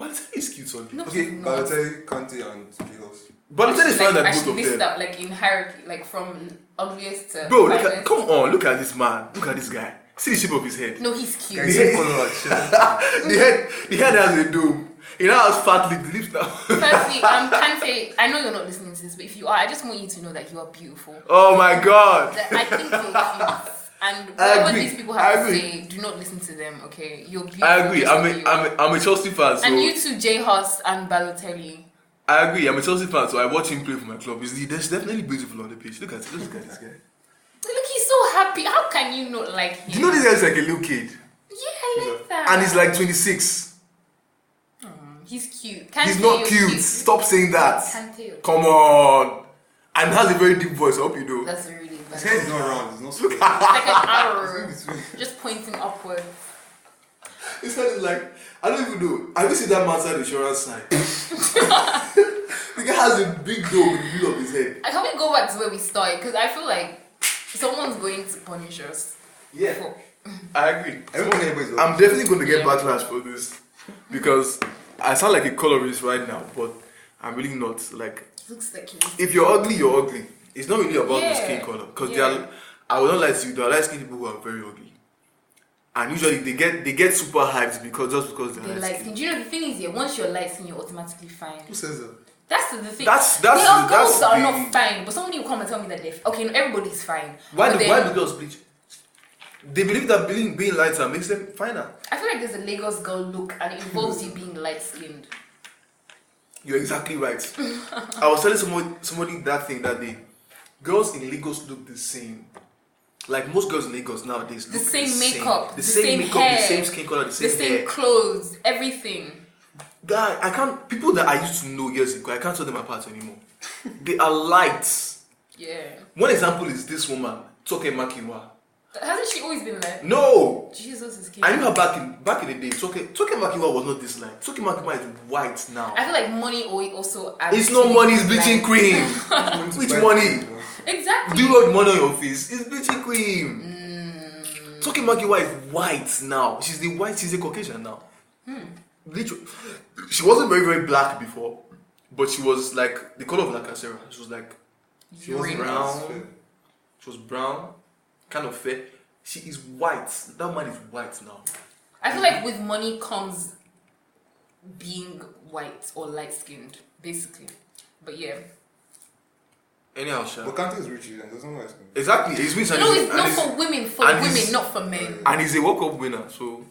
Speaker 1: Balotelli is cute ugly.
Speaker 2: No,
Speaker 3: Okay,
Speaker 2: he's not.
Speaker 3: Balotelli, Kante, and Pilos.
Speaker 1: Balotelli is fine
Speaker 2: like,
Speaker 1: than
Speaker 2: I should
Speaker 1: both
Speaker 2: list
Speaker 1: of
Speaker 2: it
Speaker 1: them.
Speaker 2: out like in hierarchy, like from ugliest to.
Speaker 1: Bro, look at
Speaker 2: finest.
Speaker 1: come on, look at this man. Look at this guy. See the shape of his head.
Speaker 2: No, he's cute.
Speaker 3: Guys, yeah. color like shit.
Speaker 1: the head the head has a dome. He now has fat lip, the lips now.
Speaker 2: Firstly, um, Kante, I know you're not listening to this, but if you are, I just want you to know that you are beautiful.
Speaker 1: oh my god.
Speaker 2: That I think you're cute. And
Speaker 1: I
Speaker 2: whatever
Speaker 1: agree.
Speaker 2: these people
Speaker 1: I
Speaker 2: have to
Speaker 1: agree.
Speaker 2: say, do not listen to them, okay? You're beautiful.
Speaker 1: I agree.
Speaker 2: just
Speaker 1: I'm
Speaker 2: the way
Speaker 1: a
Speaker 2: you are.
Speaker 1: I'm a, I'm a Chelsea fan, so
Speaker 2: And you too, J Hoss and Balotelli.
Speaker 1: I agree. I'm a Chelsea fan, so I watch him play for my club. He's he's definitely beautiful on the pitch. Look at look at this guy.
Speaker 2: Look, he's so happy. How can you not like him?
Speaker 1: Do you know this guy is like a little kid,
Speaker 2: Yeah, I like that.
Speaker 1: and he's like 26.
Speaker 2: he's cute. Kante,
Speaker 1: He's not
Speaker 2: you're
Speaker 1: cute. Stop saying that.
Speaker 2: Kante, you're-
Speaker 1: Come on. And has a very deep voice. I hope you know.
Speaker 2: that's really bad. It's
Speaker 3: His head is not round, it's not square.
Speaker 2: like an arrow,
Speaker 3: It's in between.
Speaker 2: just pointing upward.
Speaker 1: This guy is like, I don't even know. Have you seen that man's insurance sign? the guy has a big dome in the middle of his head.
Speaker 2: I can we go back to where we started? Because I feel like someone's going to punish us.
Speaker 1: Yeah,
Speaker 2: For,
Speaker 1: I agree.
Speaker 3: I don't think anybody's
Speaker 1: I'm definitely going to get
Speaker 2: Yeah.
Speaker 1: backlash for this because I sound like a colorist right now, but I'm really not. Like,
Speaker 2: looks like he
Speaker 1: if you're ugly, you're ugly. It's not really about the
Speaker 2: Yeah.
Speaker 1: skin color because
Speaker 2: Yeah.
Speaker 1: they are. I will not lie to you. There are light skinned people who are very ugly, and usually they get they get super hyped because just because they're
Speaker 2: they
Speaker 1: light
Speaker 2: light
Speaker 1: skinned.
Speaker 2: skin. Do you know the thing is here? Once you're light skin, you're automatically fine.
Speaker 3: Who says that?
Speaker 2: That's the thing.
Speaker 1: That's- that's
Speaker 2: the
Speaker 1: the-
Speaker 2: girls
Speaker 1: that's
Speaker 2: are
Speaker 1: the-
Speaker 2: not fine, but somebody will come and tell me that they're okay. No, everybody's fine.
Speaker 1: Why
Speaker 2: But
Speaker 1: do
Speaker 2: then-
Speaker 1: why do girls bleach? They believe that being being lighter makes them finer.
Speaker 2: I feel like there's a Lagos girl look, and it involves you being light skinned.
Speaker 1: You're exactly right. I was telling somebody, somebody that thing that day. Girls in Lagos look the same. Like most girls in Lagos nowadays
Speaker 2: The
Speaker 1: look
Speaker 2: same
Speaker 1: the
Speaker 2: makeup,
Speaker 1: same. the,
Speaker 2: the
Speaker 1: same,
Speaker 2: same
Speaker 1: makeup, the
Speaker 2: hair,
Speaker 1: same skin color, the
Speaker 2: The
Speaker 1: same,
Speaker 2: same
Speaker 1: hair.
Speaker 2: clothes, everything.
Speaker 1: Guy, I can't. People that I used to know years ago, I can't tell them apart anymore. they are light.
Speaker 2: Yeah.
Speaker 1: One example is this woman, Toke Makiwa.
Speaker 2: Hasn't she always been like?
Speaker 1: No,
Speaker 2: Jesus is king.
Speaker 1: I knew her back in back in the day. Toke Toke Makiwa was not this light. Toke Makiwa is white now.
Speaker 2: I feel like money al- also adds.
Speaker 1: It's
Speaker 2: to
Speaker 1: not
Speaker 2: it,
Speaker 1: money, it's
Speaker 2: like-
Speaker 1: bleaching cream.
Speaker 3: uh,
Speaker 1: Which money?
Speaker 2: Exactly.
Speaker 1: Do you want money on your face? It's bleaching cream.
Speaker 2: Mm.
Speaker 1: Talking about your wife, white now. She's the white. She's a Caucasian now.
Speaker 2: Hmm.
Speaker 1: Bleach. She wasn't very very black before, but she was like the color of La Casera. She was like
Speaker 3: She was
Speaker 2: Urine.
Speaker 1: brown. she was brown, kind of fair. She is white. That man is white now.
Speaker 2: I feel like with money comes being white or light skinned, basically. But yeah.
Speaker 1: Anyhow,
Speaker 3: But
Speaker 1: Sha.
Speaker 3: Kante is rich, he doesn't know explain.
Speaker 1: Exactly. He's rich and
Speaker 2: No,
Speaker 1: he's,
Speaker 2: it's not
Speaker 1: and, he's,
Speaker 2: for women, for
Speaker 1: and Mm.
Speaker 2: women,
Speaker 1: he's-
Speaker 2: not for men.
Speaker 1: and he's a World Cup winner, so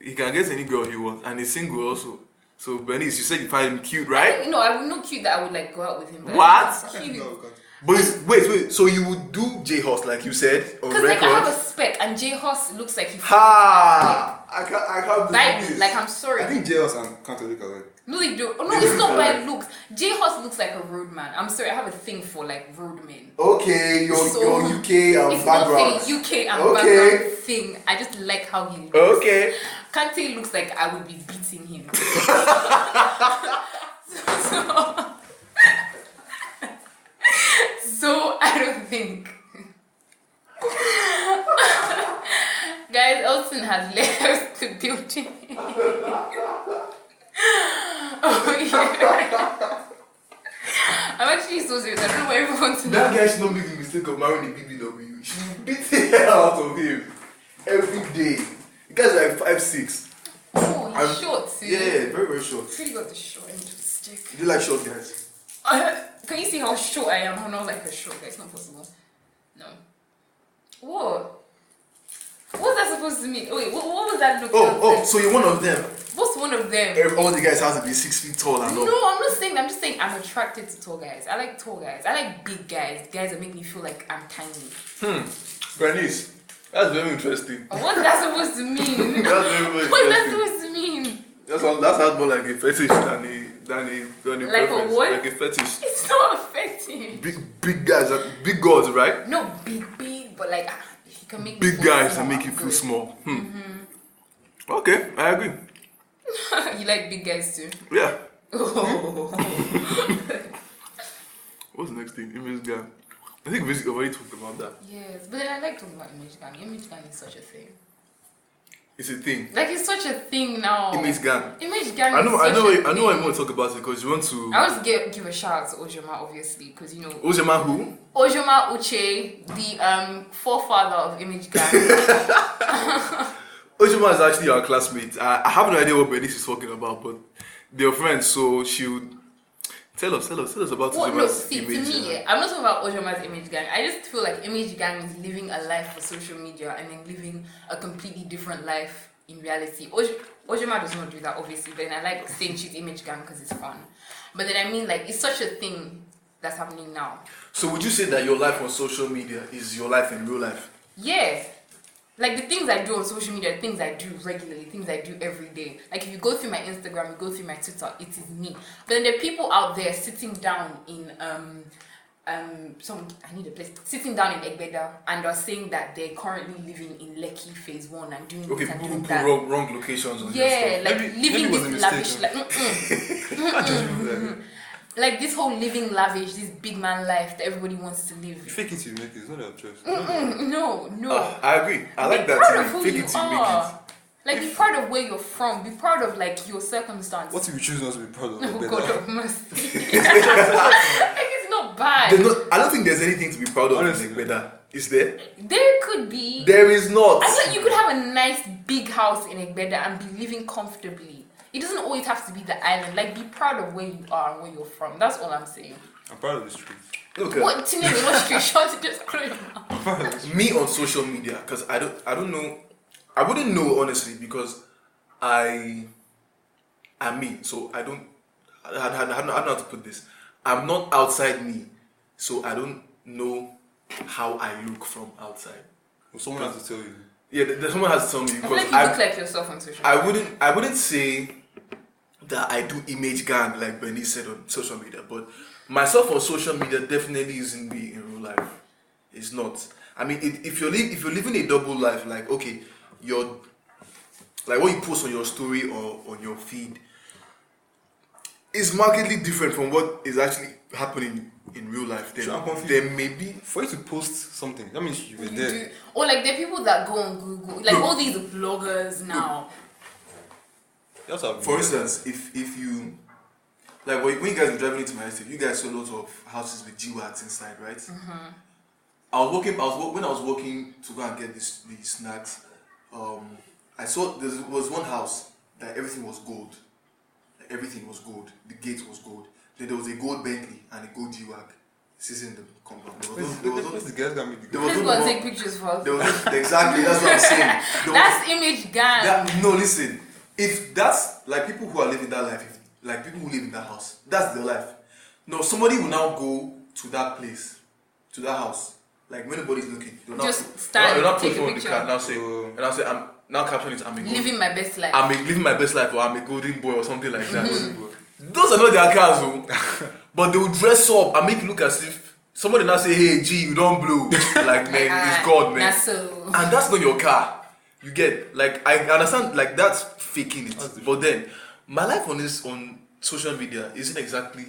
Speaker 1: he can get any girl he wants, and he's single also. So Bernice, you said you find him cute, right?
Speaker 2: No, I would not cute that I would like go out with him. But
Speaker 1: What?
Speaker 2: it's
Speaker 3: Kante is
Speaker 2: Cute.
Speaker 3: not with Kante.
Speaker 1: But it's, wait, wait. So you would do J Horse like you said on
Speaker 2: Because like
Speaker 1: record?
Speaker 2: I have a spec and J Hoss looks like he
Speaker 1: ha! I can't. I can't
Speaker 2: Like,
Speaker 1: believe this.
Speaker 2: like I'm
Speaker 3: I
Speaker 2: sorry.
Speaker 3: think JLS and Kante look alike.
Speaker 2: No, they don't. Oh, no, it's not by looks. J Hoss looks like a road man. I'm sorry, I have a thing for like road men.
Speaker 1: okay, your
Speaker 2: So,
Speaker 1: your UK um,
Speaker 2: it's not
Speaker 1: background.
Speaker 2: a UK and
Speaker 1: Okay.
Speaker 2: background thing. I just like how he looks.
Speaker 1: Okay.
Speaker 2: Kante looks like I would be beating him. so, so I don't think. Guys, Elton has left the building. oh yeah. I'm actually so serious. I don't know why everyone's
Speaker 1: That guy should not make the mistake of marrying the BBW. She beat the hell out of him every day. The guy's like five six.
Speaker 2: Oh,
Speaker 1: I'm-
Speaker 2: he's short, see?
Speaker 1: Yeah, very very short.
Speaker 2: Pretty got the short end of the stick.
Speaker 1: You like short guys?
Speaker 2: Uh, can you see how short I am? I'm not like a short guy. It's not possible. No. What? What's that supposed to mean? Wait, what, what was that look?
Speaker 1: Oh oh, so you're one of them.
Speaker 2: What's one of them?
Speaker 1: Every- All the guys have to be six feet tall and
Speaker 2: No,
Speaker 1: all.
Speaker 2: I'm not saying. that. I'm just saying I'm attracted to tall guys. I like tall guys. I like big guys. Guys that make me feel like I'm tiny.
Speaker 1: Bernice, that's very interesting.
Speaker 2: What's that supposed to mean?
Speaker 1: That's very, very
Speaker 2: What's that
Speaker 1: interesting.
Speaker 2: supposed to mean?
Speaker 1: That's all, that sounds more like a fetish than a than a than a
Speaker 2: Like a
Speaker 1: preference,
Speaker 2: what?
Speaker 1: like a fetish.
Speaker 2: It's not affecting.
Speaker 1: Big big guys, are- big girls, right?
Speaker 2: No, big, big, but like ah, he can make me
Speaker 1: Big
Speaker 2: feel
Speaker 1: guys
Speaker 2: small,
Speaker 1: that make you feel
Speaker 2: good.
Speaker 1: small. Hmm. Okay, I agree.
Speaker 2: you like big guys too.
Speaker 1: Yeah.
Speaker 2: Oh.
Speaker 1: What's the next thing? Image guy. I think basically already talked about that.
Speaker 2: yes, but then I like talking about image gang. Image gang is such a thing.
Speaker 1: It's a thing.
Speaker 2: Like it's such a thing now.
Speaker 1: Image gang.
Speaker 2: Image gang.
Speaker 1: I know,
Speaker 2: Oh. Is
Speaker 1: I
Speaker 2: such
Speaker 1: know,
Speaker 2: a
Speaker 1: I know. I
Speaker 2: thing.
Speaker 1: want to talk about it because you want to.
Speaker 2: I want to give, give a shout out to Ojoma, obviously, because you know
Speaker 1: Ojema who?
Speaker 2: Ojoma Uche, the um forefather of Image Gang.
Speaker 1: Ojima is actually our classmate. I, I have no idea what Bernice is talking about, but they're friends, so she'll tell us, tell us, tell us about
Speaker 2: what, no,
Speaker 1: Ojima's
Speaker 2: see,
Speaker 1: image.
Speaker 2: to me, eh, I'm not talking about Ojoma's Image Gang. I just feel like Image Gang is living a life for social media and then living a completely different life in reality. Oj- Ojoma does not do that, obviously, but then I like saying she's Image Gang because it's fun. But then I mean, like, it's such a thing that's happening now.
Speaker 1: So would you say that your life on social media is your life in real life?
Speaker 2: Yes. Like the things I do on social media, things I do regularly, things I do every day. Like if you go through my Instagram, you go through my Twitter, it is me. But then there are people out there sitting down in um um some I need a place sitting down in Egbeda and are saying that they're currently living in Lekki phase one and doing
Speaker 1: Okay,
Speaker 2: this and
Speaker 1: people who
Speaker 2: doing
Speaker 1: put
Speaker 2: that.
Speaker 1: wrong, wrong locations on your
Speaker 2: Yeah,
Speaker 1: stuff.
Speaker 2: like
Speaker 3: Maybe- maybe
Speaker 2: living
Speaker 3: it was a
Speaker 2: this
Speaker 3: mistake,
Speaker 2: lavish
Speaker 3: huh?
Speaker 2: like mm-mm.
Speaker 3: Just
Speaker 2: like this whole living lavish, this big man life that everybody wants to
Speaker 3: like,
Speaker 2: live.
Speaker 3: fake it, you make it. It's not your choice.
Speaker 2: Mm. Mm-mm, no, no.
Speaker 1: Ah, I agree. I like
Speaker 2: be
Speaker 1: that.
Speaker 2: proud of
Speaker 1: theory.
Speaker 2: who
Speaker 1: Fake
Speaker 2: you
Speaker 1: it till you make
Speaker 2: are. Like be proud of where you're from. Be proud of like your circumstance.
Speaker 3: What if you choose not to be proud of?
Speaker 2: oh
Speaker 3: Better.
Speaker 2: God of mercy. like it's not bad.
Speaker 1: it. There's no- I don't think there's anything to be proud of
Speaker 3: Honestly.
Speaker 1: in Egbeda. Is there?
Speaker 2: There could be.
Speaker 1: There is not.
Speaker 2: I thought you could have a nice big house in Egbeda and be living comfortably. It doesn't always have to be the island. Like be proud of where you are and where you're from. That's all I'm saying.
Speaker 3: I'm proud of the street.
Speaker 1: Okay.
Speaker 2: What to me, what straight shot just close your mouth.
Speaker 3: I'm proud of the street.
Speaker 1: me on social media because I don't I don't know I wouldn't know honestly because I I'm me so I don't I, I, I, I don't know how to put this I'm not outside me so I don't know how I look from outside
Speaker 3: Well, someone has to tell you.
Speaker 1: yeah th- th- someone has to tell me
Speaker 2: I feel
Speaker 1: because
Speaker 2: like you
Speaker 1: I,
Speaker 2: look like yourself on social.
Speaker 1: I wouldn't I wouldn't say that I do image gang like Bernice said on social media, but myself on social media definitely isn't me in real life. It's not. I mean, it, if you're li- if you're living a double life, like okay, you're like what you post on your story or on your feed is markedly different from what is actually happening in real life. Then,
Speaker 3: Sure, I'm confused.
Speaker 1: then maybe
Speaker 3: For you to post something, that means you were
Speaker 2: You
Speaker 3: there.
Speaker 2: do- Or like the people that go on Google, like
Speaker 1: Look.
Speaker 2: all these bloggers now.
Speaker 3: That's how.
Speaker 1: For instance, if if you like when when you guys were driving into my estate, you guys saw lots of houses with G wags inside, right? I was walking. I was wa- when I was walking to go and get this the snacks. Um, I saw there was one house that everything was gold. Like, everything was gold. The gate was gold. Then there was a gold Bentley and a gold G wag sitting in the compound. There was,
Speaker 3: Where's-
Speaker 1: no- there was,
Speaker 3: where's
Speaker 1: no-
Speaker 3: the guys that made the
Speaker 1: there
Speaker 3: girl?
Speaker 1: was
Speaker 2: Please
Speaker 1: no
Speaker 2: go and
Speaker 1: more-
Speaker 2: take pictures for us.
Speaker 1: there was no- exactly that's what I'm saying. There was-
Speaker 2: That's image gang.
Speaker 1: that, no, listen. If that's like people who are living that life, if, like people who live in that house, that's their life. No, somebody will now go to that place, to that house, like when nobody's looking. They'll now-
Speaker 2: Just stand,
Speaker 1: They'll now
Speaker 2: take
Speaker 1: put
Speaker 2: a
Speaker 1: on the
Speaker 2: picture.
Speaker 1: car, now say, "Oh," and I'll say, I'm now caption it. I'm a gold,
Speaker 2: Living my best life.
Speaker 1: I'm a, living my best life, or I'm a golden boy, or something like that.
Speaker 2: Mm-hmm.
Speaker 1: Those are not their cars, oh. but they will dress up and make it look as if somebody now say, "Hey, G, you don't blow." like man,
Speaker 2: Ah,
Speaker 1: it's God, man
Speaker 2: nah, so.
Speaker 1: and that's not your car you get like i understand like that's faking it
Speaker 3: That's different.
Speaker 1: but then my life on this on social media isn't exactly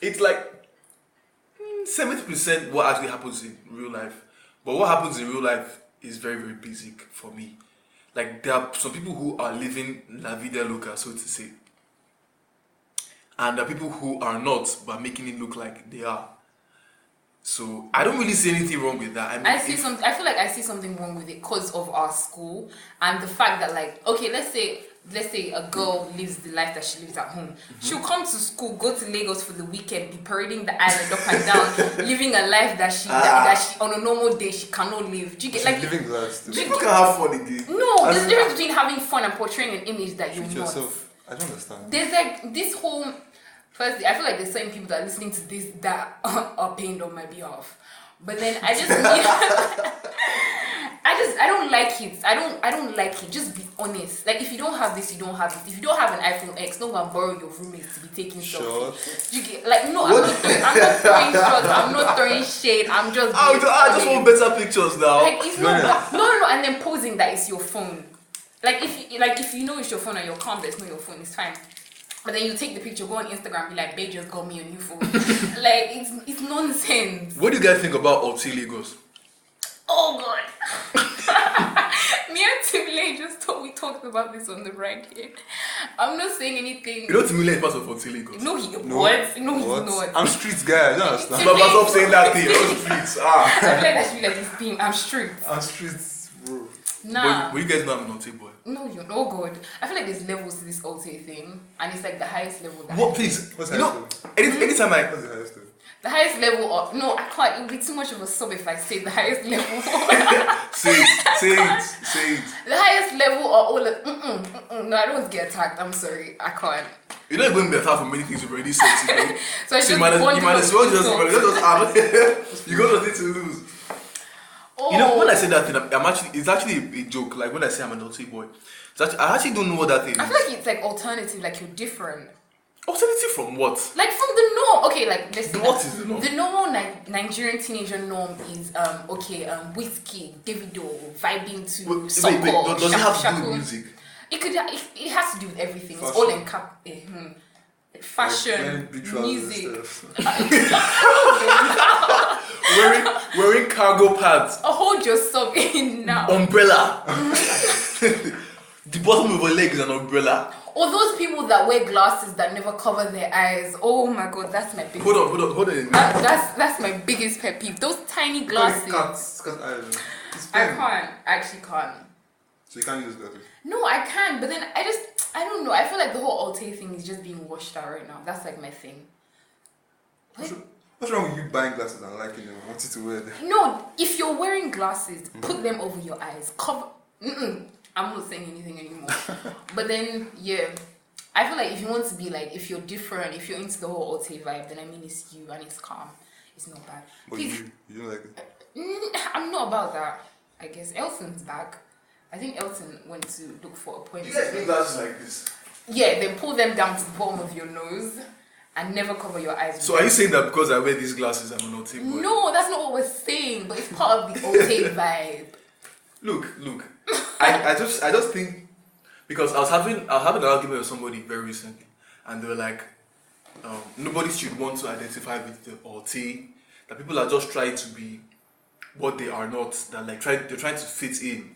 Speaker 1: it's like 70 percent what actually happens in real life but what happens in real life is very very basic for me like there are some people who are living la vida loca so to say and there are people who are not but making it look like they are so i don't really see anything wrong with that i mean
Speaker 2: I see
Speaker 1: if-
Speaker 2: some. I feel like I see something wrong with it because of our school and the fact that, like, okay, let's say, let's say a girl lives the life that she lives at home. She'll come to school, go to Lagos for the weekend, be parading the island up and down, living a life that she that,
Speaker 1: Ah.
Speaker 2: that she on a normal day she cannot live. Do you get
Speaker 3: She's
Speaker 2: like?
Speaker 3: living the life still.
Speaker 2: Drink-
Speaker 1: People can have fun again.
Speaker 2: No, there's
Speaker 3: As-
Speaker 2: a difference between having fun and portraying an image that you're
Speaker 3: Treat
Speaker 2: not.
Speaker 3: yourself. I don't understand.
Speaker 2: there's like this whole firstly i feel like there's certain people that are listening to this that are pained on my behalf but then i just I just I don't like it. I don't I don't like it. Just be honest. Like if you don't have this, you don't have it. If you don't have an iPhone X, no one borrow your roommates to be taking selfies.
Speaker 3: Short.
Speaker 2: You get like no, I'm not, I'm not throwing shots. I'm not throwing shade. I'm just.
Speaker 1: I,
Speaker 2: being
Speaker 1: would- I just want
Speaker 2: honest.
Speaker 1: better pictures now.
Speaker 2: Like it's not
Speaker 3: Yeah.
Speaker 2: that- no no no, and then posing that it's your phone. Like if you, like if you know it's your phone and you're calm, that's not your phone. It's fine. But then you take the picture, go on Instagram, be like, "Babe, just got me a new phone." like it's it's nonsense.
Speaker 1: What do you guys think about Ulti Lagos?
Speaker 2: Oh god. me and Timile just talk, we talked about this on the right here. I'm not saying anything.
Speaker 1: You know Timile is part of Ulti Lagos.
Speaker 2: No, he
Speaker 3: No.
Speaker 2: what? No, he's
Speaker 3: What?
Speaker 2: not.
Speaker 3: I'm streets guy. I don't understand.
Speaker 1: But stop saying that thing. Those streets. Ah.
Speaker 2: I feel like that should be like his theme. I'm strict.
Speaker 3: I'm streets, bro.
Speaker 2: Nah.
Speaker 1: But, but you guys know I'm an Ulti boy.
Speaker 2: No, you're no good. I feel like there's levels to this Ote thing, and it's like the highest level. That
Speaker 1: What please?
Speaker 3: What's
Speaker 1: you
Speaker 3: high
Speaker 1: know, any, anytime I
Speaker 3: What's the highest level?
Speaker 2: The highest level of no, I can't. It would be too much of a sub if I say the highest level.
Speaker 1: say it, say it, say it.
Speaker 2: the highest level or all of mm, mm-mm, mm-mm. no, I don't get attacked. I'm sorry, I can't.
Speaker 1: You're not going to be attacked for many things you've already said today.
Speaker 2: So
Speaker 1: so
Speaker 2: I just
Speaker 1: you might, as- you might as well just, you might as well just have, you got nothing to lose.
Speaker 2: oh,
Speaker 1: You know, when I say that thing, I'm, I'm actually, it's actually a, a joke. Like when I say I'm an OT boy, it's actually, I actually don't know what that thing
Speaker 2: Oh, I feel
Speaker 1: is.
Speaker 2: like it's like alternative, like you're different,
Speaker 1: Alternative from what?
Speaker 2: like from the norm. Okay, like let's
Speaker 1: The
Speaker 2: say
Speaker 1: what
Speaker 2: that
Speaker 1: is the norm?
Speaker 2: The normal Ni- Nigerian teenager norm is um okay um whiskey, Davido, vibing to
Speaker 1: Wait, wait,
Speaker 2: soca,
Speaker 1: wait, does does it have to do with
Speaker 2: shaku-
Speaker 1: music?
Speaker 2: It could. It, it has to do with everything. It's
Speaker 3: Fashion.
Speaker 2: all in cap. eh, hmm. Fashion,
Speaker 3: Wearing big trousers and
Speaker 2: music.
Speaker 3: stuff.
Speaker 1: Wearing, wearing cargo pants,
Speaker 2: Oh, hold yourself in now.
Speaker 1: umbrella. the bottom of your leg is an umbrella.
Speaker 2: Or those people that wear glasses that never cover their eyes. Oh my god, that's my biggest.
Speaker 1: Hold on, hold on, hold on. a minute.
Speaker 2: That, that's that's my biggest pet peeve. Those tiny
Speaker 3: Cats,
Speaker 2: glasses.
Speaker 3: cats, cats, I don't know. It's
Speaker 2: I
Speaker 3: pen.
Speaker 2: can't. I actually can't.
Speaker 3: So you can't use glasses.
Speaker 2: No, I can. But then I just I don't know. I feel like the whole Alte thing is just being washed out right now. That's like my thing. What?
Speaker 3: What's wrong with you buying glasses and liking them and wanting to wear them?
Speaker 2: No, if you're wearing glasses, put them over your eyes. Cover. Mm-mm, I'm not saying anything anymore. but then, yeah, I feel like if you want to be like, if you're different, if you're into the whole Ote vibe, then I mean, it's you and it's calm. It's not bad.
Speaker 3: But
Speaker 2: Please,
Speaker 3: you, you don't like it.
Speaker 2: Mm, I'm not about that. I guess Elton's back. I think Elton went to look for a point.
Speaker 1: glasses like this.
Speaker 2: Yeah, then pull them down to the bottom of your nose and never cover your eyes. with
Speaker 1: So are you saying that because I wear these glasses, I'm an OT boy?
Speaker 2: no, that's not what we're saying, but it's part of the Ote vibe.
Speaker 1: Look, look. I, I just I just think because I was having I was having an argument with somebody very recently, and they were like, um, nobody should want to identify with the OT. That people are just trying to be what they are not. That like try, they're trying to fit in.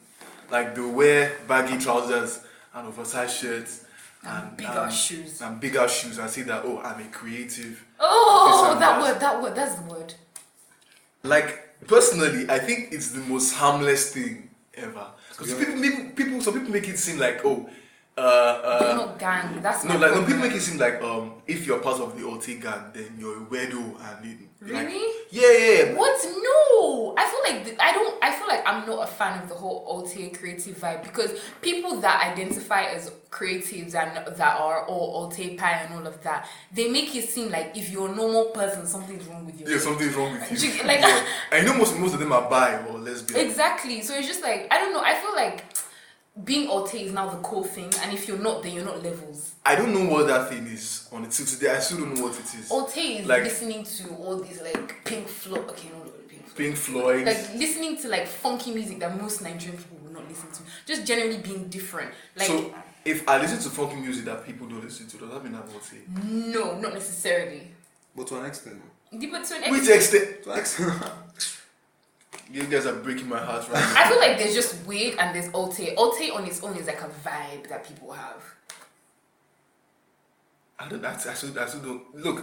Speaker 1: Like they wear baggy trousers and oversized shirts
Speaker 2: And big
Speaker 1: and-
Speaker 2: ass shoes.
Speaker 1: and bigger shoes and say that oh I'm a creative.
Speaker 2: Oh,
Speaker 1: Yes,
Speaker 2: that
Speaker 1: I'm
Speaker 2: word, that word, that's the word.
Speaker 1: Like personally, I think it's the most harmless thing ever. Because
Speaker 3: Yeah.
Speaker 1: people, make- people, some people make it seem like oh, uh,
Speaker 2: They're
Speaker 1: uh,
Speaker 2: not gang. That's
Speaker 1: no,
Speaker 2: my
Speaker 1: like no,
Speaker 2: problem.
Speaker 1: people make it seem like um, if you're part of the OT gang, then you're a weirdo and it, like-
Speaker 2: Really?
Speaker 1: yeah, yeah, yeah.
Speaker 2: What? No, I feel like th- I don't. I feel like I'm not a fan of the whole Altair creative vibe because people that identify as creatives and that are all Altair pie and all of that, they make it seem like if you're a normal person, something's wrong with you.
Speaker 1: Yeah, something's wrong with you.
Speaker 2: You- like-
Speaker 1: yeah. I know most most of them are bi or lesbian.
Speaker 2: Exactly. So it's just like I don't know. I feel like being Altair is now the cool thing, and if you're not, then you're not levels.
Speaker 1: I don't know what that thing is on it till today. I still don't know what it is.
Speaker 2: Altair is
Speaker 1: Like-
Speaker 2: listening to all these like Pink Floyd. Okay, no, not Pink Floyd.
Speaker 1: Pink Floyd.
Speaker 2: like listening to like funky music that most Nigerian people will not listen to. Just generally being different. Like
Speaker 1: so if I listen to funky music that people don't listen to, does that mean I'm OT?
Speaker 2: no, not necessarily.
Speaker 3: But to an extent.
Speaker 2: Yeah, But to an
Speaker 1: Which
Speaker 2: extent,
Speaker 1: extent?
Speaker 3: To an extent.
Speaker 1: You guys are breaking my heart right now.
Speaker 2: I feel like there's just weird and there's Ote. Ote on its own is like a vibe that people have.
Speaker 1: I don't. I, I should. I should do. Look.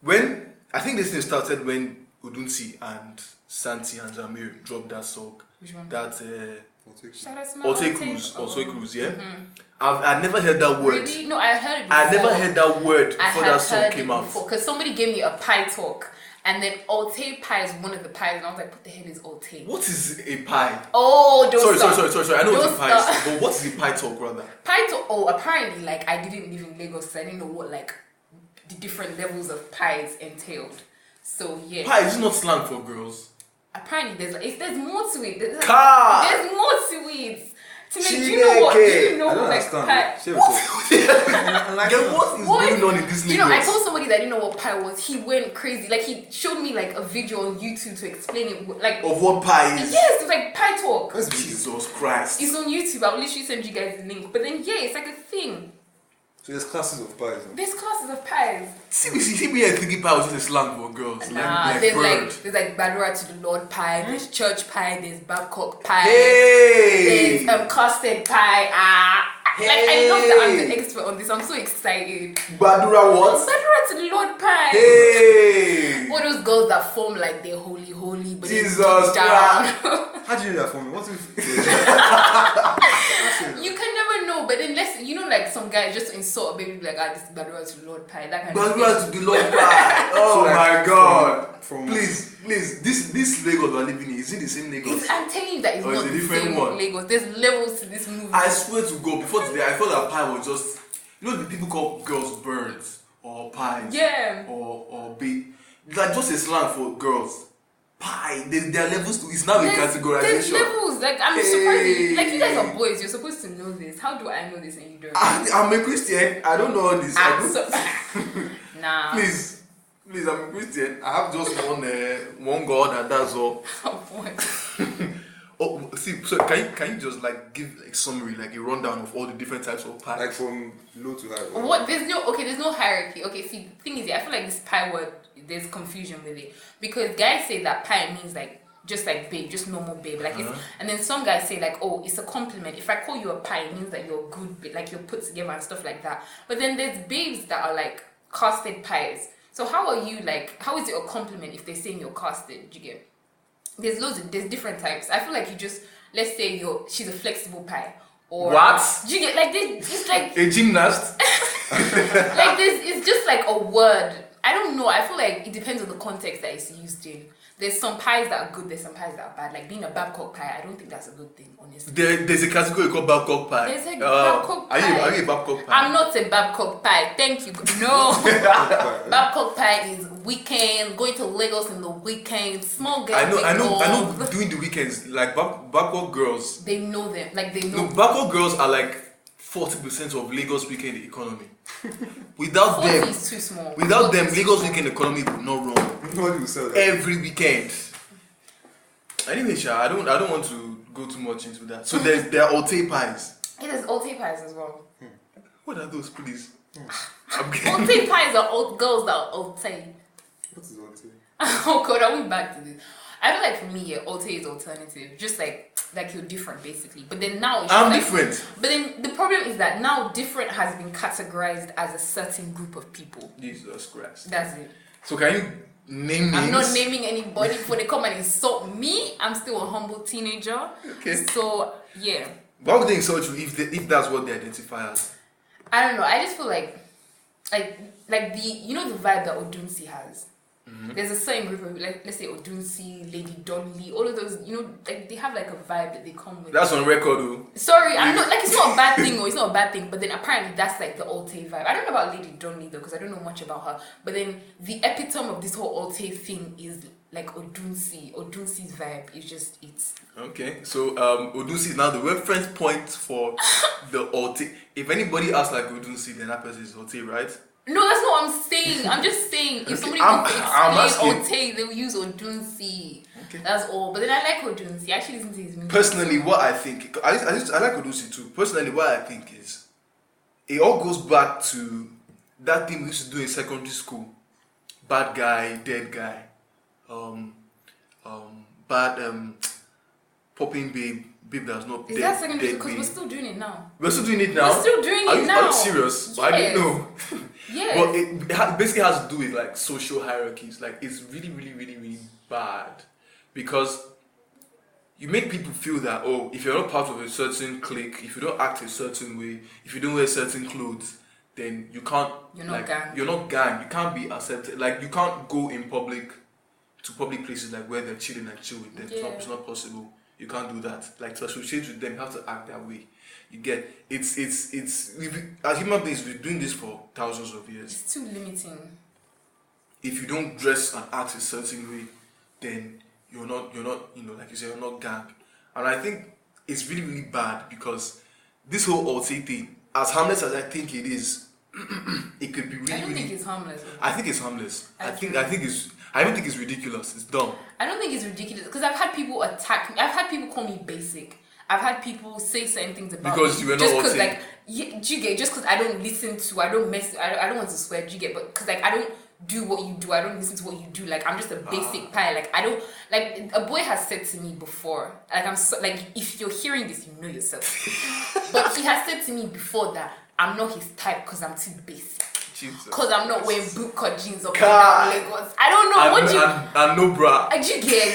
Speaker 1: When I think this thing started when Udunsi and Santi and Jamir dropped that song.
Speaker 2: Which one?
Speaker 1: That uh,
Speaker 3: I'll take it.
Speaker 2: Shout out to my
Speaker 1: Ote
Speaker 2: Ote.
Speaker 1: Cruz,
Speaker 2: Oh.
Speaker 1: Ote Cruz, yeah. I've I never heard that word.
Speaker 2: Really? No, I heard it before.
Speaker 1: I never heard that word
Speaker 2: I
Speaker 1: before
Speaker 2: had
Speaker 1: that song
Speaker 2: heard
Speaker 1: came
Speaker 2: it
Speaker 1: out.
Speaker 2: before because somebody gave me a pie talk, and then Ote pie is one of the pies, and I was like, what the hell is Ote?
Speaker 1: What is a pie?
Speaker 2: Oh, don't
Speaker 1: Sorry,
Speaker 2: stop.
Speaker 1: sorry, sorry, sorry, sorry. I know what
Speaker 2: Don't
Speaker 1: a pie is,
Speaker 2: stop.
Speaker 1: but what is a pie talk rather?
Speaker 2: pie to oh apparently like i didn't live in lagos so i didn't know what like the different levels of pies entailed so yeah
Speaker 1: Pie is not slang for girls.
Speaker 2: apparently there's if there's more to it. There's,
Speaker 4: Car.
Speaker 2: there's more to it. To make, do you know what? Do
Speaker 4: Chineke.
Speaker 2: you know
Speaker 4: I
Speaker 3: don't
Speaker 2: like,
Speaker 3: understand.
Speaker 2: pie-
Speaker 3: Seriously.
Speaker 2: what?
Speaker 3: like,
Speaker 1: Then what is
Speaker 2: What?
Speaker 1: going on in this
Speaker 2: You know, I
Speaker 1: Lagos?
Speaker 2: told somebody that I didn't know what pie was. He went crazy. Like he showed me like a video on YouTube to explain it. Like
Speaker 1: Oh,
Speaker 4: Of what pie is?
Speaker 2: yes, it's like pie talk.
Speaker 1: Jesus Christ.
Speaker 2: It's on YouTube. I'll literally send you guys the link. But then yeah, it's like a thing.
Speaker 3: So there's classes of pies. huh?
Speaker 2: There's classes of pies.
Speaker 1: See, we see me here thinking pie was just a slang for girls.
Speaker 2: Nah,
Speaker 1: like,
Speaker 2: there's
Speaker 1: bird.
Speaker 2: like there's like Badura to the Lord pie, there's church pie, there's Babcock pie,
Speaker 4: Hey!
Speaker 2: there's um, custard pie. Ah, like I love that I'm the
Speaker 4: Hey.
Speaker 2: expert on this. I'm so excited.
Speaker 4: Badura what?
Speaker 2: Badura to the Lord pie.
Speaker 4: Hey!
Speaker 2: All those girls that form like they're holy, holy, but they
Speaker 4: Jesus
Speaker 2: deep down.
Speaker 3: How do you know that for me? What if?
Speaker 2: you can never know. But then let's you know like some guy just to insult a baby be like ah this is Badura to the Lord pie that kind of
Speaker 4: Badura
Speaker 2: thing.
Speaker 4: to the Lord pie. Oh
Speaker 3: So, like,
Speaker 4: my god.
Speaker 3: from- from-
Speaker 4: please, please, this this Lagos we're living in, is it the same Lagos?
Speaker 2: It's, I'm telling you that it's
Speaker 4: Or Oh, it's
Speaker 2: not
Speaker 4: a
Speaker 2: the
Speaker 4: different
Speaker 2: same
Speaker 4: one.
Speaker 2: Lagos. There's levels to this movie.
Speaker 4: I swear to God, before today, I thought that pie was just you know the people call girls birds or pies
Speaker 2: Yeah.
Speaker 4: or or big. Like just a slang for girls. Pie. There, there are levels to. It's now a
Speaker 2: There's- There's
Speaker 4: categorization.
Speaker 2: levels. Like I'm surprised.
Speaker 4: Hey. Ah,
Speaker 2: you- Like you guys are boys. You're supposed to know this. How do I know this and you don't?
Speaker 4: I, I'm a Christian. I don't know all this. I
Speaker 2: I'm
Speaker 4: don't-
Speaker 2: Ah, so- nah.
Speaker 4: please, please, I'm a Christian. I have just one uh, one God and that's all.
Speaker 2: What?
Speaker 1: Oh, see, so can you, can you just like give like summary, like a rundown of all the different types of pies?
Speaker 3: like from low to high. or-
Speaker 2: what? There's no. Okay. There's no hierarchy. Okay. See, the thing is, I feel like this pie word. There's confusion with it because guys say that pie means like. Just like babe, just normal babe, like it's, and then some guys say like, oh, it's a compliment. If I call you a pie, it means that you're a good, babe, like you're put together and stuff like that. But then there's babes that are like casted pies. So how are you like? How is it a compliment if they're saying you're casted? Do you get? there's loads of there's different types. I feel like you just let's say you're she's a flexible pie or
Speaker 4: What?
Speaker 2: Do you get like this? It's like
Speaker 1: a gymnast.
Speaker 2: like this. It's just like a word. I don't know. I feel like it depends on the context that it's used in. There's some pies that are good. There's some pies that are bad. Like being a Babcock pie, I don't think that's a good thing, honestly.
Speaker 1: There, there's a category called Babcock pie. Uh,
Speaker 2: There's a Babcock
Speaker 1: Are you,
Speaker 2: pie.
Speaker 1: are you a Babcock pie?
Speaker 2: I'm not a Babcock pie. Thank you. No. Babcock pie is weekend, going to Lagos in the weekend, small girls.
Speaker 1: I know,
Speaker 2: big
Speaker 1: I know, I know.
Speaker 2: dogs.
Speaker 1: Doing the weekends, like Bab- Babcock girls.
Speaker 2: They know them. Like they know
Speaker 1: No, Babcock girls are like forty percent of Lagos weekend economy. Without
Speaker 2: Forty
Speaker 1: them,
Speaker 2: is too small.
Speaker 1: without them,
Speaker 2: Forty is too
Speaker 1: Lagos
Speaker 2: small.
Speaker 1: weekend economy would not run.
Speaker 3: Nobody will sell that.
Speaker 1: every weekend. Anyway, Sha, I don't I don't want to go too much into that. So there's there are Ote pies.
Speaker 2: It is old pies as well.
Speaker 1: What are those, please? I'm getting
Speaker 2: Old pies are old girls that are old tea.
Speaker 3: What is one thing?
Speaker 2: oh god, are we back to this? I feel like for me, yeah, old tea is alternative. Just like like you're different basically. But then now it's
Speaker 1: I'm
Speaker 2: like-
Speaker 1: different.
Speaker 2: But then the problem is that now different has been categorized as a certain group of people.
Speaker 1: Jesus Christ.
Speaker 2: That's it.
Speaker 1: So can you name names?
Speaker 2: I'm not naming anybody before they come and insult me. I'm still a humble teenager.
Speaker 1: Okay.
Speaker 2: So yeah.
Speaker 1: Why would they insult you if they, if that's what they identify as?
Speaker 2: I don't know. I just feel like, like, like the you know the vibe that Odunsi has.
Speaker 1: Mm-hmm.
Speaker 2: There's a certain group of like let's say Odunsi, Lady Donnelly, all of those. You know, like they have like a vibe that they come with.
Speaker 1: That's on record, oh. though.
Speaker 2: Sorry, I'm not like it's not a bad thing or it's not a bad thing, but then apparently that's like the Alte vibe. I don't know about Lady Donnelly though because I don't know much about her. But then the epitome of this whole Alte thing is like Odunsi. Odunsi's vibe is just it's
Speaker 1: Okay, so um, Odunsi is now the reference point for the Ote. If anybody asks like Odunsi, then that person is Ote, right?
Speaker 2: No, that's not what I'm saying. I'm just saying if somebody
Speaker 1: I'm-
Speaker 2: wants to
Speaker 1: I'm
Speaker 2: explain
Speaker 1: asking.
Speaker 2: Ote, they will use Odunsi.
Speaker 1: Okay.
Speaker 2: That's all. But then I like Odunsi. I actually listen to his music.
Speaker 1: personally what i think i just, I, just, I like odusi too personally what i think is it all goes back to that thing we used to do in secondary school bad guy dead guy um um bad um popping babe babe that's not
Speaker 2: Is
Speaker 1: dead,
Speaker 2: that secondary?
Speaker 1: dead
Speaker 2: Because we're
Speaker 1: babe.
Speaker 2: still doing it now.
Speaker 1: we're still doing it now
Speaker 2: We're still doing
Speaker 1: are you,
Speaker 2: it
Speaker 1: are
Speaker 2: now.
Speaker 1: you serious i
Speaker 2: Yes.
Speaker 1: don't know
Speaker 2: Yes.
Speaker 1: but it, it ha- basically has to do with like social hierarchies. Like it's really, really, really, really bad because you make people feel that oh, if you're not part of a certain clique, if you don't act a certain way, if you don't wear certain clothes, then you can't.
Speaker 2: You're not
Speaker 1: like,
Speaker 2: gang.
Speaker 1: You're not gang. You can't be accepted. Like you can't go in public to public places like where they're chilling and chill with them. It's, not,
Speaker 2: Yeah.
Speaker 1: it's not possible. You can't do that. Like to associate with them, you have to act that way. You get it's it's it's we as human beings we're doing this for thousands of years
Speaker 2: it's too limiting.
Speaker 1: if you don't dress and act a certain way, then you're not you're not you know like you said you're not gang, and I think it's really really bad because this whole Alti thing, as harmless as I think it is, it could be really
Speaker 2: I don't
Speaker 1: really.
Speaker 2: think it's harmless.
Speaker 1: I think it's harmless. I think
Speaker 2: Actually.
Speaker 1: I think it's I even think it's ridiculous. It's dumb.
Speaker 2: I don't think it's ridiculous because I've had people attack me. I've had people call me basic. I've had people say certain things about
Speaker 1: Because
Speaker 2: me
Speaker 1: you were not
Speaker 2: just because
Speaker 1: watching.
Speaker 2: like yeah, do you get just because I don't listen to I don't mess I don't, I don't want to swear do you get but because like I don't do what you do I don't listen to what you do like I'm just a basic
Speaker 1: Ah.
Speaker 2: pie like I don't like a boy has said to me before like I'm so, like if you're hearing this you know yourself but he has said to me before that I'm not his type because I'm too basic
Speaker 1: Jesus.
Speaker 2: because I'm not wearing book or jeans or
Speaker 1: God.
Speaker 2: Legos I don't know what
Speaker 1: and,
Speaker 2: do you
Speaker 1: and, and no bra.
Speaker 2: I do get.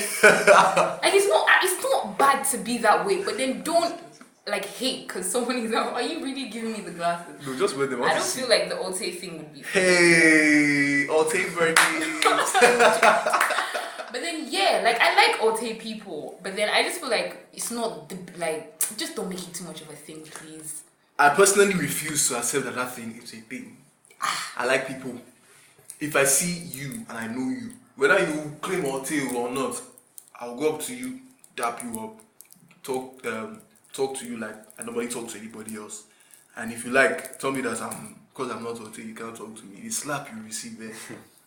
Speaker 2: like it's not it's not bad to be that way, but then don't like hate because someone is like, are you really giving me the glasses?
Speaker 1: No, just wear them.
Speaker 2: I
Speaker 1: want to
Speaker 2: don't
Speaker 1: see.
Speaker 2: feel like the Ote thing would be.
Speaker 1: Hey, Alti Bernie.
Speaker 2: But then yeah, like I like Ote people, but then I just feel like it's not the, like just don't make it too much of a thing, please.
Speaker 1: I personally refuse to accept that that thing is a thing. I like people. If I see you and I know you, whether you claim or tail or not, I'll go up to you, dap you up, talk um, talk to you like I normally talk to anybody else. And if you like, tell me that I'm because I'm not OT, you can't talk to me. The slap you receive there.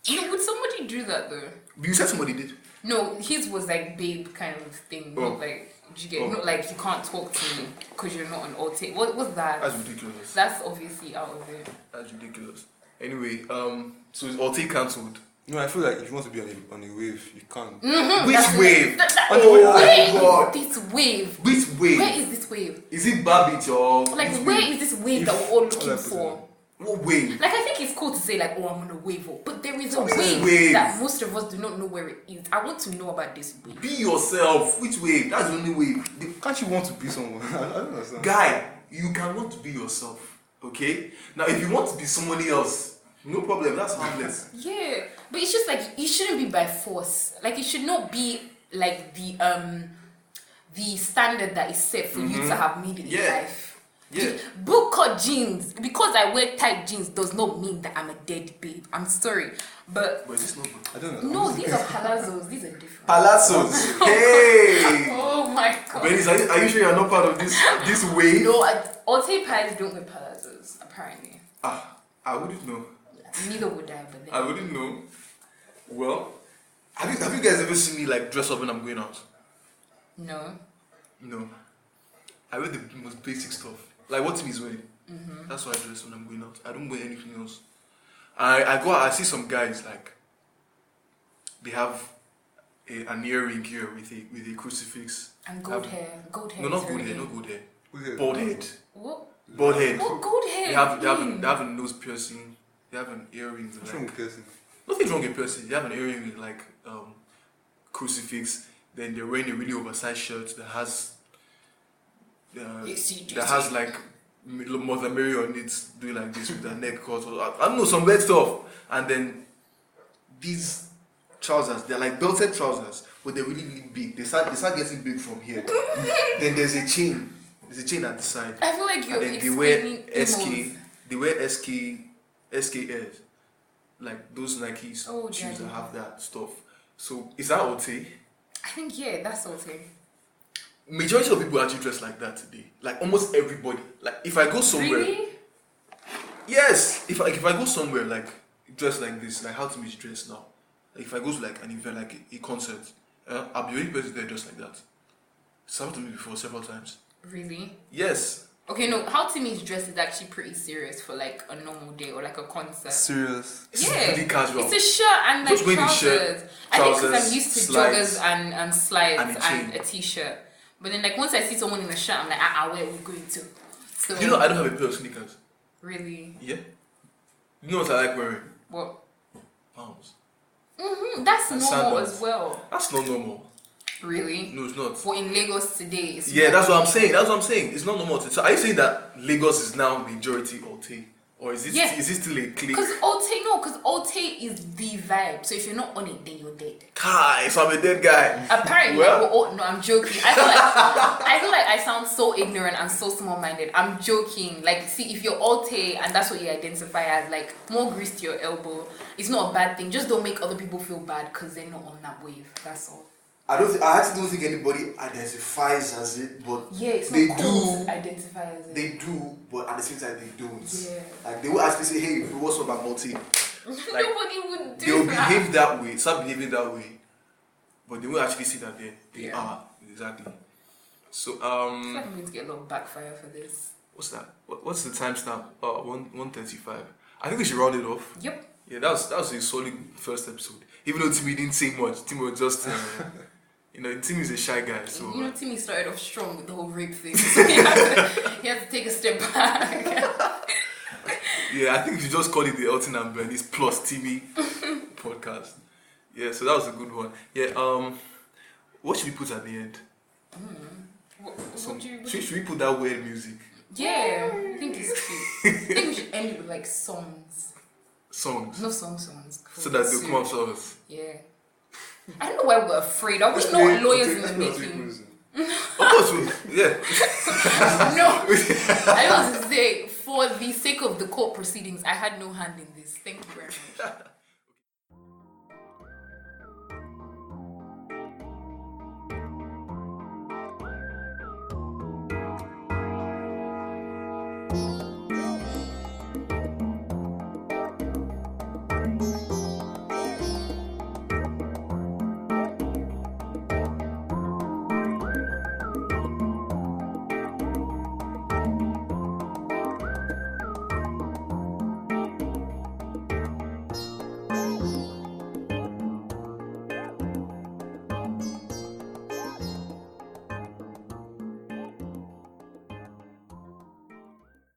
Speaker 2: You would somebody do that though?
Speaker 1: you said somebody did.
Speaker 2: No, his was like babe kind of thing,
Speaker 1: Oh.
Speaker 2: not like. do You get
Speaker 1: Oh.
Speaker 2: not like you can't talk to me because you're not an Ote. What was that?
Speaker 1: That's ridiculous.
Speaker 2: That's obviously out of it.
Speaker 1: That's ridiculous. Anyway, um, so is OT cancelled?
Speaker 3: No, I feel like if you want to be on a, on a wave, you can't.
Speaker 2: Mm.
Speaker 1: Which
Speaker 2: Mm-hmm. That's-
Speaker 1: wave?
Speaker 2: That, that,
Speaker 1: Oh my
Speaker 2: where is
Speaker 1: God.
Speaker 2: this wave?
Speaker 1: Which wave?
Speaker 2: Where is this wave?
Speaker 1: Is it Babbage or
Speaker 2: Like,
Speaker 1: which
Speaker 2: where is this wave that we're all looking
Speaker 3: If-
Speaker 2: for?
Speaker 1: What wave?
Speaker 2: Like, I think it's cool to say, like, oh, I'm on a wave, oh, but there is a
Speaker 1: This
Speaker 2: wave,
Speaker 1: wave.
Speaker 2: that most of us do not know where it is. I want to know about this wave.
Speaker 1: Be yourself. Which wave? That's the only wave. The
Speaker 3: Can't you want to be someone? I don't understand.
Speaker 1: guy, you cannot be yourself. Okay? Now, if you want to be somebody else, no problem. That's harmless.
Speaker 2: Yeah, but it's just like it shouldn't be by force. Like, it should not be like the um the standard that is set for you to have made it in
Speaker 1: Mm-hmm. Yeah.
Speaker 2: life.
Speaker 1: Yeah.
Speaker 2: Book cut jeans because I wear tight jeans does not mean that I'm a dead babe. I'm sorry, but
Speaker 1: But it's not good.
Speaker 3: I don't know.
Speaker 2: No, these are palazzos. These are different.
Speaker 1: Palazzos. hey!
Speaker 2: Oh my god.
Speaker 1: Benis, are you, are you sure you're not part of this this wave?
Speaker 2: no, I- Ote pies don't wear palazzos, apparently.
Speaker 1: Ah, I wouldn't know.
Speaker 2: Neither would I, but
Speaker 1: I
Speaker 2: then.
Speaker 1: wouldn't know. Well, have you, have you guys ever seen me like dress up when I'm going out?
Speaker 2: No.
Speaker 1: No. I wear the most basic stuff. Like what Tim is wearing. That's what I dress when I'm going out. I don't wear anything else. I, I go out, I see some guys like they have a, an earring here with a with a crucifix.
Speaker 2: And gold
Speaker 1: I've-
Speaker 2: hair. Gold hair.
Speaker 1: um, No,
Speaker 2: is
Speaker 1: not gold
Speaker 2: very-
Speaker 1: hair, not gold hair.
Speaker 3: Who's it?
Speaker 1: Bald head.
Speaker 2: What?
Speaker 1: Bald head.
Speaker 2: What gold hair?
Speaker 1: They have they have,
Speaker 2: mean?
Speaker 1: they have a nose piercing. They have an earring.
Speaker 3: What's wrong
Speaker 1: Like,
Speaker 3: with piercing?
Speaker 1: nothing's wrong with piercing. They have an earring with like um, crucifix. Then they're wearing a really oversized shirt that has uh,
Speaker 2: You see, you
Speaker 1: that
Speaker 2: see.
Speaker 1: has like M- Mother Mary on it, doing like this with her neck cut. Or, I, I don't know some weird stuff. And then these trousers, they're like belted trousers, but they're really really big. They start they start getting big from here. then there's a chain. There's a chain at the side.
Speaker 2: I feel like you're
Speaker 1: And then they wear
Speaker 2: explaining
Speaker 1: SK,
Speaker 2: emos.
Speaker 1: they wear SK, SKS, like those Nikes
Speaker 2: Oh,
Speaker 1: shoes that
Speaker 2: daddy.
Speaker 1: have that stuff. So is that OT?
Speaker 2: I think, yeah, that's Ote.
Speaker 1: Majority of people actually dress like that today. Like almost everybody. Like if I go somewhere,
Speaker 2: Really?
Speaker 1: yes. If like if I go somewhere like dressed like this, like how to is dressed now. Like if I go to like an event, like a, a concert, uh, I'll be the only person there dressed like that. It's happened to me before several times.
Speaker 2: Really?
Speaker 1: Yes,
Speaker 2: Okay, no, how Timmy's dressed is actually pretty serious for like a normal day or like a concert.
Speaker 3: Serious.
Speaker 1: it's really casual.
Speaker 2: It's a shirt and like
Speaker 1: Just wearing a
Speaker 2: trousers.
Speaker 1: shirt,
Speaker 2: I think 'cause
Speaker 1: trousers,
Speaker 2: I'm used to
Speaker 1: slides,
Speaker 2: joggers and, and slides
Speaker 1: and
Speaker 2: and
Speaker 1: a
Speaker 2: a
Speaker 1: chain.
Speaker 2: t-shirt. But then like once I see someone in a shirt, I'm like, ah, ah where are we going to? So
Speaker 1: you know, I don't have a pair of sneakers.
Speaker 2: really
Speaker 1: Yeah. You know what I like wearing?
Speaker 2: well,
Speaker 1: Pounds.
Speaker 2: hmm that's
Speaker 1: And
Speaker 2: normal
Speaker 1: sandals.
Speaker 2: as well.
Speaker 1: That's not normal.
Speaker 2: Really,
Speaker 1: No, it's not.
Speaker 2: for in Lagos today, it's
Speaker 1: Yeah, that's what I'm saying. That's what I'm saying. It's not normal. So are you saying that Lagos is now majority OT? Or is it
Speaker 2: Yeah.
Speaker 1: is it still a clique?
Speaker 2: because Ote no, because Ote is the vibe. So if you're not on it, then you're dead.
Speaker 1: Kai, so I'm a dead guy.
Speaker 2: Apparently,
Speaker 1: Well-
Speaker 2: like, we're all- no, I'm joking. I feel like I feel like I sound so ignorant and so small-minded. I'm joking. Like, see, if you're alte and that's what you identify as, like, more grease to your elbow, it's not a bad thing. Just don't make other people feel bad because they're not on that wave. That's all.
Speaker 5: I don't. Think, I actually don't think anybody identifies as it, but
Speaker 2: Yeah, it's
Speaker 5: They
Speaker 2: not cool
Speaker 5: do-
Speaker 2: to identify as it.
Speaker 5: they do. But at the same time, they don't.
Speaker 2: Yeah.
Speaker 5: Like they will actually say, "Hey, what's up, multi?"
Speaker 1: like,
Speaker 2: Nobody would
Speaker 1: They will
Speaker 2: do that.
Speaker 1: behave that way, start behaving that way, but they won't actually see that they they
Speaker 2: Yeah.
Speaker 1: are exactly. So
Speaker 2: I feel
Speaker 1: um,
Speaker 2: like I'm going to get a lot of backfire for this.
Speaker 1: what's that? What, what's the timestamp? Uh, one one thirty five. I think we should round it off.
Speaker 2: Yep.
Speaker 1: Yeah, that was that was a solid first episode. Even though Timmy didn't say much, Timmy was just uh, you know Timmy is a shy guy, so
Speaker 2: you know, Timmy started off strong with the whole rape thing. So he, had to, he had to take a step back.
Speaker 1: yeah, I think we just call it the Elton and Bernice plus Timmy podcast. Yeah, so that was a good one. Yeah, um, what should we put at the end?
Speaker 2: Hmm. What, what
Speaker 1: Some-
Speaker 2: would you, would
Speaker 1: should, should we put that weird music
Speaker 2: Yeah, I think it's cute. I think we should end it with like songs.
Speaker 1: songs
Speaker 2: No song songs.
Speaker 1: so that they'll come up to us?
Speaker 2: Yeah. I don't know why we're afraid. Are we
Speaker 3: Let's play-
Speaker 2: not lawyers
Speaker 3: let's
Speaker 2: in the
Speaker 3: play- let's play
Speaker 2: making?
Speaker 3: cruising.
Speaker 1: Of course, we, yeah.
Speaker 2: No. I was to say, for the sake of the court proceedings, I had no hand in this. Thank you very much.